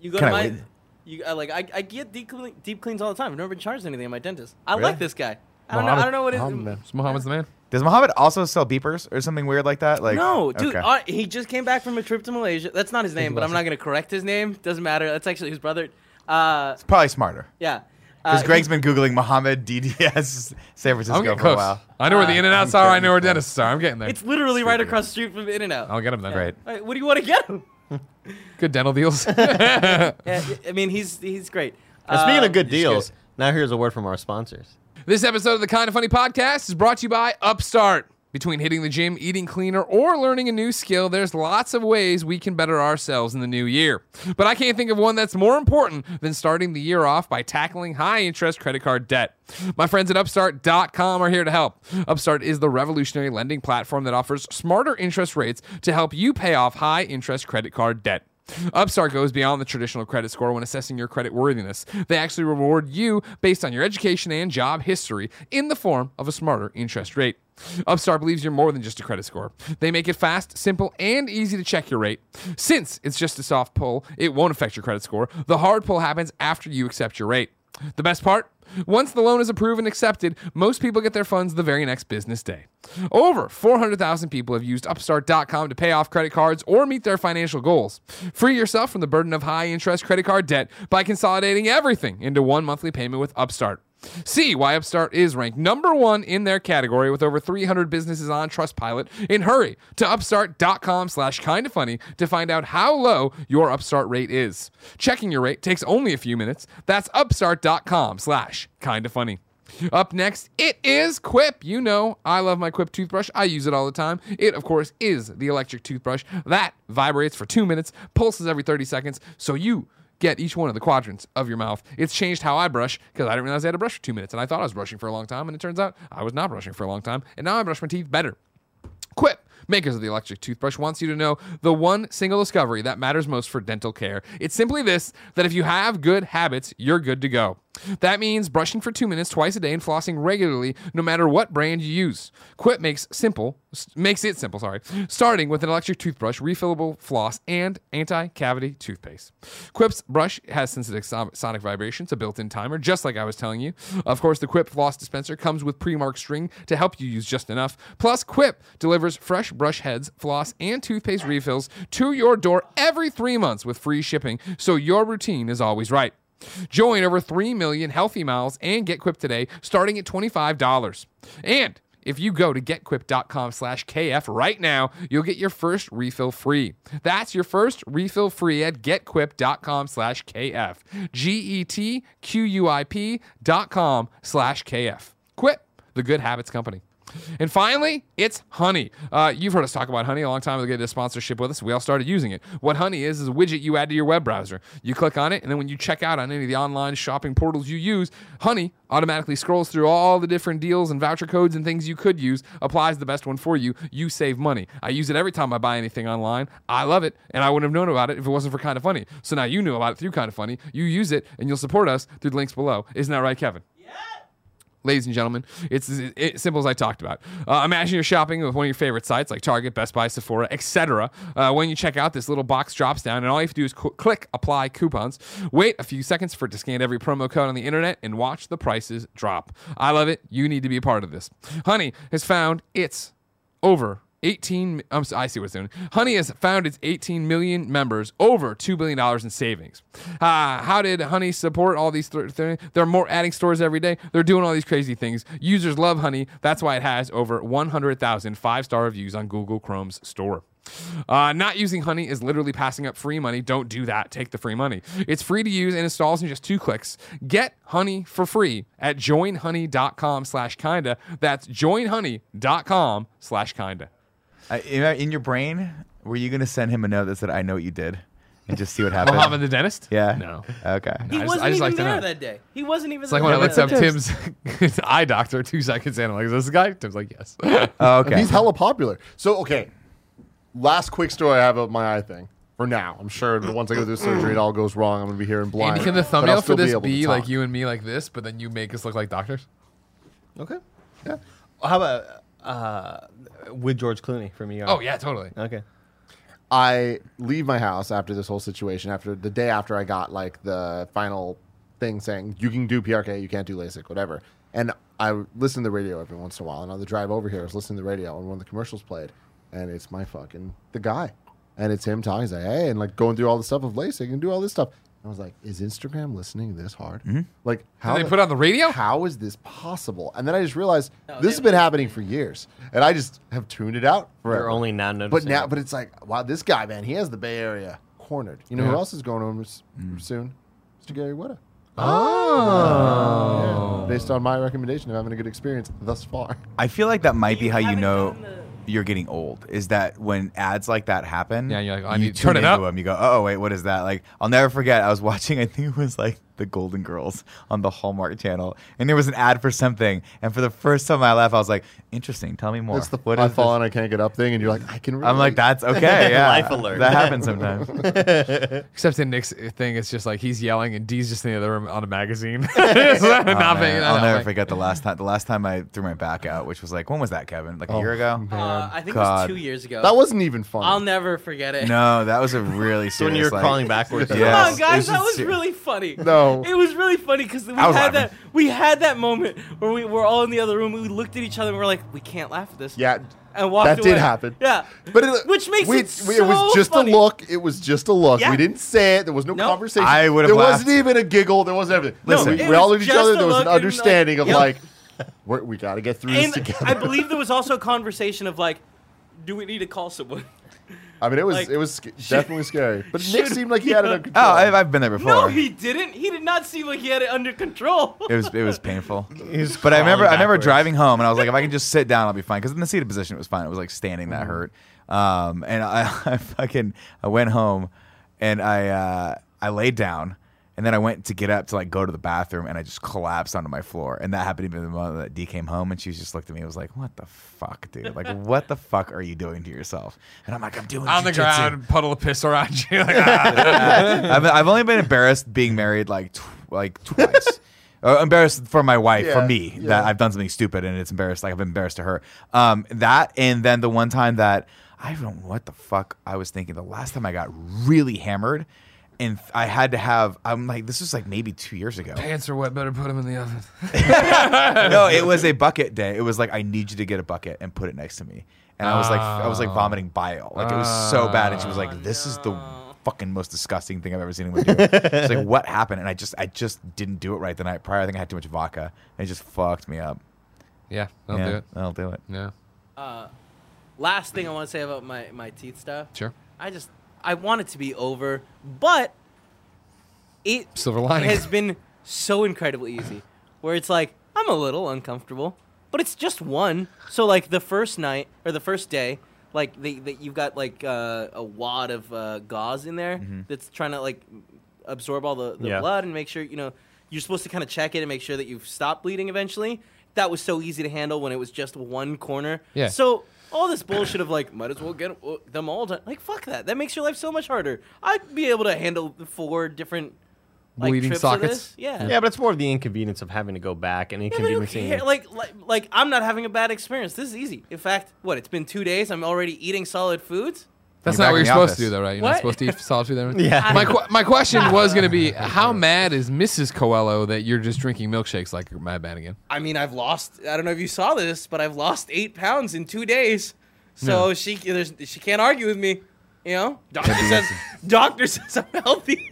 Speaker 5: You go
Speaker 2: Can
Speaker 5: to
Speaker 2: I
Speaker 5: my.
Speaker 2: wait?
Speaker 5: You, I like. I, I get deep, clean, deep cleans all the time. I've never been charged anything at my dentist. I
Speaker 2: Really?
Speaker 5: like this guy. I don't know.
Speaker 3: Mohammed-
Speaker 5: I don't know what it is.
Speaker 6: I'm, uh,
Speaker 3: So Muhammad's the man.
Speaker 2: Does Mohammed also sell beepers or something weird like that? Like
Speaker 5: no, dude,
Speaker 2: okay.
Speaker 5: uh, he just came back from a trip to Malaysia. That's not his name, but I'm not going to correct his name. Doesn't matter. That's actually his brother. Uh,
Speaker 2: probably smarter.
Speaker 5: yeah.
Speaker 2: Because
Speaker 5: Uh,
Speaker 2: Greg's been googling Mohammed DDS San
Speaker 3: I'm
Speaker 2: Francisco
Speaker 3: getting
Speaker 2: for a
Speaker 3: close.
Speaker 2: while.
Speaker 3: I know where the in and outs
Speaker 2: I'm
Speaker 3: are. I
Speaker 2: getting
Speaker 3: know where
Speaker 2: close.
Speaker 3: dentists are. I'm getting there.
Speaker 5: It's literally right across the street from In and Out.
Speaker 3: I'll get him then.
Speaker 2: Great.
Speaker 5: What do you want to get him? (laughs)
Speaker 3: Good dental deals.
Speaker 5: Yeah, I mean, he's he's great.
Speaker 4: And speaking of
Speaker 5: Um,
Speaker 4: good
Speaker 2: just get
Speaker 4: deals,
Speaker 2: it.
Speaker 4: now here's a word from our sponsors.
Speaker 3: This episode of the Kind of Funny podcast is brought to you by Upstart. Between hitting the gym, eating cleaner, or learning a new skill, there's lots of ways we can better ourselves in the new year. But I can't think of one that's more important than starting the year off by tackling high interest credit card debt. My friends at Upstart.com are here to help. Upstart is the revolutionary lending platform that offers smarter interest rates to help you pay off high interest credit card debt. Upstart goes beyond the traditional credit score when assessing your credit worthiness. They actually reward you based on your education and job history in the form of a smarter interest rate. Upstart believes you're more than just a credit score. They make it fast, simple, and easy to check your rate. Since it's just a soft pull, it won't affect your credit score. The hard pull happens after you accept your rate. The best part? Once the loan is approved and accepted, most people get their funds the very next business day. Over 400,000 people have used Upstart.com to pay off credit cards or meet their financial goals. Free yourself from the burden of high interest credit card debt by consolidating everything into one monthly payment with Upstart. See why Upstart is ranked number one in their category with over 300 businesses on Trustpilot. And hurry to upstart.com slash kind of funny to find out how low your Upstart rate is. Checking your rate takes only a few minutes. That's upstart.com slash kind of funny. Up next, it is Quip. You know, I love my Quip toothbrush. I use it all the time. It, of course, is the electric toothbrush that vibrates for two minutes, pulses every 30 seconds, so you get each one of the quadrants of your mouth. It's changed how I brush because I didn't realize I had to brush for two minutes, and I thought I was brushing for a long time, and it turns out I was not brushing for a long time, and now I brush my teeth better. Quip, makers of the electric toothbrush, wants you to know the one single discovery that matters most for dental care. It's simply this that if you have good habits, you're good to go. That means brushing for two minutes twice a day and flossing regularly, no matter what brand you use. Quip makes simple makes it simple, sorry. Starting with an electric toothbrush, refillable floss, and anti-cavity toothpaste. Quip's brush has sensitive so- sonic vibrations, a built-in timer, just like I was telling you. Of course, the Quip floss dispenser comes with pre-marked string to help you use just enough. Plus, Quip delivers fresh brush heads, floss, and toothpaste refills to your door every three months with free shipping, so your routine is always right. Join over 3 million healthy mouths and get Quip today, starting at $25. And if you go to getquip.com slash KF right now, you'll get your first refill free. That's your first refill free at getquip.com slash KF. G E T Q U I P dot com slash KF. Quip, the good habits company. And finally, it's honey. Uh, you've heard us talk about honey a long time ago. They did a sponsorship with us. We all started using it. What honey is is a widget you add to your web browser. You click on it, and then when you check out on any of the online shopping portals you use, honey automatically scrolls through all the different deals and voucher codes and things you could use, applies the best one for you. You save money. I use it every time I buy anything online. I love it, and I wouldn't have known about it if it wasn't for Kind of Funny. So now you knew about it through Kind of Funny. You use it, and you'll support us through the links below. Isn't that right, Kevin? ladies and gentlemen. It's as it, simple as I talked about. Uh, imagine you're shopping with one of your favorite sites like Target, Best Buy, Sephora, etc. Uh, when you check out, this little box drops down, and all you have to do is cl- click Apply Coupons. Wait a few seconds for it to scan every promo code on the internet and watch the prices drop. I love it. You need to be a part of this. Honey has found its over 18 I'm sorry, I see what's doing. Honey has found its 18 million members over 2 billion dollars in savings. Uh, how did Honey support all these th- th- they're more adding stores every day. They're doing all these crazy things. Users love Honey. That's why it has over 100,000 five-star reviews on Google Chrome's store. Uh, not using Honey is literally passing up free money. Don't do that. Take the free money. It's free to use and installs in just two clicks. Get Honey for free at joinhoney.com slash kinda. That's joinhoney.com slash kinda.
Speaker 2: I, in uh, in your brain, were you gonna send him a note that said, "I know what you did," and just
Speaker 3: (laughs)
Speaker 2: see what happened?
Speaker 3: Mohammed the dentist?
Speaker 2: Yeah.
Speaker 3: No.
Speaker 2: Okay.
Speaker 5: He
Speaker 3: I just-
Speaker 5: wasn't
Speaker 3: I just like to
Speaker 5: even
Speaker 3: know.
Speaker 5: there that day. He wasn't even
Speaker 3: It's like
Speaker 5: there
Speaker 3: when I
Speaker 5: that
Speaker 3: looked up
Speaker 5: day.
Speaker 3: Tim's (laughs) eye doctor two seconds in. I'm like, is this the guy? Tim's like,
Speaker 6: (laughs)
Speaker 3: yes.
Speaker 2: Oh, okay.
Speaker 6: He's hella popular. So okay, last quick story I have of my eye thing. For now, I'm sure that once I go through surgery, it all goes wrong. I'm gonna be here in blind.
Speaker 3: Andy, can the
Speaker 6: but
Speaker 3: thumbnail
Speaker 6: I'll
Speaker 3: for
Speaker 6: still
Speaker 3: this
Speaker 6: able to
Speaker 3: be
Speaker 6: talk.
Speaker 3: like you and me like this, but then you make us look like doctors?
Speaker 4: Okay. Yeah. How about uh, with George Clooney from ER?
Speaker 3: Oh, yeah, totally.
Speaker 4: Okay.
Speaker 6: I leave my house after this whole situation. After the day after I got like the final thing saying you can do PRK, you can't do LASIK, whatever. And I listen to the radio every once in a while. And on the drive over here, I was listening to the radio, and one of the commercials played, and it's my fucking the guy, and it's him talking. He's like, hey, and like going through all the stuff of LASIK and do all this stuff. And I was like, is Instagram listening this hard? Like how
Speaker 3: Mm-hmm. they put it on the radio?
Speaker 6: How is this possible? And then I just realized
Speaker 5: No,
Speaker 6: this
Speaker 5: they-
Speaker 6: has been happening for years, and I just have tuned it out forever.
Speaker 4: You're only now noticing.
Speaker 6: But now,
Speaker 4: it.
Speaker 6: but it's like, wow, this guy, man, he has the Bay Area cornered. You know
Speaker 3: Yeah.
Speaker 6: who else is going home s- soon? Mr. Gary Whitta.
Speaker 3: Oh.
Speaker 6: Based on my recommendation of having a good experience thus far.
Speaker 2: I feel like that might be
Speaker 5: You
Speaker 2: how you
Speaker 5: haven't
Speaker 2: know
Speaker 5: done the-
Speaker 2: you're getting old. Is that when ads like that happen?
Speaker 3: Yeah, you're like, I
Speaker 2: you
Speaker 3: need to turn
Speaker 2: tune
Speaker 3: it
Speaker 2: into
Speaker 3: up.
Speaker 2: (laughs) Them, you go, oh wait, what is that? Like, I'll never forget. I was watching. I think it was like The Golden Girls on the Hallmark Channel, and there was an ad for something. And for the first time in my life, I was like, "Interesting. Tell me more."
Speaker 6: That's the
Speaker 2: What
Speaker 6: I
Speaker 2: is
Speaker 6: fall
Speaker 2: this?
Speaker 6: and I can't get up thing, and you're like, I can.
Speaker 2: I'm like,
Speaker 6: relate.
Speaker 2: "That's
Speaker 6: (laughs)
Speaker 2: okay." Yeah,
Speaker 4: Life alert.
Speaker 2: That happens sometimes.
Speaker 3: Except in Nick's uh, thing, it's just like he's yelling and D's just in the other room on a
Speaker 5: (laughs)
Speaker 3: magazine. (laughs) Just not
Speaker 2: Oh, man.
Speaker 3: paying-
Speaker 2: I'll
Speaker 3: not
Speaker 2: never
Speaker 3: paying.
Speaker 2: forget the last time. The last time I threw my back out, which was like, when was that, Kevin? Like a year ago.
Speaker 5: Uh, I think
Speaker 2: God.
Speaker 5: it was two years ago.
Speaker 6: That wasn't even fun.
Speaker 5: I'll never forget it.
Speaker 2: No, that was a really serious.
Speaker 4: So when you're
Speaker 2: like-
Speaker 4: crawling backwards,
Speaker 5: Come
Speaker 2: Yeah. Yes. It
Speaker 5: on,
Speaker 2: was
Speaker 5: guys, that
Speaker 2: just
Speaker 5: was
Speaker 2: ser-
Speaker 5: really funny.
Speaker 6: No.
Speaker 5: it was really funny because we
Speaker 2: I was
Speaker 5: had that
Speaker 2: laughing.
Speaker 5: we had that moment where we were all in the other room. We looked at each other and we're like, we can't laugh at this.
Speaker 6: yeah,
Speaker 5: and walked
Speaker 6: that
Speaker 5: away.
Speaker 6: did happen.
Speaker 5: Yeah,
Speaker 6: But it,
Speaker 5: which makes
Speaker 6: we,
Speaker 5: it
Speaker 6: we- it was
Speaker 5: so
Speaker 6: just
Speaker 5: funny.
Speaker 6: a look. It was just a look.
Speaker 5: Yeah.
Speaker 6: We didn't say it. There was no
Speaker 5: Nope.
Speaker 6: conversation.
Speaker 2: I would've
Speaker 6: There
Speaker 2: laughed.
Speaker 6: wasn't even a giggle. There wasn't everything.
Speaker 2: No, Listen.
Speaker 6: we,
Speaker 2: it
Speaker 6: we all
Speaker 5: was
Speaker 6: looked at each
Speaker 5: just
Speaker 6: other.
Speaker 5: a
Speaker 6: There was an
Speaker 5: look and, like,
Speaker 6: understanding of
Speaker 5: yep.
Speaker 6: like, we're, we got to get through this
Speaker 5: And
Speaker 6: together.
Speaker 5: I believe there was also a conversation of like, do we need to call someone?
Speaker 6: (laughs) I mean, it was
Speaker 5: like,
Speaker 6: it was sc- definitely scary. But Nick
Speaker 5: should-
Speaker 6: seemed like he had
Speaker 5: (laughs)
Speaker 6: it under
Speaker 2: Oh,
Speaker 6: control.
Speaker 2: I've, I've been there before.
Speaker 5: No, he didn't. He did not seem like he had it under control. (laughs)
Speaker 2: it was it was painful.
Speaker 4: He's
Speaker 2: But I remember
Speaker 4: crawling
Speaker 2: I remember
Speaker 4: backwards.
Speaker 2: driving home and I was like, if I can just sit down, I'll be fine. Because in the seated position, it was fine. It was like standing that hurt. Um, and I, (laughs) I fucking I went home and I uh, I laid down and then I went to get up to like go to the bathroom and I just collapsed onto my floor. And that happened even the moment that D came home and she just looked at me and was like, "What the fuck, dude? Like, what the fuck are you doing to yourself?" And I'm like, "I'm doing
Speaker 3: on the
Speaker 2: jujitsu."
Speaker 3: ground, puddle of piss around you. Like, ah.
Speaker 2: (laughs) I've, I've only been embarrassed being married like tw- like
Speaker 6: (laughs)
Speaker 2: twice. Uh, embarrassed for my wife, for
Speaker 6: Yeah,
Speaker 2: me,
Speaker 6: yeah.
Speaker 2: that I've done something stupid and it's embarrassed. Like I've been embarrassed to her. Um, that and then the one time that I don't know what the fuck I was thinking. The last time I got really hammered, and th- I had to have. I'm like, this was like maybe two years ago.
Speaker 3: Pants are wet. Better put them in the oven. (laughs)
Speaker 2: (laughs) no, it was a bucket day. It was like I need you to get a bucket and put it next to me. And I was like, I was like vomiting bile. Like it was so bad. And she was like, "This is the fucking most disgusting thing I've ever seen anyone do." It's like, "What happened?" And I just, I just didn't do it right the night prior. I think I had too much vodka. And it just fucked me up.
Speaker 3: Yeah, I'll
Speaker 2: yeah,
Speaker 3: do it.
Speaker 2: I'll do it.
Speaker 3: Yeah,
Speaker 5: Last thing I want to say about my my teeth stuff.
Speaker 3: sure.
Speaker 5: I just I want it to be over, but it
Speaker 3: Silver lining.
Speaker 5: has been so incredibly easy. Where it's like I'm a little uncomfortable, but it's just one. So like the first night or the first day, like they, that you've got like uh, a wad of uh, gauze in there
Speaker 3: Mm-hmm.
Speaker 5: that's trying to like absorb all the, the
Speaker 4: Yeah.
Speaker 5: blood and make sure you know you're supposed to kind of check it and make sure that you've stopped bleeding eventually. That was so easy to handle when it was just one corner.
Speaker 3: Yeah.
Speaker 5: So all this bullshit of like, might as well get uh, them all done. Like, fuck that. That makes your life so much harder. I'd be able to handle the four different like,
Speaker 3: Bleeding
Speaker 5: trips Of
Speaker 3: sockets?
Speaker 5: this. Yeah.
Speaker 4: Yeah, but it's more of the inconvenience of having to go back and
Speaker 5: Yeah, but who
Speaker 4: inconveniencing.
Speaker 5: cares? Like, like, like, I'm not having a bad experience. This is easy. In fact, what? It's been two days. I'm already eating solid foods.
Speaker 3: (laughs) That's not
Speaker 2: You're back
Speaker 3: what
Speaker 2: in
Speaker 3: you're
Speaker 2: the
Speaker 3: supposed
Speaker 2: office.
Speaker 3: to do, though, right? You're
Speaker 5: What?
Speaker 3: not supposed to eat solid food.
Speaker 5: (laughs)
Speaker 3: Everything.
Speaker 4: Yeah.
Speaker 3: My qu- my question was going to be, how mad is Mrs. Coelho that you're just drinking milkshakes like you're mad man again?
Speaker 5: I mean, I've lost. I don't know if you saw this, but I've lost eight pounds in two days. So she there's, she can't argue with me. You know, doctor says doctor (laughs) says I'm healthy.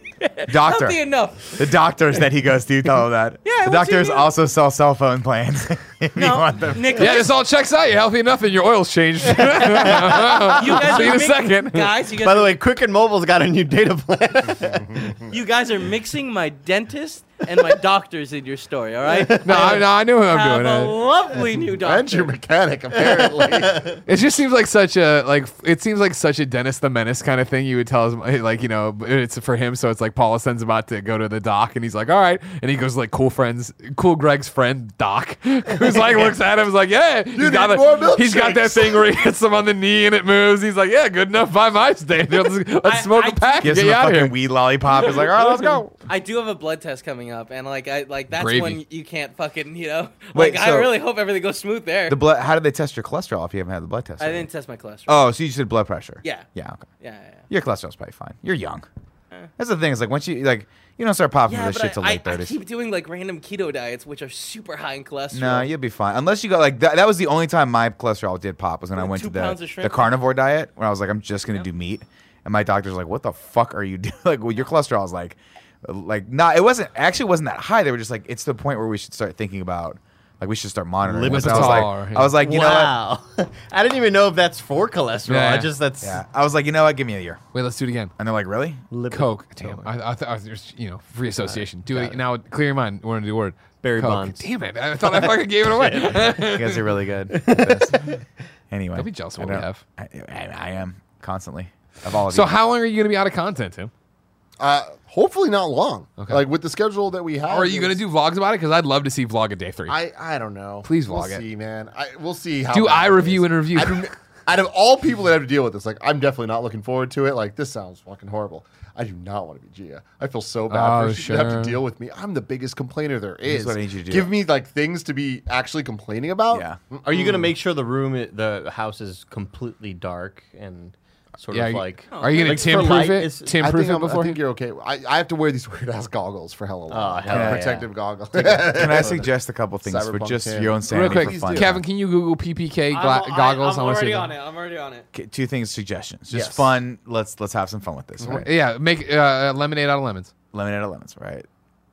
Speaker 2: Doctor.
Speaker 5: healthy
Speaker 2: (laughs)
Speaker 5: enough.
Speaker 2: The doctors that he goes to tell him (laughs) that.
Speaker 5: Yeah,
Speaker 2: the
Speaker 5: what's he
Speaker 2: doctors
Speaker 5: do?
Speaker 2: also sell cell phone (laughs) plans. if you
Speaker 5: No,
Speaker 2: want them.
Speaker 5: Nicholas,
Speaker 3: Yeah, this all checks out. You're healthy enough, and your oil's
Speaker 5: (laughs)
Speaker 3: changed. (laughs)
Speaker 5: you guys
Speaker 3: See you
Speaker 5: are
Speaker 3: in a
Speaker 5: mix-
Speaker 3: second.
Speaker 5: guys. You guys
Speaker 4: By the way, Quicken Mobile's got a new data plan.
Speaker 5: You guys are mixing my dentist and my doctors in your story, all right?
Speaker 3: no, I, no, I knew what I'm
Speaker 5: Have a
Speaker 3: doing.
Speaker 5: lovely new
Speaker 6: and your
Speaker 5: doctor. (laughs)
Speaker 6: mechanic apparently.
Speaker 3: It just seems like such a like it seems like such a Dennis the Menace kind of thing. You would tell his eh, like you know it's for him, so it's like Paula sends him out to go to the doc, and he's like, all right, and he goes like cool friends, cool Greg's friend Doc, (laughs) who's like looks at him, is like, yeah, he's got,
Speaker 6: need
Speaker 3: a,
Speaker 6: more
Speaker 3: he's got that
Speaker 6: milkshakes.
Speaker 3: thing where he hits him on the knee and it moves. He's like, yeah, good enough by my standard. Let's, let's
Speaker 5: I-
Speaker 3: smoke a
Speaker 5: I-
Speaker 3: pack. and
Speaker 2: Gives
Speaker 3: Get
Speaker 2: him
Speaker 3: you
Speaker 2: a
Speaker 3: out of
Speaker 2: fucking
Speaker 3: here.
Speaker 2: weed lollipop. He's like, all right, let's go.
Speaker 5: I do have a blood test coming up, and like I like that's
Speaker 3: Gravy.
Speaker 5: when you can't fucking you know. (laughs)
Speaker 2: Wait,
Speaker 5: Like I
Speaker 2: so-
Speaker 5: really hope everything goes smooth there.
Speaker 2: (laughs) The blood. How did they test your cholesterol if you haven't had the blood test?
Speaker 5: I
Speaker 2: yet?
Speaker 5: didn't test my cholesterol.
Speaker 2: Oh, so you just did blood pressure?
Speaker 5: Yeah.
Speaker 2: Yeah. Oh, Okay.
Speaker 5: Yeah, yeah, yeah.
Speaker 2: Your cholesterol's probably fine. You're young. That's the thing. Is like once you like you don't start popping
Speaker 5: Eh. Yeah,
Speaker 2: for this
Speaker 5: but
Speaker 2: shit till
Speaker 5: I,
Speaker 2: late
Speaker 5: I, I
Speaker 2: thirties.
Speaker 5: keep doing like random keto diets, which are super high in cholesterol.
Speaker 2: No, you'll be fine. Unless you go like that. That was the only time my cholesterol did pop was when I
Speaker 5: Like
Speaker 2: went to
Speaker 5: two pounds
Speaker 2: the,
Speaker 5: of shrimp?
Speaker 2: the carnivore diet when I was like, I'm just gonna do meat, and my doctor's like, What the fuck are you doing? (laughs) Like, well, your cholesterol's like, like not. It wasn't actually it wasn't that high. They were just like, it's the point where we should start thinking about like we should start monitoring. this." And I was like,
Speaker 3: Lipitor,
Speaker 2: I was like, you know what?
Speaker 4: wow. (laughs) I didn't even know if that's for cholesterol.
Speaker 3: Yeah.
Speaker 4: I just that's
Speaker 2: Yeah, I was like, you know what? Give me a year.
Speaker 3: Wait, let's do it again.
Speaker 2: And they're like, really?
Speaker 4: lipid-
Speaker 3: Coke. Damn. I, I, th- I was just, you know, free association. Do it. Now, clear your mind. We're going to do a word.
Speaker 4: Barry
Speaker 3: Coke.
Speaker 4: Bonds.
Speaker 3: Damn it. I thought I fucking gave it away.
Speaker 2: You guys are really
Speaker 6: (laughs)
Speaker 2: good. at this. anyway,
Speaker 3: Don't be jealous of
Speaker 2: I
Speaker 3: what we
Speaker 2: don't-
Speaker 3: have.
Speaker 2: I, I, I am constantly of all of
Speaker 3: so,
Speaker 2: you.
Speaker 3: how long are you going to be out of content, Tim?
Speaker 6: Uh, hopefully not long.
Speaker 3: Okay.
Speaker 6: Like with the schedule that we have.
Speaker 3: Or are you
Speaker 6: it's-
Speaker 3: going to do vlogs about it? Because I'd love to see vlog at day three.
Speaker 6: I I don't know.
Speaker 3: Please
Speaker 6: we'll
Speaker 3: vlog it.
Speaker 6: See, man. I we'll see how.
Speaker 3: do
Speaker 6: bad
Speaker 3: I
Speaker 6: it
Speaker 3: review
Speaker 6: is.
Speaker 3: and review?
Speaker 6: I don't-
Speaker 3: (laughs)
Speaker 6: out of all people that have to deal with this, like I'm definitely not looking forward to it. Like this sounds fucking horrible. I do not want to be Gia. I feel so bad
Speaker 3: Oh,
Speaker 6: for she to have
Speaker 3: sure.
Speaker 6: to deal with me. I'm the biggest complainer there
Speaker 2: Here's
Speaker 6: is.
Speaker 2: what I need you to do.
Speaker 6: Give me like things to be actually complaining about. (laughs)
Speaker 2: Yeah.
Speaker 4: Mm. Are you gonna make sure the room, i- the house is completely dark and sort
Speaker 3: Yeah,
Speaker 4: of
Speaker 3: you-
Speaker 4: like?
Speaker 3: Are you going
Speaker 4: like,
Speaker 3: to
Speaker 4: for
Speaker 3: Tim proof
Speaker 4: light,
Speaker 3: it?
Speaker 4: it's-
Speaker 3: Tim
Speaker 6: I
Speaker 3: proof
Speaker 6: think,
Speaker 3: it
Speaker 6: I'm- I
Speaker 3: before?
Speaker 6: think you're okay. I, I have to wear these (laughs) weird ass goggles for Halloween.
Speaker 4: Oh, hell
Speaker 6: Like,
Speaker 4: yeah.
Speaker 6: protective goggles.
Speaker 2: Can I suggest a couple things for
Speaker 6: Cyberpunk
Speaker 2: just
Speaker 6: can.
Speaker 2: your own
Speaker 3: Real
Speaker 2: sanity
Speaker 3: quick,
Speaker 2: for fun?
Speaker 3: Kevin, can you Google PPK
Speaker 7: I'm,
Speaker 3: gla-
Speaker 7: I-
Speaker 3: goggles?
Speaker 7: I'm
Speaker 3: wanna
Speaker 7: already
Speaker 3: see them.
Speaker 7: on it. I'm already on it.
Speaker 2: K- two things, suggestions. Just
Speaker 6: Yes.
Speaker 2: fun. Let's let's have some fun with this. Right?
Speaker 3: Yeah, make uh, lemonade out of lemons.
Speaker 2: Lemonade of lemons, right?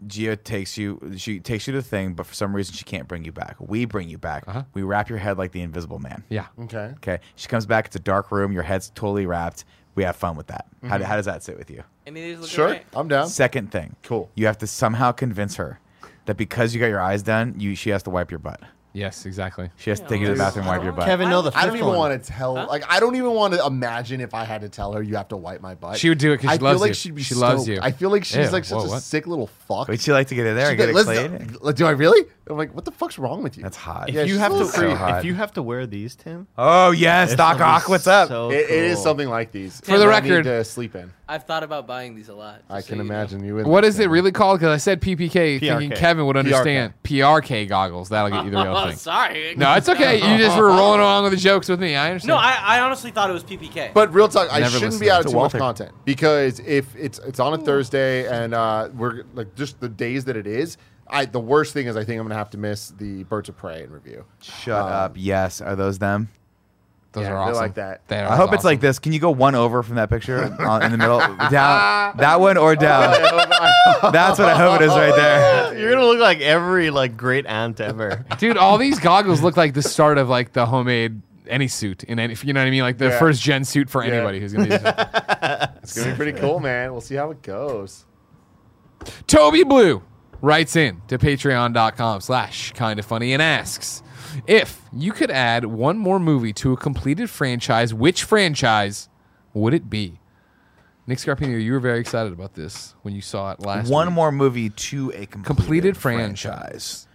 Speaker 2: Gio takes you. She takes you to the thing, but for some reason she can't bring you back. We bring you back. We wrap your head like the Invisible Man.
Speaker 3: Uh-huh. Yeah.
Speaker 6: (laughs) okay.
Speaker 2: Okay. She comes back. It's a dark room. Your head's totally wrapped. We have fun with that. How,
Speaker 3: Mm-hmm.
Speaker 2: how does that sit with you?
Speaker 5: Any of these looking
Speaker 6: Sure.
Speaker 5: right?
Speaker 6: I'm down.
Speaker 2: Second thing.
Speaker 6: Cool.
Speaker 2: You have to somehow convince her that because you got your eyes done, you she has to wipe your butt.
Speaker 3: Yes, exactly.
Speaker 2: She has to take you to the
Speaker 6: Dude.
Speaker 2: bathroom and wipe your butt.
Speaker 4: Kevin, no, the fifth
Speaker 6: I don't even
Speaker 4: one.
Speaker 6: want to tell. Like, I don't even want to imagine if I had to tell her you have to wipe my butt.
Speaker 3: She would do it 'cause
Speaker 6: I
Speaker 3: she loves
Speaker 6: feel like
Speaker 3: you.
Speaker 6: She'd be
Speaker 3: She loves
Speaker 6: stoked.
Speaker 3: you.
Speaker 6: I feel like she's
Speaker 3: Ew,
Speaker 6: like such
Speaker 3: whoa,
Speaker 6: a
Speaker 3: what?
Speaker 6: sick little fuck.
Speaker 2: Would you like to get in there
Speaker 6: She'd
Speaker 2: and get
Speaker 6: be
Speaker 2: it
Speaker 6: like,
Speaker 2: clean?
Speaker 6: "Let's- Do I really? I'm like, what the fuck's wrong with you?
Speaker 2: That's hot.
Speaker 4: If
Speaker 6: Yeah,
Speaker 4: you
Speaker 6: she's
Speaker 4: have to,
Speaker 6: so
Speaker 4: wear-
Speaker 2: hot.
Speaker 4: if you have to wear these, Tim.
Speaker 2: Oh yes, Doc Ock, what's up?
Speaker 4: So
Speaker 6: It- it is
Speaker 4: cool. (laughs)
Speaker 6: something like these.
Speaker 3: For the
Speaker 6: that I need
Speaker 3: record-
Speaker 6: to sleep in.
Speaker 5: I've thought about buying these a lot.
Speaker 6: I
Speaker 5: just so
Speaker 6: can
Speaker 5: you know. (laughs)
Speaker 6: imagine you. In
Speaker 3: What
Speaker 6: there,
Speaker 3: is it
Speaker 6: Sam.
Speaker 3: really called? Because I said PPK, thinking
Speaker 4: PRK.
Speaker 3: Kevin would understand. PRK goggles. That'll get you the
Speaker 7: (laughs)
Speaker 3: real
Speaker 7: Oh,
Speaker 3: thing.
Speaker 7: sorry.
Speaker 3: No, it's
Speaker 5: (laughs)
Speaker 3: okay. You just were rolling along with the jokes with me. I understand.
Speaker 5: No, I, I honestly thought it was PPK.
Speaker 6: But real talk, I
Speaker 3: Never
Speaker 6: shouldn't
Speaker 3: listen
Speaker 6: be
Speaker 2: to
Speaker 6: out of
Speaker 2: it.
Speaker 6: too much
Speaker 2: Walter.
Speaker 6: content because if it's it's on a Thursday and uh, we're like just the days that it is. I, the worst thing is I think I'm gonna have to miss the Birds of Prey in review.
Speaker 2: Shut up. Yes, are those them?
Speaker 3: Those
Speaker 6: Yeah,
Speaker 3: are
Speaker 6: they're
Speaker 3: awesome.
Speaker 6: like that.
Speaker 3: They are
Speaker 2: I hope it's
Speaker 3: awesome.
Speaker 2: like this. Can you go one over from that picture on- in the middle down that one or
Speaker 6: I
Speaker 2: down?
Speaker 6: hope I-
Speaker 2: That's what I hope it is right
Speaker 4: (laughs)
Speaker 2: there.
Speaker 4: You're gonna look like every like great (laughs) aunt ever.
Speaker 3: dude. All these goggles look like the start of like the homemade any suit in any. You know what I mean? Like the
Speaker 6: Yeah.
Speaker 3: first gen suit for anybody who's gonna use
Speaker 6: (laughs)
Speaker 3: it.
Speaker 6: it's gonna be pretty cool, man. We'll see how it goes.
Speaker 3: Toby Blue writes in to patreon.com slash kind of funny and asks if you could add one more movie to a completed franchise, which franchise would it be? Nick Scarpino, you were very excited about this when you saw it last.
Speaker 2: One
Speaker 3: week.
Speaker 2: more movie to a completed,
Speaker 3: Completed
Speaker 2: franchise.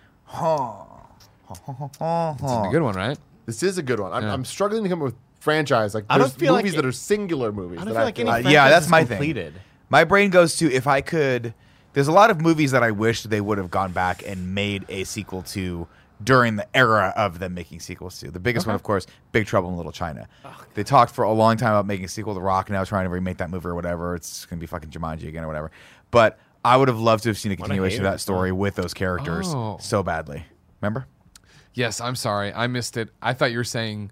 Speaker 2: Huh.
Speaker 3: It's a good one, right?
Speaker 6: This is a good one. I'm,
Speaker 3: Yeah.
Speaker 6: I'm struggling to come up with franchise. Like
Speaker 4: I don't
Speaker 6: there's
Speaker 4: feel like
Speaker 6: movies
Speaker 4: it-
Speaker 6: that are singular movies.
Speaker 4: I don't
Speaker 6: that
Speaker 4: feel like any
Speaker 2: Uh,
Speaker 4: franchise
Speaker 2: yeah, that's
Speaker 4: is
Speaker 2: my
Speaker 4: completed.
Speaker 2: thing. My brain goes to if I could. There's a lot of movies that I wish they would have gone back and made a sequel to during the era of them making sequels to. The biggest one, of course, Big Trouble in Little China. they talked for a long time about making a sequel to Rock, now trying to remake that movie or whatever. It's going to be fucking Jumanji again or whatever. But I would have loved to have seen a continuation of that story with those characters
Speaker 3: Oh.
Speaker 2: so badly. Remember?
Speaker 3: Yes, I'm sorry. I missed it. I thought you were saying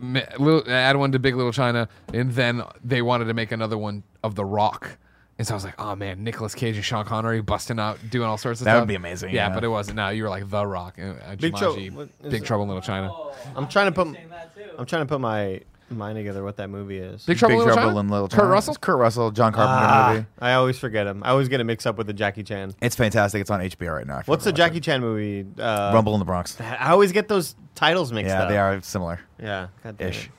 Speaker 3: m- little, add one to Big Little China, and then they wanted to make another one of The Rock. And so I was like, oh man, Nicolas Cage and Sean Connery busting out, doing all sorts of
Speaker 2: That
Speaker 3: stuff.
Speaker 2: would be amazing,
Speaker 3: Yeah,
Speaker 2: yeah.
Speaker 3: but it wasn't. No, you were like The Rock. Uh, uh,
Speaker 4: Big Trouble-
Speaker 3: Jumanji,
Speaker 4: what is
Speaker 3: Big
Speaker 4: it? Oh.
Speaker 3: Trouble in Little China.
Speaker 4: I'm trying to put.
Speaker 7: Saying that too.
Speaker 4: I'm trying to put my mind together what that movie is.
Speaker 3: Big Trouble, in, Little China?
Speaker 2: in Little
Speaker 3: Kurt
Speaker 2: China.
Speaker 3: Russell? Ah.
Speaker 2: It's Kurt Russell, John Carpenter movie.
Speaker 4: Ah, I always forget him. I always get it mixed up with the Jackie Chan.
Speaker 2: It's fantastic. It's on HBO right now. if you
Speaker 4: What's the
Speaker 2: wanna watch
Speaker 4: Jackie Chan movie?
Speaker 2: it.
Speaker 4: Uh,
Speaker 2: Rumble in the Bronx?
Speaker 4: I always get those titles mixed
Speaker 2: Yeah,
Speaker 4: up.
Speaker 2: they are similar.
Speaker 4: Yeah, God damn
Speaker 2: Ish.
Speaker 4: it.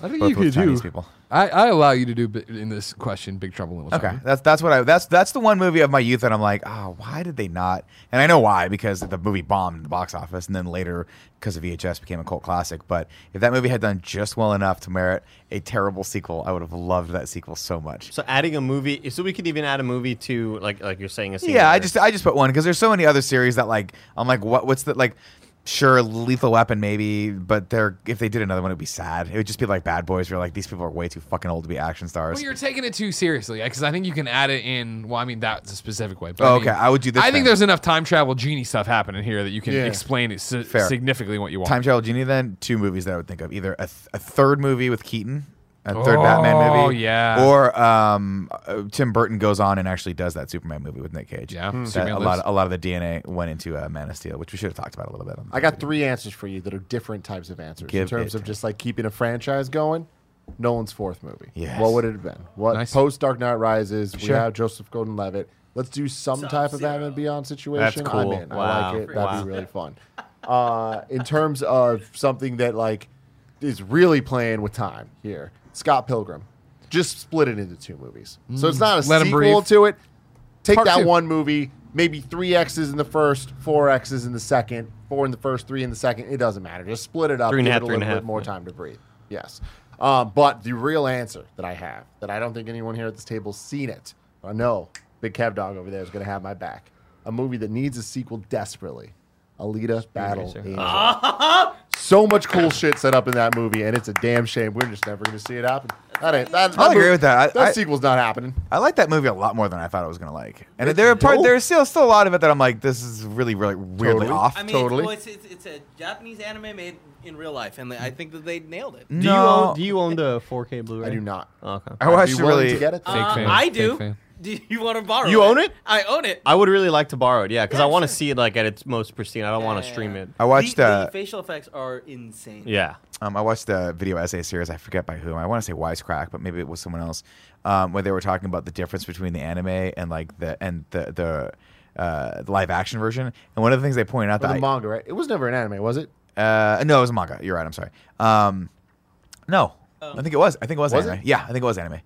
Speaker 3: I think
Speaker 2: Both
Speaker 3: you
Speaker 2: with
Speaker 3: could
Speaker 2: Chinese
Speaker 3: do.
Speaker 2: people.
Speaker 3: I, I allow you to do bi- in this question Big Trouble in Little
Speaker 2: Okay,
Speaker 3: China.
Speaker 2: that's that's what I that's that's the one movie of my youth that I'm like, ah, why did they not? And I know why because the movie bombed the box office, and then later because of VHS became a cult classic. But if that movie had done just well enough to merit a terrible sequel, I would have loved that sequel so much.
Speaker 4: So adding a movie, so we could even add a movie to like like you're saying a.
Speaker 2: Yeah, I
Speaker 4: singular-
Speaker 2: just I just put one because there's so many other series that like I'm like, what what's the like? Sure, Lethal Weapon maybe, but they're if they did another one, it'd be sad. It would just be like Bad Boys, where like these people are way too fucking old to be action stars.
Speaker 3: Well, you're taking it too seriously because I think you can add it in. Well, I mean that's a specific way. But
Speaker 2: Oh,
Speaker 3: I mean,
Speaker 2: okay, I would do this
Speaker 3: I think
Speaker 2: then.
Speaker 3: there's enough time travel genie stuff happening here that you can
Speaker 6: Yeah.
Speaker 3: explain it si-
Speaker 2: Fair.
Speaker 3: significantly what you want.
Speaker 2: Time Travel Genie, then two movies that I would think of either a, th- a third movie with Keaton, a third Batman movie,
Speaker 3: Oh, yeah.
Speaker 2: or um, uh, Tim Burton goes on and actually does that Superman movie with Nick Cage.
Speaker 3: Yeah,
Speaker 2: That
Speaker 3: Superman
Speaker 2: a
Speaker 3: Lives.
Speaker 2: lot, a lot of the DNA went into uh, Man of Steel, which we should have talked about a little bit. On
Speaker 6: I got three answers for you that are different types of answers
Speaker 2: Give
Speaker 6: in terms
Speaker 2: it
Speaker 6: of
Speaker 2: to
Speaker 6: just like keeping a franchise going. Nolan's fourth movie.
Speaker 2: Yes.
Speaker 6: What would it have been? What
Speaker 3: Nice.
Speaker 6: post Dark Knight Rises? We
Speaker 2: Sure.
Speaker 6: have Joseph Gordon-Levitt. Let's do some type of Batman Beyond situation.
Speaker 4: cool.
Speaker 6: I'm in. I
Speaker 4: Wow.
Speaker 6: like it. That'd
Speaker 4: Wow.
Speaker 6: be really fun. (laughs) Uh, in terms of something that like is really playing with time here, Scott Pilgrim. just split it into two movies. So
Speaker 4: Mm.
Speaker 6: it's not a
Speaker 3: Let 'em
Speaker 6: sequel
Speaker 3: breathe.
Speaker 6: to it. Take
Speaker 3: Part
Speaker 6: that
Speaker 3: two.
Speaker 6: one movie, maybe three X's in the first, four X's in the second, four in the first, three in the second. It doesn't matter. Just split it up.
Speaker 4: Three and a
Speaker 6: give
Speaker 4: half,
Speaker 6: it a
Speaker 4: three
Speaker 6: little
Speaker 4: and a
Speaker 6: bit
Speaker 4: half,
Speaker 6: more
Speaker 4: yeah.
Speaker 6: time to breathe. Yes. Uh, but the real answer that I have, that I don't think anyone here at this table's seen it. I know Big Cab Dog over there is going to have my back. A movie that needs a sequel desperately. Alita Battle
Speaker 4: Racer.
Speaker 6: Angel.
Speaker 4: "Uh-huh."
Speaker 6: So much cool shit set up in that movie, and it's a damn shame. We're just never going to see it happen. That ain't. That, that
Speaker 2: I'll agree
Speaker 6: movie-
Speaker 2: with that. I-
Speaker 6: that
Speaker 2: I-
Speaker 6: sequel's not happening.
Speaker 2: I like that movie a lot more than I thought I was gonna like. And there are part, there's still still a lot of it that I'm like, this is really really weirdly
Speaker 6: Totally.
Speaker 2: off.
Speaker 5: I mean,
Speaker 6: Totally.
Speaker 5: well, it's, it's, it's a Japanese anime made in real life, and I think that they nailed it.
Speaker 4: Do you own, do you own the 4K Blu-ray?
Speaker 6: I do not.
Speaker 4: Oh, okay.
Speaker 2: I watched
Speaker 6: I'd be
Speaker 2: a
Speaker 6: willing
Speaker 2: really.
Speaker 6: to get it.
Speaker 5: Uh,
Speaker 3: fan,
Speaker 5: I
Speaker 3: fake
Speaker 5: do.
Speaker 3: fan.
Speaker 5: Do you want to borrow?
Speaker 4: You own it?
Speaker 5: I own it.
Speaker 4: I would really like to borrow it. Yeah, because
Speaker 5: Yeah,
Speaker 4: I want to
Speaker 5: sure.
Speaker 4: see it like at its most pristine. I don't want to
Speaker 5: Yeah.
Speaker 4: stream it.
Speaker 2: I watched
Speaker 5: the,
Speaker 2: uh,
Speaker 5: the facial effects are insane.
Speaker 4: Yeah.
Speaker 2: Um, I watched a video essay series. I forget by whom. I want to say Wisecrack, but maybe it was someone else. Um, where they were talking about the difference between the anime and like the and the the, uh, the live action version. And one of the things they pointed out
Speaker 6: Or
Speaker 2: that
Speaker 6: the
Speaker 2: I-
Speaker 6: manga, right? It was never an anime, was it?
Speaker 2: uh, no, it was a manga. You're right. I'm sorry. Um, no, I think it was. I think it was,
Speaker 6: Was
Speaker 2: anime.
Speaker 6: it?
Speaker 2: Yeah, I think it was anime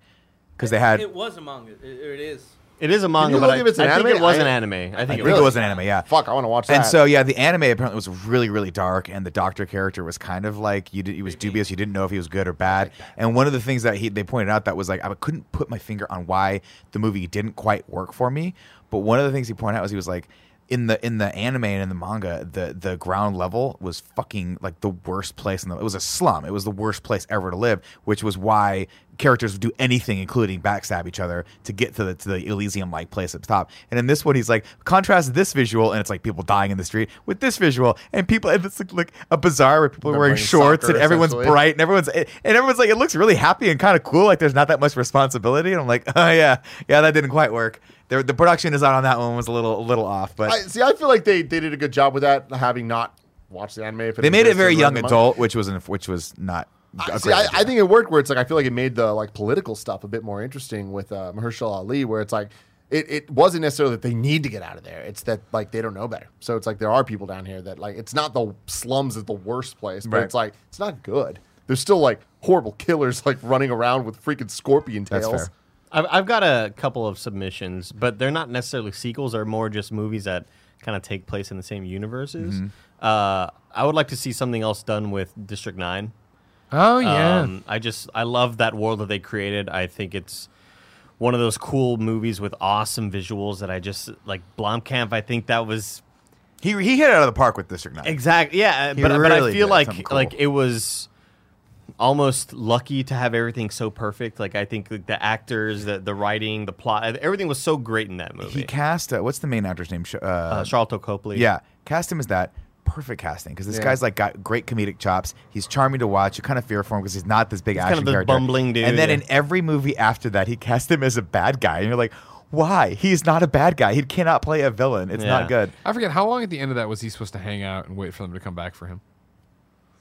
Speaker 2: because they had.
Speaker 5: Oh. It was a manga, i- or it is.
Speaker 4: It is a manga,
Speaker 6: you
Speaker 4: but
Speaker 6: look
Speaker 4: I,
Speaker 6: if it's an
Speaker 4: I think
Speaker 6: anime?
Speaker 4: it was
Speaker 6: I-
Speaker 4: an anime. I
Speaker 2: I
Speaker 4: think
Speaker 2: think
Speaker 4: it was.
Speaker 2: it was an anime. Yeah.
Speaker 6: Fuck, I want to watch that.
Speaker 2: And so yeah, the anime apparently was really really dark, and the doctor character was kind of like you. Did, he was dubious. You didn't know if he was good or bad. And one of the things that he they pointed out that was like I couldn't put my finger on why the movie didn't quite work for me. But one of the things he pointed out was he was like. In the in the anime and in the manga, the the ground level was fucking like the worst place. In the, it was a slum. It was the worst place ever to live, which was why characters would do anything, including backstab each other, to get to the to the Elysium like place at the top. And in this one, he's like, contrast this visual, and it's like people dying in the street with this visual, and people, and it's like, like a bazaar where people are
Speaker 6: They're
Speaker 2: wearing
Speaker 6: playing
Speaker 2: shorts,
Speaker 6: soccer,
Speaker 2: and everyone's
Speaker 6: essentially.
Speaker 2: bright, and everyone's and everyone's like, it looks really happy and kind of cool, like there's not that much responsibility. And I'm like, (laughs) oh yeah, yeah, that didn't quite work. The, the production design on that one was a little a little off, but
Speaker 6: I, see, I feel like they, they did a good job with that, having not watched the anime. If it
Speaker 2: they made it
Speaker 6: existed
Speaker 2: very
Speaker 6: around
Speaker 2: young
Speaker 6: the manga.
Speaker 2: adult, which was an, which was not.
Speaker 6: I,
Speaker 2: a
Speaker 6: see,
Speaker 2: great
Speaker 6: I,
Speaker 2: idea.
Speaker 6: I think it worked where it's like I feel like it made the like political stuff a bit more interesting with uh, Mahershala Ali, where it's like it, it wasn't necessarily that they need to get out of there; it's that like they don't know better. So it's like there are people down here that like it's not the slums is the worst place, but
Speaker 2: Right.
Speaker 6: it's like it's not good. There's still like horrible killers like running around with freaking scorpion
Speaker 2: That's
Speaker 6: tails.
Speaker 2: fair.
Speaker 4: I've, I've got a couple of submissions, but they're not necessarily sequels. They're more just movies that kind of take place in the same universes. Uh, I would like to see something else done with District Nine.
Speaker 3: Oh yeah.
Speaker 4: Um, I just I love that world that they created. I think it's one of those cool movies with awesome visuals that I just like. Blomkamp. I think that was
Speaker 2: he he hit it out of the park with District Nine.
Speaker 4: Exactly. Yeah,
Speaker 2: He
Speaker 4: but, but
Speaker 2: really
Speaker 4: I feel
Speaker 2: did something
Speaker 4: like
Speaker 2: cool.
Speaker 4: like it was almost lucky to have everything so perfect. Like I think like, the actors, the the writing, the plot, everything was so great in that movie.
Speaker 2: He cast uh, what's the main actor's name? Sh- Uh,
Speaker 4: uh, Charlton Copley.
Speaker 2: Yeah, cast him as that. Perfect casting because this guy's like got great comedic chops. He's charming to watch. You kind of fear for him because he's not this big
Speaker 4: He's kind
Speaker 2: action
Speaker 4: of this
Speaker 2: character.
Speaker 4: bumbling dude,
Speaker 2: And then
Speaker 4: yeah.
Speaker 2: in every movie after that, he cast him as a bad guy, and you're like, why? He's not a bad guy. He cannot play a villain. It's
Speaker 4: Yeah.
Speaker 2: not good.
Speaker 3: I forget how long at the end of that was he supposed to hang out and wait for them to come back for him.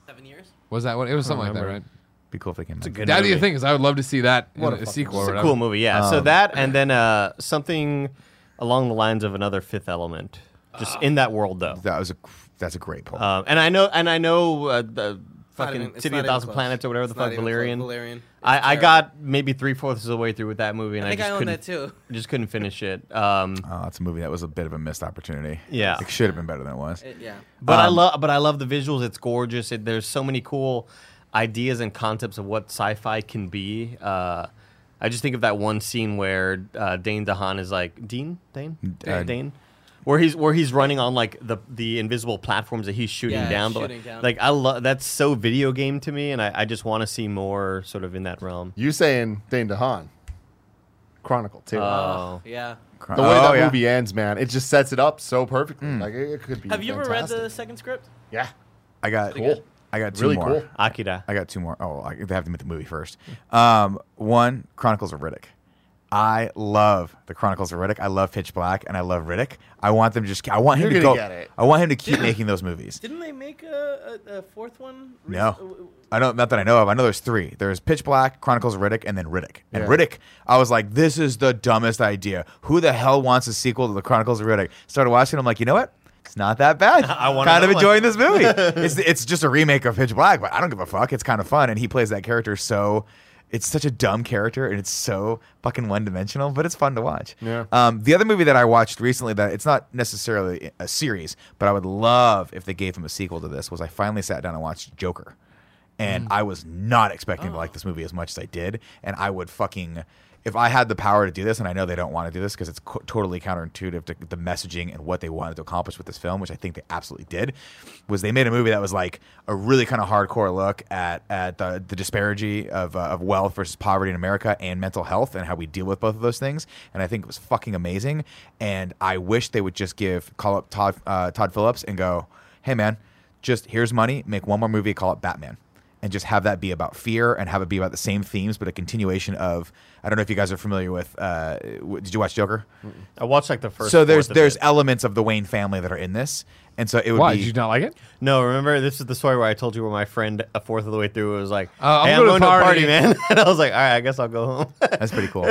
Speaker 5: Seven years.
Speaker 3: Was that what it was? Something like that, right?
Speaker 2: Be cool if they came. It's
Speaker 4: good
Speaker 3: That'd be the
Speaker 4: movie.
Speaker 3: thing is I would love to see that in
Speaker 6: What a
Speaker 3: a,
Speaker 6: fucking-
Speaker 3: sequel. Or
Speaker 4: It's a
Speaker 3: whatever.
Speaker 4: cool movie. Yeah.
Speaker 5: Um,
Speaker 4: so that and then uh, something along the lines of another Fifth Element, just in that world though.
Speaker 2: That was a that's a great pull.
Speaker 4: Um, and I know and I know uh, the
Speaker 5: not
Speaker 4: fucking
Speaker 5: even- it's
Speaker 4: City
Speaker 5: not
Speaker 4: of
Speaker 5: even
Speaker 4: Thousand
Speaker 5: close.
Speaker 4: Planets or whatever the
Speaker 5: It's not
Speaker 4: fuck
Speaker 5: even close.
Speaker 4: Valerian.
Speaker 5: Valerian. It's
Speaker 4: I, I
Speaker 5: terrible.
Speaker 4: got maybe three fourths of the way through with that movie, and I,
Speaker 5: I think I
Speaker 4: just
Speaker 5: own
Speaker 4: couldn't
Speaker 5: that too. (laughs)
Speaker 4: just couldn't finish it. Um,
Speaker 2: oh, that's a movie that was a bit of a missed opportunity.
Speaker 4: Yeah.
Speaker 2: it should have been better than it was.
Speaker 5: It- yeah.
Speaker 2: Um,
Speaker 4: but I love, but I love the visuals. It's gorgeous. It, there's so many cool ideas and concepts of what sci-fi can be. Uh, I just think of that one scene where uh, Dane DeHaan is like Dean, Dane,
Speaker 2: uh,
Speaker 4: Dane, Dane, where he's where he's running on like the the invisible platforms that he's shooting
Speaker 5: Yeah,
Speaker 4: down. but
Speaker 5: shooting
Speaker 4: like,
Speaker 5: down.
Speaker 4: like, I love that's so video game to me, and I, I just want to see more sort of in that realm.
Speaker 6: You saying Dane DeHaan? Chronicle too.
Speaker 5: Oh. yeah.
Speaker 2: Cry-
Speaker 6: the way
Speaker 2: Oh,
Speaker 6: that
Speaker 2: yeah.
Speaker 6: movie ends, man, it just sets it up so perfectly.
Speaker 3: Hmm.
Speaker 6: Like it, it could be.
Speaker 5: Have you ever read
Speaker 6: fantastic.
Speaker 5: the second script?
Speaker 6: Yeah,
Speaker 2: I got
Speaker 6: Cool.
Speaker 2: I got two
Speaker 6: really
Speaker 2: more.
Speaker 6: cool.
Speaker 4: Akira.
Speaker 2: I got two more. Oh, I, they have to make the movie first. Um, one, Chronicles of Riddick. I love the Chronicles of Riddick. I love Pitch Black, and I love Riddick. I want them to just. I want him
Speaker 6: You're
Speaker 2: to
Speaker 6: gonna
Speaker 2: go.
Speaker 6: get it.
Speaker 2: I want him to keep making those movies.
Speaker 5: Didn't they make a, a, a fourth one? rec-
Speaker 6: uh,
Speaker 2: No, I don't. Not that I know of. I know there's three. There's Pitch Black, Chronicles of Riddick, and then Riddick. And
Speaker 6: Yeah.
Speaker 2: Riddick, I was like, this is the dumbest idea. Who the hell wants a sequel to the Chronicles of Riddick? Started watching. I'm like, you know what? It's not that
Speaker 6: (laughs)
Speaker 2: bad. I
Speaker 4: want
Speaker 2: kind of
Speaker 4: another
Speaker 2: enjoying this movie. it's it's just a remake of Pitch Black, but I don't give a fuck. It's kind of fun, and he plays that character so. It's such a dumb character and it's so fucking one dimensional, but it's fun to watch.
Speaker 6: Yeah.
Speaker 2: Um, the other movie that I watched recently that it's not necessarily a series, but I would love if they gave him a sequel to this was I finally sat down and watched Joker. And I was not expecting to like this movie as much as I did. And I would fucking, if I had the power to do this, and I know they don't want to do this because it's co- totally counterintuitive to the messaging and what they wanted to accomplish with this film, which I think they absolutely did, was they made a movie that was like a really kind of hardcore look at at the, the disparity of, uh, of wealth versus poverty in America and mental health and how we deal with both of those things. And I think it was fucking amazing. And I wish they would just give call up Todd uh, Todd Phillips and go, hey man, just here's money, make one more movie, call it Batman and just have that be about fear and have it be about the same themes, but a continuation of. I don't know if you guys are familiar with. Uh, w- did you watch Joker?
Speaker 4: I watched like the first.
Speaker 2: so there's
Speaker 4: fourth of
Speaker 2: there's
Speaker 4: it.
Speaker 2: elements of the Wayne family that are in this, and so it would
Speaker 3: Why
Speaker 2: be.
Speaker 3: did you not like it?
Speaker 4: no. Remember, this is the story where I told you where my friend a fourth of the way through was like,
Speaker 3: Uh, I'm
Speaker 4: "Hey,
Speaker 3: going to
Speaker 4: going to a
Speaker 3: party."
Speaker 4: party, man," (laughs) and I was like, "All right, I guess I'll go home." (laughs)
Speaker 2: That's pretty cool.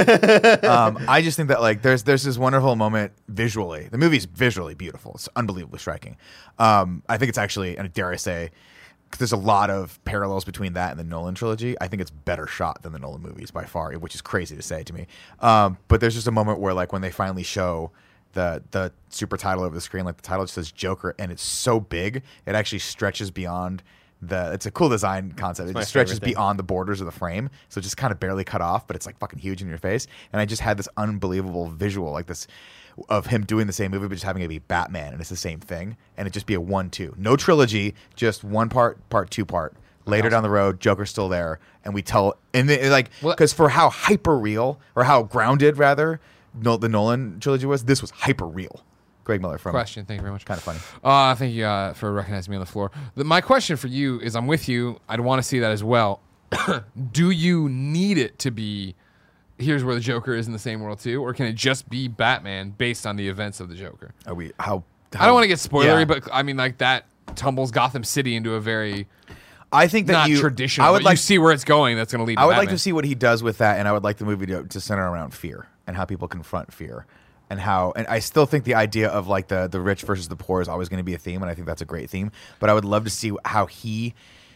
Speaker 2: um, I just think that like there's there's this wonderful moment visually. The movie's visually beautiful. It's unbelievably striking. Um, I think it's actually, and dare I say, 'cause there's a lot of parallels between that and the Nolan trilogy. I think it's better shot than the Nolan movies by far, which is crazy to say to me. Um, but there's just a moment where like when they finally show the the super title over the screen, like the title just says Joker, and it's so big it actually stretches beyond. The, it's a cool design concept. It
Speaker 4: my
Speaker 2: just stretches
Speaker 4: favorite thing.
Speaker 2: beyond on the borders of the frame, so it's just kind of barely cut off, but it's like fucking huge in your face. And I just had this unbelievable visual, like this, of him doing the same movie, but just having it be Batman, and it's the same thing, and it just be a one-two, no trilogy, just one part, part two part. Later down the road, Joker's still there, and we tell, and then, like,
Speaker 3: Well-
Speaker 2: because for how hyper real or how grounded rather, no, the Nolan trilogy was, this was hyper real. Greg Miller from
Speaker 3: Question. Thank you very much.
Speaker 2: kind of funny.
Speaker 3: Uh, thank you uh, for recognizing me on the floor. The, my question for you is I'm with you. I'd want to see that as well. (coughs) Do you need it to be here's where the Joker is in the same world too? Or can it just be Batman based on the events of the Joker?
Speaker 2: Are we how?
Speaker 3: I don't want to get spoilery,
Speaker 2: Oh, Yeah.
Speaker 3: but I mean, like that tumbles Gotham City into a very
Speaker 2: I think that
Speaker 3: not
Speaker 2: you
Speaker 3: traditional.
Speaker 2: I would
Speaker 3: but
Speaker 2: like
Speaker 3: you see where it's going. That's going to lead.
Speaker 2: I would like
Speaker 3: Batman.
Speaker 2: to see what he does with that, and I would like the movie to, to center around fear and how people confront fear, and how. And I still think the idea of like the the rich versus the poor is always going to be a theme, and I think that's a great theme. But I would love to see how he,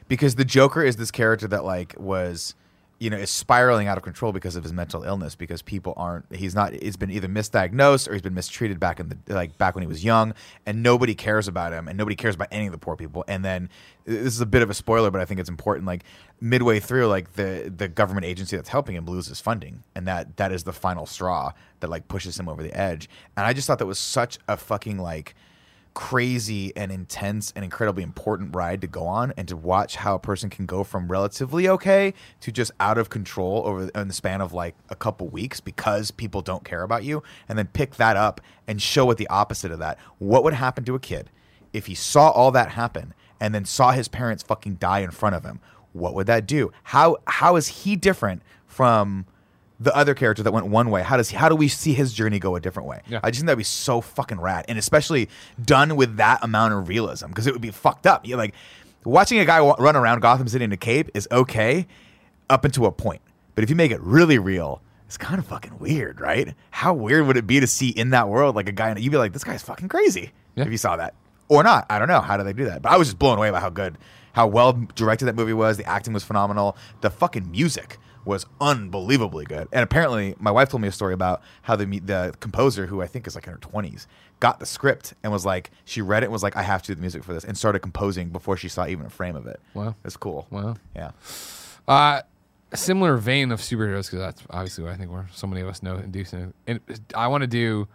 Speaker 2: because the Joker is this character that like was. You know, is spiraling out of control because of his mental illness. Because people aren't, he's not. He's been either misdiagnosed or he's been mistreated back in the like back when he was young, and nobody cares about him, and nobody cares about any of the poor people. And then this is a bit of a spoiler, but I think it's important. Like midway through, like the the government agency that's helping him loses funding, and that that is the final straw that like pushes him over the edge. And I just thought that was such a fucking like crazy and intense and incredibly important ride to go on and to watch how a person can go from relatively okay to just out of control over in the span of like a couple weeks because people don't care about you and then pick that up and show it the opposite of that what would happen to a kid if he saw all that happen and then saw his parents fucking die in front of him what would that do how how is he different from the other character that went one way how does how do we see his journey go a different way
Speaker 3: Yeah.
Speaker 2: i just think that'd be so fucking rad and especially done with that amount of realism because it would be fucked up you like watching a guy wa- run around gotham city in a cape is okay up until a point but if you make it really real it's kind of fucking weird right how weird would it be to see in that world like a guy in- you'd be like this guy's fucking crazy
Speaker 3: Yeah.
Speaker 2: if you saw that or not. I don't know. How do they do that? But I was just blown away by how good, how well directed that movie was. The acting was phenomenal. The fucking music was unbelievably good. And apparently, my wife told me a story about how the mu- the composer, who I think is like in her twenties, got the script and was like, she read it and was like, I have to do the music for this, and started composing before she saw even a frame of it.
Speaker 3: Wow.
Speaker 2: that's cool.
Speaker 3: Wow.
Speaker 2: yeah.
Speaker 3: Uh, similar vein of superheroes because that's obviously what I think where so many of us know and do. so- And I want to do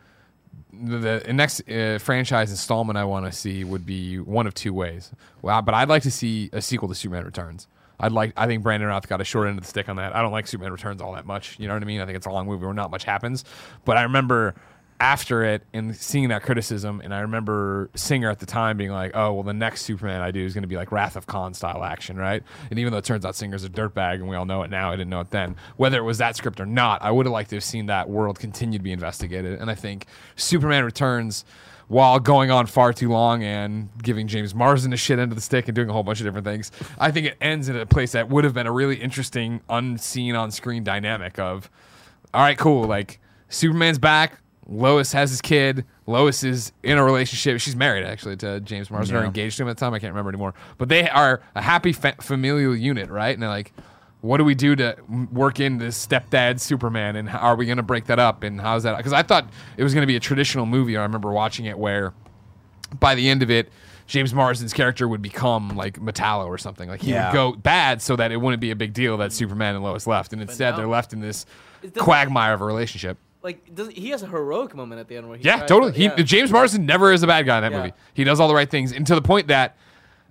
Speaker 3: the, the next uh, franchise installment. I want to see would be one of two ways. Wow, but I'd like to see a sequel to Superman Returns. I'd like. I think Brandon Roth got a short end of the stick on that. I don't like Superman Returns all that much. You know what I mean? I think it's a long movie where not much happens. But I remember after it and seeing that criticism, and I remember Singer at the time being like, "Oh, well, the next Superman I do is going to be like Wrath of Khan style action, right?" And even though it turns out Singer's a dirtbag, and we all know it now, I didn't know it then. Whether it was that script or not, I would have liked to have seen that world continue to be investigated. And I think Superman Returns while going on far too long and giving James Marsden a shit end of the stick and doing a whole bunch of different things. I think it ends in a place that would have been a really interesting, unseen on screen dynamic of, all right, cool, like Superman's back. Lois has his kid. Lois is in a relationship. She's married actually to James Marsden or engaged to him at the time. I can't remember anymore. But they are a happy fa- familial unit, right? And they're like, what do we do to m- work in this stepdad Superman? And how, are we going to break that up? And how's that? Because I thought it was going to be a traditional movie. I remember watching it where by the end of it, James Marsden's character would become like Metallo or something. Like he
Speaker 2: Yeah.
Speaker 3: would go bad so that it wouldn't be a big deal that Superman and Lois left. And instead,
Speaker 5: no.
Speaker 3: they're left in this
Speaker 5: It doesn't-
Speaker 3: quagmire of a relationship.
Speaker 5: Like does, he has a heroic moment at the end where he
Speaker 3: Yeah,
Speaker 5: tries
Speaker 3: totally.
Speaker 5: to-
Speaker 3: He,
Speaker 5: yeah.
Speaker 3: James Marsden never is a bad guy in that
Speaker 5: Yeah.
Speaker 3: movie. He does all the right things, and to the point that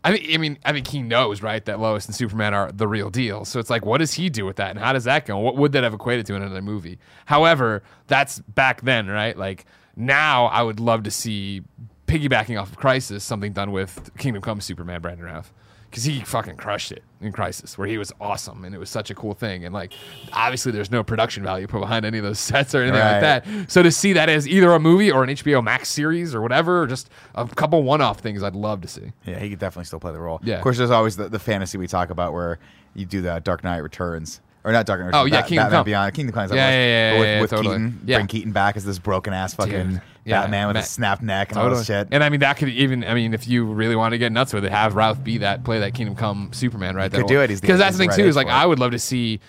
Speaker 3: I mean, I mean, I think he knows, right, that Lois and Superman are the real deal. So it's like, what does he do with that, and how does that go? What would that have equated to in another movie? However, that's back then, right? Like now, I would love to see piggybacking off of Crisis, something done with Kingdom Come Superman, Brandon Routh. Because he fucking crushed it in Crisis, where he was awesome and it was such a cool thing. And like, obviously, there's no production value (laughs) put behind any of those sets or anything
Speaker 2: Right.
Speaker 3: like that. So to see that as either a movie or an HBO Max series or whatever, or just a couple one-off things, I'd love to see.
Speaker 2: Yeah, he could definitely still play the role.
Speaker 3: Yeah.
Speaker 2: Of course, there's always the, the fantasy we talk about where you do the Dark Knight Returns. Or not Dark Knight Returns.
Speaker 3: Oh, yeah,
Speaker 2: Bat-
Speaker 3: Kingdom
Speaker 2: Batman
Speaker 3: Come.
Speaker 2: Beyond. Kingdom Come. is
Speaker 3: Yeah, yeah,
Speaker 2: that
Speaker 3: yeah,
Speaker 2: With,
Speaker 3: yeah, yeah,
Speaker 2: with
Speaker 3: totally.
Speaker 2: Keaton.
Speaker 3: Yeah.
Speaker 2: Bring Keaton back as this broken ass fucking
Speaker 3: Dude, yeah,
Speaker 2: Batman with
Speaker 3: Ma-
Speaker 2: a snapped neck and all
Speaker 3: Totally.
Speaker 2: this shit.
Speaker 3: And I mean, that could even, I mean, if you really want to get nuts with it, have Ralph be that, play that Kingdom Come Superman, right?
Speaker 2: could do it. He's the-
Speaker 3: Because that's
Speaker 2: he's
Speaker 3: the thing,
Speaker 2: the
Speaker 3: too,
Speaker 2: right
Speaker 3: is like,
Speaker 2: age for it.
Speaker 3: I would love to see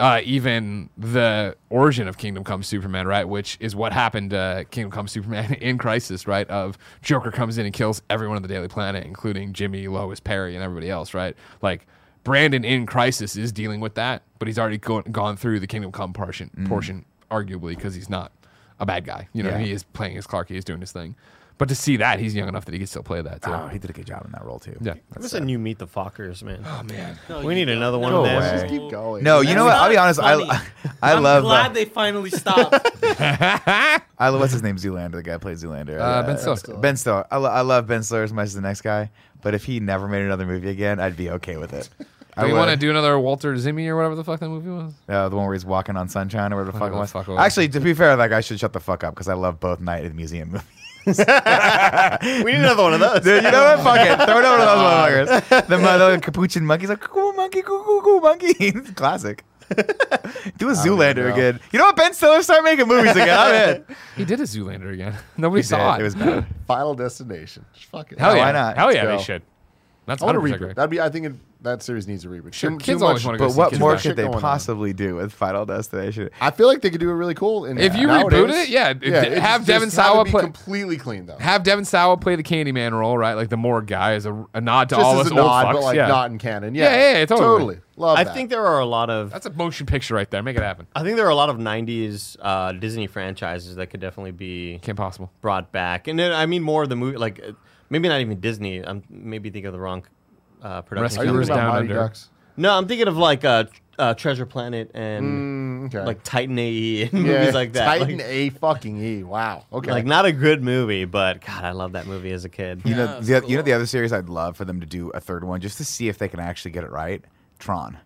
Speaker 3: uh, even the origin of Kingdom Come Superman, right? Which is what happened to Kingdom Come Superman (laughs) in Crisis, right? Of Joker comes in and kills everyone on the Daily Planet, including Jimmy, Lois, Perry, and everybody else, right? Like, Brandon in Crisis is dealing with that, but he's already go- gone through the Kingdom Come portion, portion arguably, because he's not a bad guy. You know,
Speaker 2: Mm. Yeah.
Speaker 3: he is playing his Clark, he is doing his thing. But to see that, he's young enough that he can still play that, too.
Speaker 2: oh, he did a good job in that role, too.
Speaker 3: Yeah.
Speaker 4: Give us a new Meet the Fockers, man. Oh man,
Speaker 5: No,
Speaker 4: we
Speaker 5: you
Speaker 4: need
Speaker 5: don't.
Speaker 4: another one
Speaker 2: Go
Speaker 4: of
Speaker 2: away.
Speaker 4: those.
Speaker 6: Just keep going.
Speaker 2: No, you know what?
Speaker 5: That's
Speaker 2: I'll be
Speaker 5: not
Speaker 2: honest.
Speaker 5: funny.
Speaker 2: I, I
Speaker 5: I'm
Speaker 2: love.
Speaker 5: glad
Speaker 2: uh,
Speaker 5: they
Speaker 4: (laughs)
Speaker 5: finally stopped.
Speaker 2: I love what's his name, Zoolander, the guy who plays Zoolander.
Speaker 3: Uh, Ben Stiller.
Speaker 2: Ben Stiller. I, lo- I love Ben Stiller as much as the next guy, but if he never made another movie again, I'd be okay
Speaker 3: (laughs)
Speaker 2: with it. I
Speaker 3: Do you want to
Speaker 2: would.
Speaker 3: do another Walter Zimmy or whatever the fuck that movie was?
Speaker 2: uh, the one where he's walking on sunshine or whatever the fuck
Speaker 3: Whatever
Speaker 2: it
Speaker 3: the
Speaker 2: was?
Speaker 3: fuck it was.
Speaker 2: Actually, to be fair, like I should shut the fuck up because I love both Night at the Museum movies.
Speaker 4: (laughs) We need another one of those.
Speaker 2: Dude, (laughs) you know what? Fuck it. Throw it over to those motherfuckers. The mother capuchin monkeys like cuckoo monkey, cuckoo, cuckoo monkey. (laughs) Classic. Do a Zoolander again. You know what? Ben Stiller start making movies again. I'm in.
Speaker 3: He did a Zoolander again. (laughs) Nobody
Speaker 2: He
Speaker 3: saw it.
Speaker 2: did. It
Speaker 3: (laughs)
Speaker 2: was bad.
Speaker 6: Final Destination. Just fuck it.
Speaker 3: Hell
Speaker 2: No,
Speaker 3: yeah.
Speaker 2: why not?
Speaker 3: Hell yeah,
Speaker 6: Let's
Speaker 3: they
Speaker 6: go.
Speaker 3: should. That's
Speaker 6: I want a
Speaker 3: 100%
Speaker 6: reboot.
Speaker 3: great.
Speaker 6: That'd be. I think it, that series needs a reboot.
Speaker 3: Sure,
Speaker 6: Too-
Speaker 3: kids
Speaker 6: too
Speaker 3: always
Speaker 6: much-
Speaker 3: wanna go
Speaker 2: But
Speaker 3: see
Speaker 2: what
Speaker 3: kids
Speaker 2: more
Speaker 3: back.
Speaker 2: could they
Speaker 6: Shit going on.
Speaker 2: possibly do with Final Destination?
Speaker 6: I feel like they could do it really cool. In
Speaker 3: If you
Speaker 6: nowadays.
Speaker 3: reboot it, yeah, d- have
Speaker 6: it's
Speaker 3: Devin
Speaker 6: just have it
Speaker 3: Sawa
Speaker 6: be
Speaker 3: play-
Speaker 6: completely clean though.
Speaker 3: Have Devin Sawa play the Candyman role, right? Like the Morgue guy is a, a nod to
Speaker 6: Just
Speaker 3: all
Speaker 6: as
Speaker 3: us
Speaker 6: a
Speaker 3: old
Speaker 6: nod,
Speaker 3: fucks.
Speaker 6: but like
Speaker 3: yeah.
Speaker 6: not in canon.
Speaker 3: Yeah,
Speaker 6: Yeah,
Speaker 3: yeah, yeah, totally.
Speaker 6: Love.
Speaker 4: I
Speaker 6: that.
Speaker 4: think there are a lot of
Speaker 3: That's a motion picture right there. Make it happen.
Speaker 4: I think there are a lot of '90s uh, Disney franchises that could definitely be
Speaker 3: Kim Possible.
Speaker 4: brought back, and then, I mean more of the movie, like uh, maybe not even Disney. I'm maybe thinking of the wrong uh, production.
Speaker 6: Are you
Speaker 3: Rescuers
Speaker 4: company.
Speaker 6: thinking
Speaker 3: Down
Speaker 6: about Mighty
Speaker 3: Under.
Speaker 6: Ducks?
Speaker 4: No, I'm thinking of like uh, tr- uh, Treasure Planet and
Speaker 6: Mm, okay.
Speaker 4: like Titan AE and movies like that.
Speaker 6: Titan
Speaker 4: like,
Speaker 6: A fucking E. Wow. Okay.
Speaker 4: like not a good movie, but God, I love that movie as a kid.
Speaker 2: You know,
Speaker 5: Yeah,
Speaker 2: the,
Speaker 5: it's
Speaker 2: you know
Speaker 5: cool.
Speaker 2: the other series I'd love for them to do a third one just to see if they can actually get it right. Tron.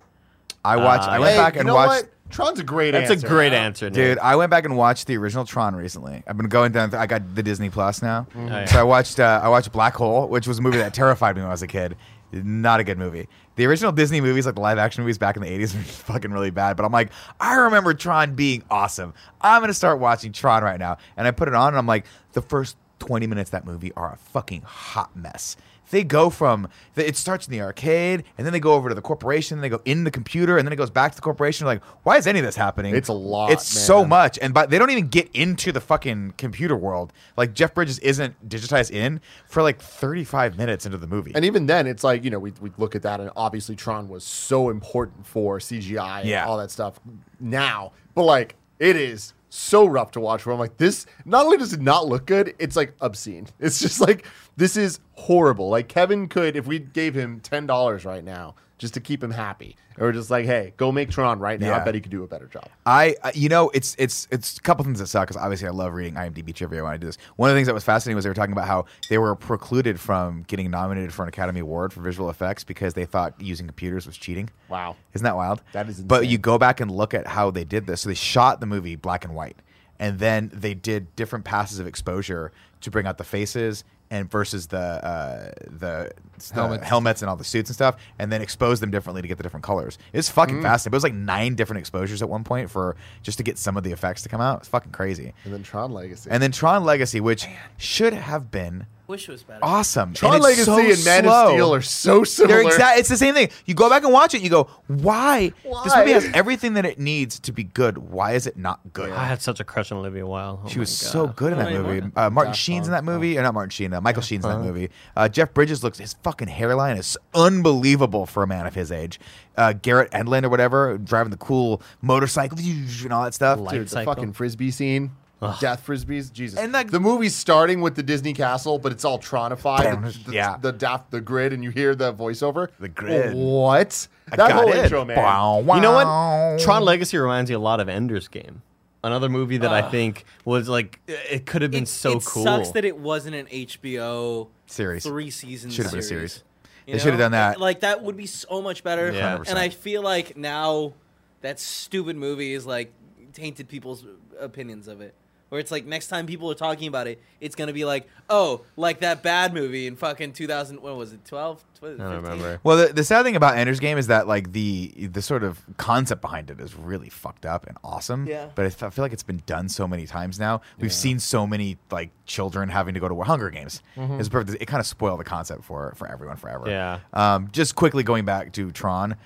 Speaker 2: I watched. I went
Speaker 6: Hey,
Speaker 2: back
Speaker 6: you
Speaker 2: and
Speaker 6: know
Speaker 2: watched.
Speaker 6: what? Tron's a great.
Speaker 4: That's
Speaker 6: answer.
Speaker 4: a great answer,
Speaker 2: Dude,
Speaker 4: Nate.
Speaker 2: I went back and watched the original Tron recently. I've been going down. I got the Disney Plus now,
Speaker 4: yeah.
Speaker 2: so I watched. Uh, I watched Black Hole, which was a movie that terrified me when I was a kid. Not a good movie. The original Disney movies, like the live action movies back in the '80s, (laughs) were fucking really bad. But I'm like, I remember Tron being awesome. I'm gonna start watching Tron right now, and I put it on, and I'm like, the first 20 minutes of that movie are a fucking hot mess. They go from the, it starts in the arcade, and then they go over to the corporation, and they go in the computer, and then it goes back to the corporation. Like, why is any of this happening?
Speaker 6: It's a lot,
Speaker 2: It's so
Speaker 6: man.
Speaker 2: much much, and but they don't even get into the fucking computer world. Like Jeff Bridges isn't digitized in for like 35 minutes into the movie.
Speaker 6: And even then, it's like you know we we look at that, and obviously Tron was so important for CGI and
Speaker 2: Yeah.
Speaker 6: all that stuff. Now, but like it is so rough to watch. Where I'm like, this not only does it not look good, it's like obscene. (laughs) It's just like this is horrible. Like Kevin could, if we gave him ten dollars right now just to keep him happy, or just like, hey, go make Tron right now.
Speaker 2: Yeah.
Speaker 6: I bet he could do a better job.
Speaker 2: I, I- you know, it's it's it's a couple things that suck because obviously I love reading IMDb trivia when I do this. One of the things that was fascinating was they were talking about how they were precluded from getting nominated for an Academy Award for visual effects because they thought using computers was cheating.
Speaker 6: Wow.
Speaker 2: isn't that wild?
Speaker 6: That is
Speaker 2: But
Speaker 6: insane.
Speaker 2: you go back and look at how they did this. So they shot the movie black and white, and then they did different passes of exposure to bring out the faces and versus the uh, the the
Speaker 3: Helmets.
Speaker 2: helmets and all the suits and stuff, and then expose them differently to get the different colors. It's fucking
Speaker 6: Mm.
Speaker 2: fascinating. But it was like nine different exposures at one point for just to get some of the effects to come out. It's fucking crazy.
Speaker 6: And then Tron Legacy.
Speaker 2: And then Tron Legacy, which should have been
Speaker 5: Wish was
Speaker 3: Ah,
Speaker 5: better.
Speaker 2: awesome.
Speaker 6: Tron
Speaker 2: and it's so
Speaker 6: Legacy and Man
Speaker 2: slow.
Speaker 6: of Steel are so similar.
Speaker 2: They're exact. It's the same thing. You go back and watch it. You go, why? This
Speaker 6: Why?
Speaker 2: movie has everything that it needs to be good. Why is it not good?
Speaker 4: I had such a crush on Olivia Wilde. Oh
Speaker 2: She
Speaker 4: my
Speaker 2: was
Speaker 4: God.
Speaker 2: so good in that
Speaker 5: Wait,
Speaker 2: movie.
Speaker 5: what?
Speaker 2: Uh, Martin Sheen's in that movie, or not Martin Sheen, uh, Michael Sheen's in that movie. Uh, Jeff Bridges looks his fucking hairline is unbelievable for a man of his age. Uh, Garrett Edlund or whatever driving the cool motorcycle and all that stuff.
Speaker 4: Light
Speaker 6: Dude, the
Speaker 4: cycle.
Speaker 6: fucking frisbee scene. Death frisbees, Jesus!
Speaker 2: And, like-
Speaker 6: the movie's starting with the Disney castle, but it's all Tronified. The, the,
Speaker 2: Yeah.
Speaker 6: the daft, the grid, and you hear the voiceover.
Speaker 2: The grid.
Speaker 6: What?
Speaker 2: I
Speaker 6: that
Speaker 2: got
Speaker 6: whole
Speaker 2: it.
Speaker 6: intro, man.
Speaker 2: Wow,
Speaker 4: You know
Speaker 2: wow.
Speaker 4: what? Tron Legacy reminds me a lot of Ender's Game, another movie that I think was like it could have been
Speaker 5: It-
Speaker 4: so
Speaker 5: it
Speaker 4: cool.
Speaker 5: sucks that it wasn't an HBO
Speaker 2: Series.
Speaker 5: three season
Speaker 2: Should've been a
Speaker 5: series.
Speaker 2: series.
Speaker 5: You
Speaker 2: They should've
Speaker 5: know?
Speaker 2: done that.
Speaker 5: Like that would be so much better.
Speaker 4: Yeah. 100%.
Speaker 5: And I feel like now that stupid movie is like tainted people's opinions of it. Where it's like next time people are talking about it, it's gonna be like, oh, like that bad movie in fucking 2000. What was it? 12?
Speaker 4: I don't remember.
Speaker 2: Well, the, the sad thing about Ender's Game is that like the the sort of concept behind it is really fucked up and awesome.
Speaker 5: Yeah.
Speaker 2: But I, f- I feel like it's been done so many times now. We've seen so many like children having to go to war- Hunger Games. It's perfect. It kind of spoiled the concept for for everyone forever.
Speaker 4: Yeah.
Speaker 2: Um, just quickly going back to Tron.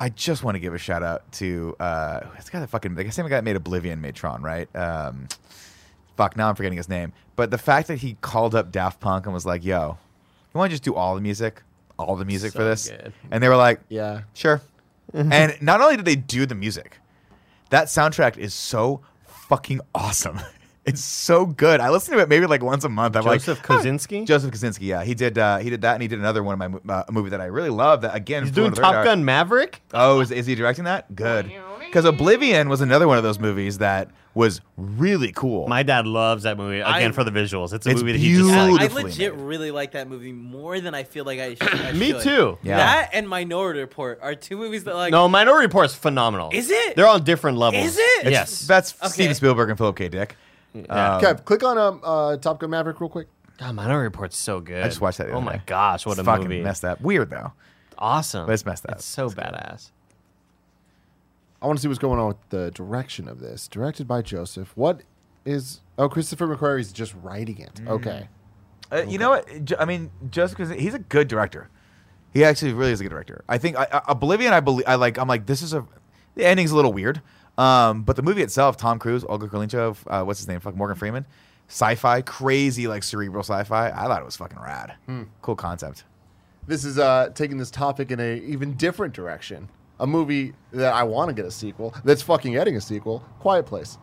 Speaker 2: I just want to give a shout out to uh, it's got a fucking the same guy that made Oblivion made Tron, right? Um, fuck, now I'm forgetting his name. But the fact that he called up Daft Punk and was like, "Yo, you want to just do all the music, all the music for
Speaker 4: So
Speaker 2: this?"
Speaker 4: good.
Speaker 2: And they were like,
Speaker 6: Yeah.
Speaker 4: (laughs)
Speaker 2: sure." and not only did they do the music, that soundtrack is so fucking awesome. (laughs) It's so good. I listen to it maybe like once a month. I'm
Speaker 4: Joseph
Speaker 2: like, "Huh."
Speaker 4: Kosinski?
Speaker 2: Joseph Kosinski. Yeah, he did. Uh, he did that, and he did another one of my mo- uh, a movie that I really love. That again,
Speaker 4: He's
Speaker 2: flew
Speaker 4: doing
Speaker 2: under the
Speaker 4: Top
Speaker 2: radar.
Speaker 4: Gun Maverick.
Speaker 2: Oh, is, is he directing that? Good. Because Oblivion was another one of those movies that was really cool.
Speaker 4: My dad loves that movie again for the visuals. It's a
Speaker 2: It's
Speaker 4: movie that he just
Speaker 2: beautiful.
Speaker 4: likes.
Speaker 5: I
Speaker 2: Beautifully
Speaker 5: legit
Speaker 2: made.
Speaker 5: really like that movie more than I feel
Speaker 2: (clears throat)
Speaker 5: like I, sh- I
Speaker 4: Me
Speaker 5: should.
Speaker 4: too.
Speaker 2: Yeah.
Speaker 5: That and Minority Report are two movies that like.
Speaker 4: No, Minority Report's phenomenal.
Speaker 5: Is it?
Speaker 4: They're on different levels.
Speaker 5: Is it? It's-
Speaker 4: yes.
Speaker 2: That's
Speaker 5: Okay.
Speaker 2: Steven Spielberg and Philip K. Dick. Um,
Speaker 6: Kev, click on um, uh, Top Gun Maverick real quick.
Speaker 4: God, Minority Report's so good.
Speaker 2: I just watched that the
Speaker 4: Oh
Speaker 2: other
Speaker 4: my
Speaker 2: day.
Speaker 4: gosh, what
Speaker 2: it's
Speaker 4: a
Speaker 2: fucking
Speaker 4: movie!
Speaker 2: messed up. Weird though.
Speaker 4: awesome.
Speaker 2: But it's messed up.
Speaker 4: It's so badass.
Speaker 6: I want to see what's going on with the direction of this. Directed by Joseph. What is? Oh, Christopher McQuarrie's just writing it.
Speaker 2: Mm.
Speaker 6: Okay.
Speaker 2: Uh, You know what? Jo- I mean, just because he's a good director, he actually really is a good director. I think I, I, Oblivion. I believe. I like. I'm like. This is a. The ending's a little weird. Um, but the movie itself, Tom Cruise, Olga Kurylenko, uh, what's his name? Fuck Morgan Freeman. Sci-fi, crazy like cerebral sci-fi. I thought it was fucking rad.
Speaker 4: Hmm.
Speaker 2: Cool concept.
Speaker 6: This is uh, taking this topic in a even different direction. A movie that I want to get a sequel. That's fucking getting a sequel. Quiet Place.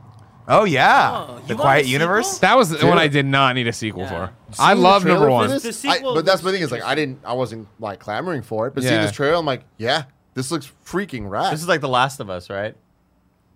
Speaker 2: Oh yeah,
Speaker 5: Oh, you
Speaker 2: the
Speaker 5: want a
Speaker 2: Quiet
Speaker 5: sequel?
Speaker 2: Universe.
Speaker 3: That was the one I did not need a sequel
Speaker 5: Yeah.
Speaker 3: for. I
Speaker 6: Seeing the
Speaker 3: love
Speaker 6: trailer
Speaker 3: number
Speaker 6: for
Speaker 3: one.
Speaker 6: this,
Speaker 5: The
Speaker 6: I-
Speaker 5: sequel
Speaker 6: but that's
Speaker 5: looks
Speaker 6: the thing is like I didn't, I wasn't like clamoring for it. But seeing
Speaker 3: Yeah.
Speaker 6: this trailer, I'm like, yeah, this looks freaking rad.
Speaker 4: This is like The Last of Us, right?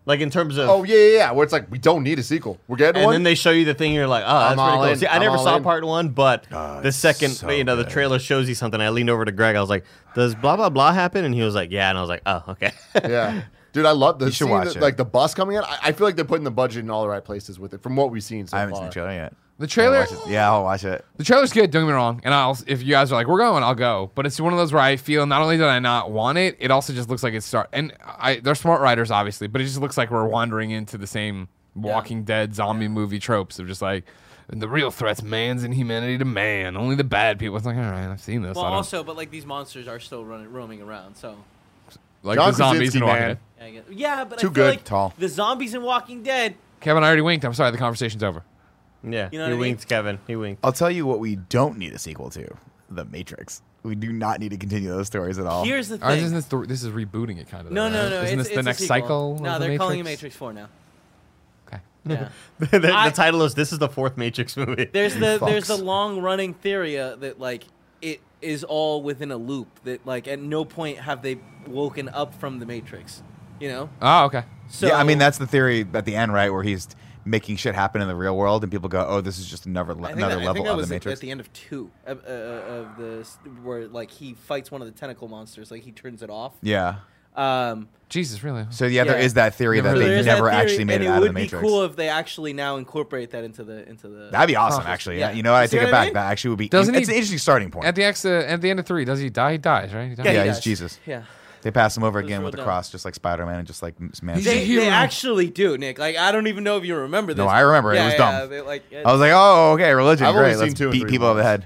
Speaker 4: Like in terms of
Speaker 6: oh yeah, yeah, yeah. Where it's like we don't need a sequel. We're getting
Speaker 4: and
Speaker 6: one.
Speaker 4: then they show you the thing. You're like, oh,
Speaker 6: I'm
Speaker 4: that's pretty
Speaker 6: all
Speaker 4: cool.
Speaker 6: in.
Speaker 4: See, I
Speaker 6: I'm
Speaker 4: never
Speaker 6: all
Speaker 4: saw
Speaker 6: in.
Speaker 4: part one, but
Speaker 2: Oh,
Speaker 4: the
Speaker 2: it's
Speaker 4: second,
Speaker 2: so
Speaker 4: you know, the
Speaker 2: good.
Speaker 4: trailer shows you something. I leaned over to Greg. I was like, does blah blah blah happen? And he was like, yeah. And I was like, oh, okay. (laughs)
Speaker 6: (laughs) yeah. Dude, I love the
Speaker 2: You should
Speaker 6: scene
Speaker 2: watch
Speaker 6: that-
Speaker 2: it.
Speaker 6: like the bus coming out. I, I feel like they're putting the budget in all the right places with it, from what we've seen so
Speaker 2: I haven't seen
Speaker 6: far.
Speaker 2: the trailer yet.
Speaker 3: The trailer,
Speaker 2: Yeah, I'll watch it.
Speaker 3: the trailer's good. Don't get me wrong. And I'll, if you guys are like, we're going, I'll go. But it's one of those where I feel not only did I not want it, it also just looks like it's start. And I, they're smart writers, obviously, but it just looks like we're wandering into the same Walking Dead zombie movie tropes of just like the real threats, man's inhumanity to man. Only the bad people. It's like, all right, I've seen this.
Speaker 5: Well,
Speaker 3: I don't,
Speaker 5: also, but like these monsters are still running, roaming around. So
Speaker 3: like
Speaker 6: John
Speaker 3: the zombies
Speaker 6: Krasinski,
Speaker 3: in Walking
Speaker 6: man.
Speaker 3: Dead.
Speaker 5: I guess. yeah, but
Speaker 6: Too
Speaker 5: I feel
Speaker 6: good,
Speaker 5: like
Speaker 2: tall.
Speaker 5: the zombies in Walking Dead.
Speaker 3: Kevin, I already winked. I'm sorry. The conversation's over.
Speaker 4: yeah.
Speaker 5: You know what
Speaker 4: he
Speaker 5: I mean?
Speaker 4: winked, Kevin. He winked.
Speaker 2: (laughs) I'll tell you what we don't need a sequel to: The Matrix. We do not need to continue those stories at all.
Speaker 5: Here's the
Speaker 3: Or
Speaker 5: thing.
Speaker 3: isn't this, the, this is rebooting it kind of?
Speaker 5: no,
Speaker 3: though,
Speaker 5: no,
Speaker 3: right?
Speaker 5: no.
Speaker 3: Isn't
Speaker 5: it's,
Speaker 3: this the
Speaker 5: it's a
Speaker 3: next
Speaker 5: sequel.
Speaker 3: cycle?
Speaker 5: No,
Speaker 3: of
Speaker 5: they're
Speaker 3: the
Speaker 5: calling it Matrix Four now.
Speaker 3: Okay.
Speaker 5: Yeah.
Speaker 4: the, the
Speaker 5: I-
Speaker 4: title is "This is the fourth Matrix movie."
Speaker 5: there's the there's the
Speaker 2: Fox.
Speaker 5: long running theory uh, that like it is all within a loop. That like at no point have they woken up from the Matrix. You know.
Speaker 3: Oh, okay.
Speaker 5: So
Speaker 2: yeah, I mean that's the theory at the end, right? Where he's making shit happen in the real world, and people go, "Oh, this is just another
Speaker 5: I
Speaker 2: le-
Speaker 5: think
Speaker 2: another
Speaker 5: that- I
Speaker 2: level
Speaker 5: think that
Speaker 2: of the
Speaker 5: was at-
Speaker 2: Matrix."
Speaker 5: At the end of two of, uh, uh, of the s- where like he fights one of the tentacle monsters, like he turns it off.
Speaker 2: yeah.
Speaker 5: Um,
Speaker 3: Jesus, really?
Speaker 2: So yeah, there
Speaker 5: Yeah.
Speaker 2: is that theory
Speaker 3: Never
Speaker 2: that
Speaker 3: heard
Speaker 2: they
Speaker 5: there
Speaker 2: have
Speaker 5: is that
Speaker 2: never
Speaker 5: theory,
Speaker 2: actually made
Speaker 5: and
Speaker 2: it
Speaker 5: it
Speaker 2: out
Speaker 5: would
Speaker 2: of the Matrix.
Speaker 5: be cool if they actually now incorporate that into the into the.
Speaker 2: That'd be awesome,
Speaker 3: Huh.
Speaker 2: actually.
Speaker 5: Oh, Yeah.
Speaker 2: You know what? I
Speaker 5: See
Speaker 2: take
Speaker 5: what
Speaker 2: it
Speaker 5: I
Speaker 2: back.
Speaker 5: mean?
Speaker 2: That actually would be.
Speaker 3: Doesn't
Speaker 2: it's
Speaker 3: he-
Speaker 2: an interesting starting point.
Speaker 3: At the ex, uh, at the end of three, does he die? He dies, right? He dies.
Speaker 2: yeah,
Speaker 5: he
Speaker 2: he's
Speaker 5: dies.
Speaker 2: Jesus.
Speaker 5: yeah.
Speaker 2: They pass him over
Speaker 5: was
Speaker 2: again
Speaker 5: real
Speaker 2: with the
Speaker 5: dumb.
Speaker 2: cross, just like Spider Man and just like man.
Speaker 3: He's a
Speaker 5: They,
Speaker 3: hero.
Speaker 5: they actually do, Nick. Like I don't even know if you remember this.
Speaker 2: No, I remember. It
Speaker 5: Yeah,
Speaker 2: was
Speaker 5: yeah,
Speaker 2: dumb.
Speaker 5: they, like,
Speaker 2: I was like, oh, okay, religion,
Speaker 6: I've only
Speaker 2: great.
Speaker 6: seen
Speaker 2: Let's
Speaker 6: two and
Speaker 2: beat
Speaker 6: three
Speaker 2: people over the head.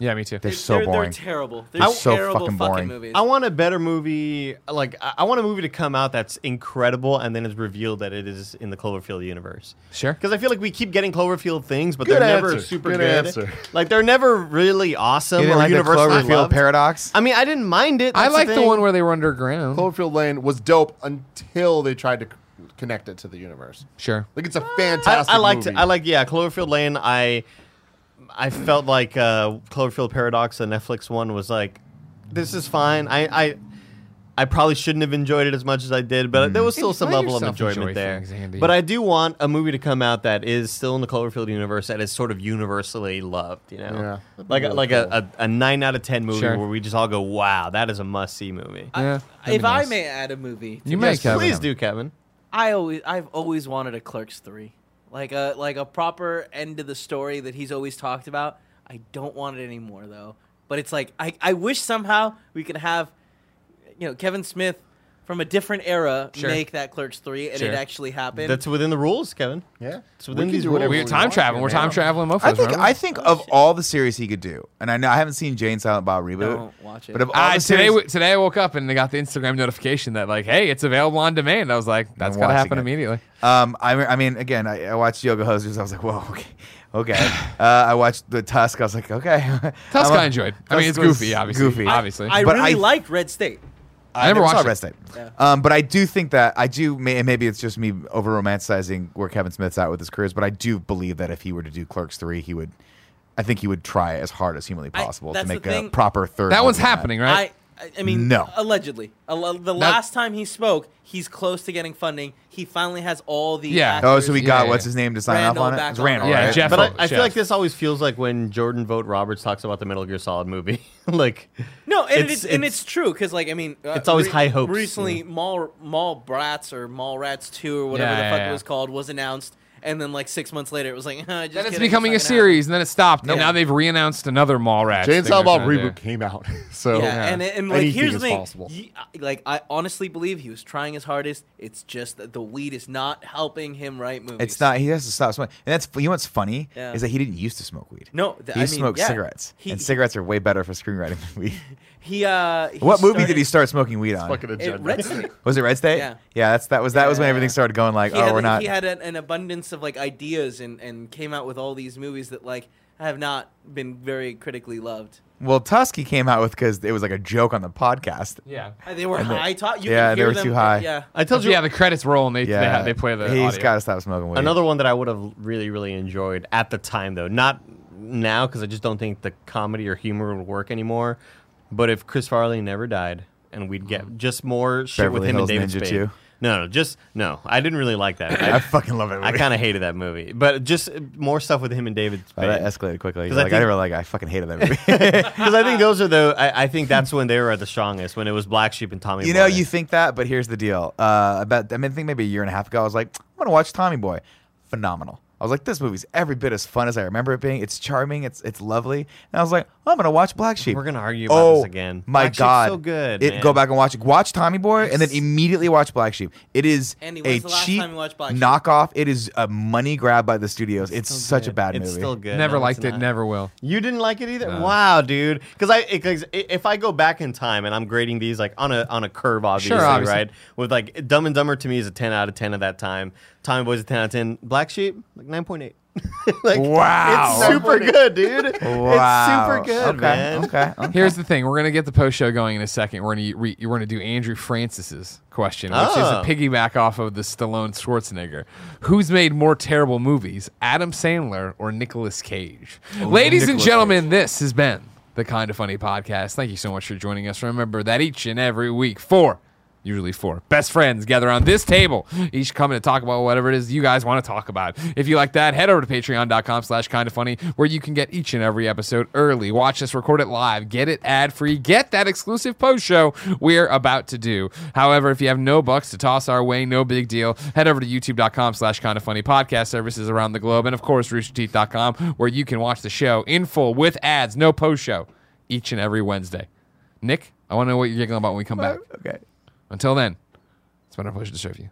Speaker 3: Yeah, me too.
Speaker 2: They're so
Speaker 5: they're,
Speaker 2: boring.
Speaker 5: They're terrible. They're
Speaker 2: They're so
Speaker 5: terrible
Speaker 2: fucking
Speaker 5: fucking,
Speaker 2: boring.
Speaker 5: movies.
Speaker 4: I want a better movie. Like I, I want a movie to come out that's incredible, and then it's revealed that it is in the Cloverfield universe.
Speaker 3: Sure.
Speaker 4: Because I feel like we keep getting Cloverfield things, but
Speaker 6: Good
Speaker 4: they're
Speaker 6: answer.
Speaker 4: never super
Speaker 6: Good
Speaker 4: good.
Speaker 6: answer.
Speaker 4: Like they're never really awesome
Speaker 2: You didn't
Speaker 4: or
Speaker 2: like the
Speaker 4: universally
Speaker 2: Cloverfield
Speaker 4: loved.
Speaker 2: paradox?
Speaker 4: I mean, I didn't mind it.
Speaker 3: I
Speaker 4: that's
Speaker 3: like the,
Speaker 4: thing.
Speaker 3: one where they were underground.
Speaker 6: Cloverfield Lane was dope until they tried to c- connect it to the universe.
Speaker 3: Sure.
Speaker 6: Like it's a
Speaker 4: I,
Speaker 6: fantastic.
Speaker 4: I liked.
Speaker 6: movie.
Speaker 4: I like. Yeah, Cloverfield Lane. I I felt like uh, Cloverfield Paradox, the Netflix one, was like, this is fine. I I, I probably shouldn't have enjoyed it as much as I did, but there was still
Speaker 3: Let
Speaker 4: some level of
Speaker 3: yourself
Speaker 4: enjoyment
Speaker 3: enjoy
Speaker 4: there.
Speaker 3: things, Andy.
Speaker 4: But I do want a movie to come out that is still in the Cloverfield universe that is sort of universally loved. You know,
Speaker 6: Yeah, that'd be
Speaker 4: like
Speaker 6: really
Speaker 4: like a, a a nine out of ten movie
Speaker 3: Sure.
Speaker 4: where we just all go, wow, that is a must see movie.
Speaker 3: yeah.
Speaker 5: if
Speaker 3: that'd be
Speaker 5: I
Speaker 3: nice.
Speaker 5: may add a movie,
Speaker 3: You may, Kevin.
Speaker 4: Please do, Kevin.
Speaker 5: I always I've always wanted a Clerks three, like a like a proper end to the story that he's always talked about. I don't want it anymore though. But it's like I, I wish somehow we could have, you know, Kevin Smith from a different era
Speaker 3: Sure.
Speaker 5: make that Clerks three and
Speaker 3: Sure.
Speaker 5: it actually happened.
Speaker 4: That's within the rules, Kevin.
Speaker 6: Yeah.
Speaker 4: So then
Speaker 6: can
Speaker 4: these
Speaker 6: do whatever
Speaker 3: We're
Speaker 6: we
Speaker 3: time
Speaker 6: want.
Speaker 3: traveling. We're time
Speaker 6: Yeah.
Speaker 3: traveling mofos.
Speaker 2: I think
Speaker 3: remember? Uh,
Speaker 2: I think of all the series he could do, and I know I haven't seen Jane Silent Bob reboot.
Speaker 5: Don't watch it.
Speaker 2: But of all
Speaker 3: Uh, today,
Speaker 2: the series,
Speaker 3: w- today I woke up and I got the Instagram notification that like, hey, it's available on demand. I was like, that's gotta
Speaker 2: watching
Speaker 3: happen
Speaker 2: it.
Speaker 3: immediately.
Speaker 2: Um, I, I mean, again, I, I watched Yoga Hosers. I was like, whoa, (laughs) okay, okay. Uh, I watched the Tusk. I was like, okay. (laughs)
Speaker 3: Tusk
Speaker 2: I'm a-
Speaker 3: I enjoyed. I mean, it's
Speaker 2: Tusk was
Speaker 3: goofy, obviously.
Speaker 2: Goofy.
Speaker 3: Obviously.
Speaker 5: I
Speaker 2: But
Speaker 5: really
Speaker 2: I-
Speaker 5: liked Red State.
Speaker 3: I never
Speaker 2: saw
Speaker 3: watched it.
Speaker 2: Rest Tape.
Speaker 5: Yeah.
Speaker 2: Um, but I do think that I do. May, and maybe it's just me over romanticizing where Kevin Smith's at with his careers, but I do believe that if he were to do Clerks three, he would. I think he would try as hard as humanly
Speaker 5: I-
Speaker 2: possible to
Speaker 5: that's the
Speaker 2: make a
Speaker 5: thing.
Speaker 2: proper third.
Speaker 3: that one's
Speaker 2: Wolverine.
Speaker 3: happening, right?
Speaker 5: I, I- I mean,
Speaker 2: No.
Speaker 5: Allegedly, Al- the last time he spoke, he's close to getting funding. He finally has all the
Speaker 3: Yeah.
Speaker 2: Oh, so we
Speaker 5: actors.
Speaker 2: got
Speaker 3: Yeah,
Speaker 2: what's
Speaker 3: yeah.
Speaker 2: his name to sign
Speaker 5: Randall
Speaker 2: off on it?
Speaker 5: back
Speaker 2: It's
Speaker 5: on
Speaker 2: Randall,
Speaker 5: it.
Speaker 3: Yeah,
Speaker 2: right?
Speaker 3: Jeff.
Speaker 4: But I,
Speaker 3: Oh,
Speaker 4: I feel
Speaker 3: chef.
Speaker 4: like this always feels like when Jordan Vote Roberts talks about the Metal Gear Solid movie. (laughs) like,
Speaker 5: No, and
Speaker 4: It's-
Speaker 5: it's, and
Speaker 4: it's-
Speaker 5: it's true because like I mean, uh,
Speaker 4: It's always high hopes,
Speaker 5: Recently,
Speaker 4: yeah.
Speaker 5: Mall Mall Brats or Mall Rats Two or whatever
Speaker 3: Yeah,
Speaker 5: the
Speaker 3: yeah,
Speaker 5: fuck
Speaker 3: yeah.
Speaker 5: it was called was announced, and then like six months later, it was like (laughs) just
Speaker 3: Then it's
Speaker 5: kidding,
Speaker 3: becoming a
Speaker 5: not gonna happen.
Speaker 3: series, and then it stopped. And
Speaker 5: Yeah.
Speaker 3: now they've reannounced another Mallrats.
Speaker 6: Jane
Speaker 3: thing
Speaker 6: Silent
Speaker 3: they're
Speaker 6: Bob
Speaker 3: trying to
Speaker 6: reboot
Speaker 3: do.
Speaker 6: came out, (laughs) so
Speaker 5: Yeah, and and like
Speaker 6: Anything
Speaker 5: here's the
Speaker 6: is
Speaker 5: thing,
Speaker 6: possible.
Speaker 5: Ye- like I honestly believe he was trying his hardest. It's just that the weed is not helping him write movies.
Speaker 2: It's not. He has to stop smoking. And that's you know what's funny
Speaker 5: Yeah.
Speaker 2: is that he didn't used to smoke weed.
Speaker 5: No,
Speaker 2: he
Speaker 5: th- I mean,
Speaker 2: smoked
Speaker 5: yeah.
Speaker 2: cigarettes,
Speaker 5: He-
Speaker 2: and cigarettes are way better for screenwriting than
Speaker 5: (laughs)
Speaker 2: weed.
Speaker 5: He uh, he
Speaker 2: what movie did
Speaker 5: started-
Speaker 2: he start smoking weed on?
Speaker 6: fucking
Speaker 5: It,
Speaker 6: agenda.
Speaker 5: Red State.
Speaker 2: Was it Red State?
Speaker 5: Yeah.
Speaker 2: yeah. That's that was that was when
Speaker 5: Yeah.
Speaker 2: everything started going like,
Speaker 5: he
Speaker 2: oh,
Speaker 5: had,
Speaker 2: we're
Speaker 5: like,
Speaker 2: not.
Speaker 5: He had an, an abundance of like ideas and and came out with all these movies that like have not been very critically loved.
Speaker 2: Well, Tusk he came out with because it was like a joke on the podcast.
Speaker 3: Yeah.
Speaker 5: Uh, They were
Speaker 2: they-
Speaker 5: high top. You
Speaker 2: yeah,
Speaker 5: could
Speaker 2: they
Speaker 5: hear
Speaker 2: were
Speaker 5: them,
Speaker 2: too high.
Speaker 5: Yeah.
Speaker 4: I told you
Speaker 3: Yeah, the credits roll and they, they, ha- they play the
Speaker 2: He's
Speaker 3: audio.
Speaker 2: got to stop smoking weed.
Speaker 4: another one that I would have really, really enjoyed at the time, though. Not now, because I just don't think the comedy or humor would work anymore. But if Chris Farley never died and we'd get just more shit
Speaker 2: Beverly
Speaker 4: with him
Speaker 2: Hills
Speaker 4: and David
Speaker 2: Ninja
Speaker 4: Spade.
Speaker 2: 2.
Speaker 4: No, no, just no. I didn't really
Speaker 2: (coughs)
Speaker 4: like that.
Speaker 2: I
Speaker 4: I,
Speaker 2: fucking love it.
Speaker 4: I kind of hated that movie, but just uh, more stuff with him and David Spade.
Speaker 2: that
Speaker 4: (laughs)
Speaker 2: escalated quickly.
Speaker 4: 'Cause
Speaker 2: Like I,
Speaker 4: I think-
Speaker 2: never like I fucking hated
Speaker 5: (laughs)
Speaker 2: that movie.
Speaker 4: Because I think those are the. I, I think that's when they were at the strongest. When it was Black Sheep and Tommy.
Speaker 2: you know,
Speaker 4: Boy.
Speaker 2: you think that, but here's the deal. Uh, about I mean, I think maybe a year and a half ago, I was like, I'm gonna watch Tommy Boy. Phenomenal. I was like, this movie's every bit as fun as I remember it being. It's charming. It's it's lovely. And I was like, "Oh, I'm gonna watch Black Sheep.
Speaker 4: We're gonna argue about
Speaker 2: oh,
Speaker 4: this again.
Speaker 2: My
Speaker 4: Black Sheep's
Speaker 2: God,
Speaker 4: so good,
Speaker 2: It,
Speaker 4: man.
Speaker 2: Go back and watch it. Watch Tommy Boy, and then immediately watch Black Sheep. It is
Speaker 5: Andy,
Speaker 2: a
Speaker 5: when's the last
Speaker 2: cheap
Speaker 5: time you watched Black Sheep?
Speaker 2: knockoff. It is a money grab by the studios. It's, such a bad
Speaker 4: it's
Speaker 2: movie.
Speaker 4: still good.
Speaker 3: Never
Speaker 4: No, it's
Speaker 3: liked it,
Speaker 4: not.
Speaker 3: never will.
Speaker 4: You didn't like it either. Wow, dude. Because I it- 'cause i- if I go back in time and I'm grading these like on a on a curve, obviously,
Speaker 3: obviously.
Speaker 4: right? With like Dumb and Dumber to me is a ten out of ten at that time. Tommy Boy's a ten out of ten. Black Sheep like nine point eight. (laughs) like,
Speaker 2: Wow.
Speaker 4: it's super good, dude.
Speaker 2: Wow.
Speaker 4: It's super good,
Speaker 2: okay,
Speaker 4: man.
Speaker 2: Okay.
Speaker 3: (laughs)
Speaker 2: okay.
Speaker 3: Here's the thing: we're gonna get the post show going in a second. We're gonna re- we're gonna do Andrew Francis's question, which
Speaker 4: Oh.
Speaker 3: is a piggyback off of the Stallone Schwarzenegger. Who's made more terrible movies, Adam Sandler or Nicolas Cage? Ladies and
Speaker 2: Nicolas
Speaker 3: gentlemen, this has been the Kind of Funny podcast. Thank you so much for joining us. Remember that each and every week, four. Usually four best friends gather on this table, each coming to talk about whatever it is you guys want to talk about. If you like that, head over to patreon.com slash kind of funny, where you can get each and every episode early. Watch us record it live, get it ad free, get that exclusive post show we're about to do. However, if you have no bucks to toss our way, no big deal. Head over to youtube.com slash kind of funny podcast services around the globe, and of course, roosterteeth.com, where you can watch the show in full with ads, no post show, each and every Wednesday. Nick, I want to know what you're giggling about when we come back.
Speaker 2: Okay. Uh,
Speaker 3: Until then, it's been our pleasure to serve you.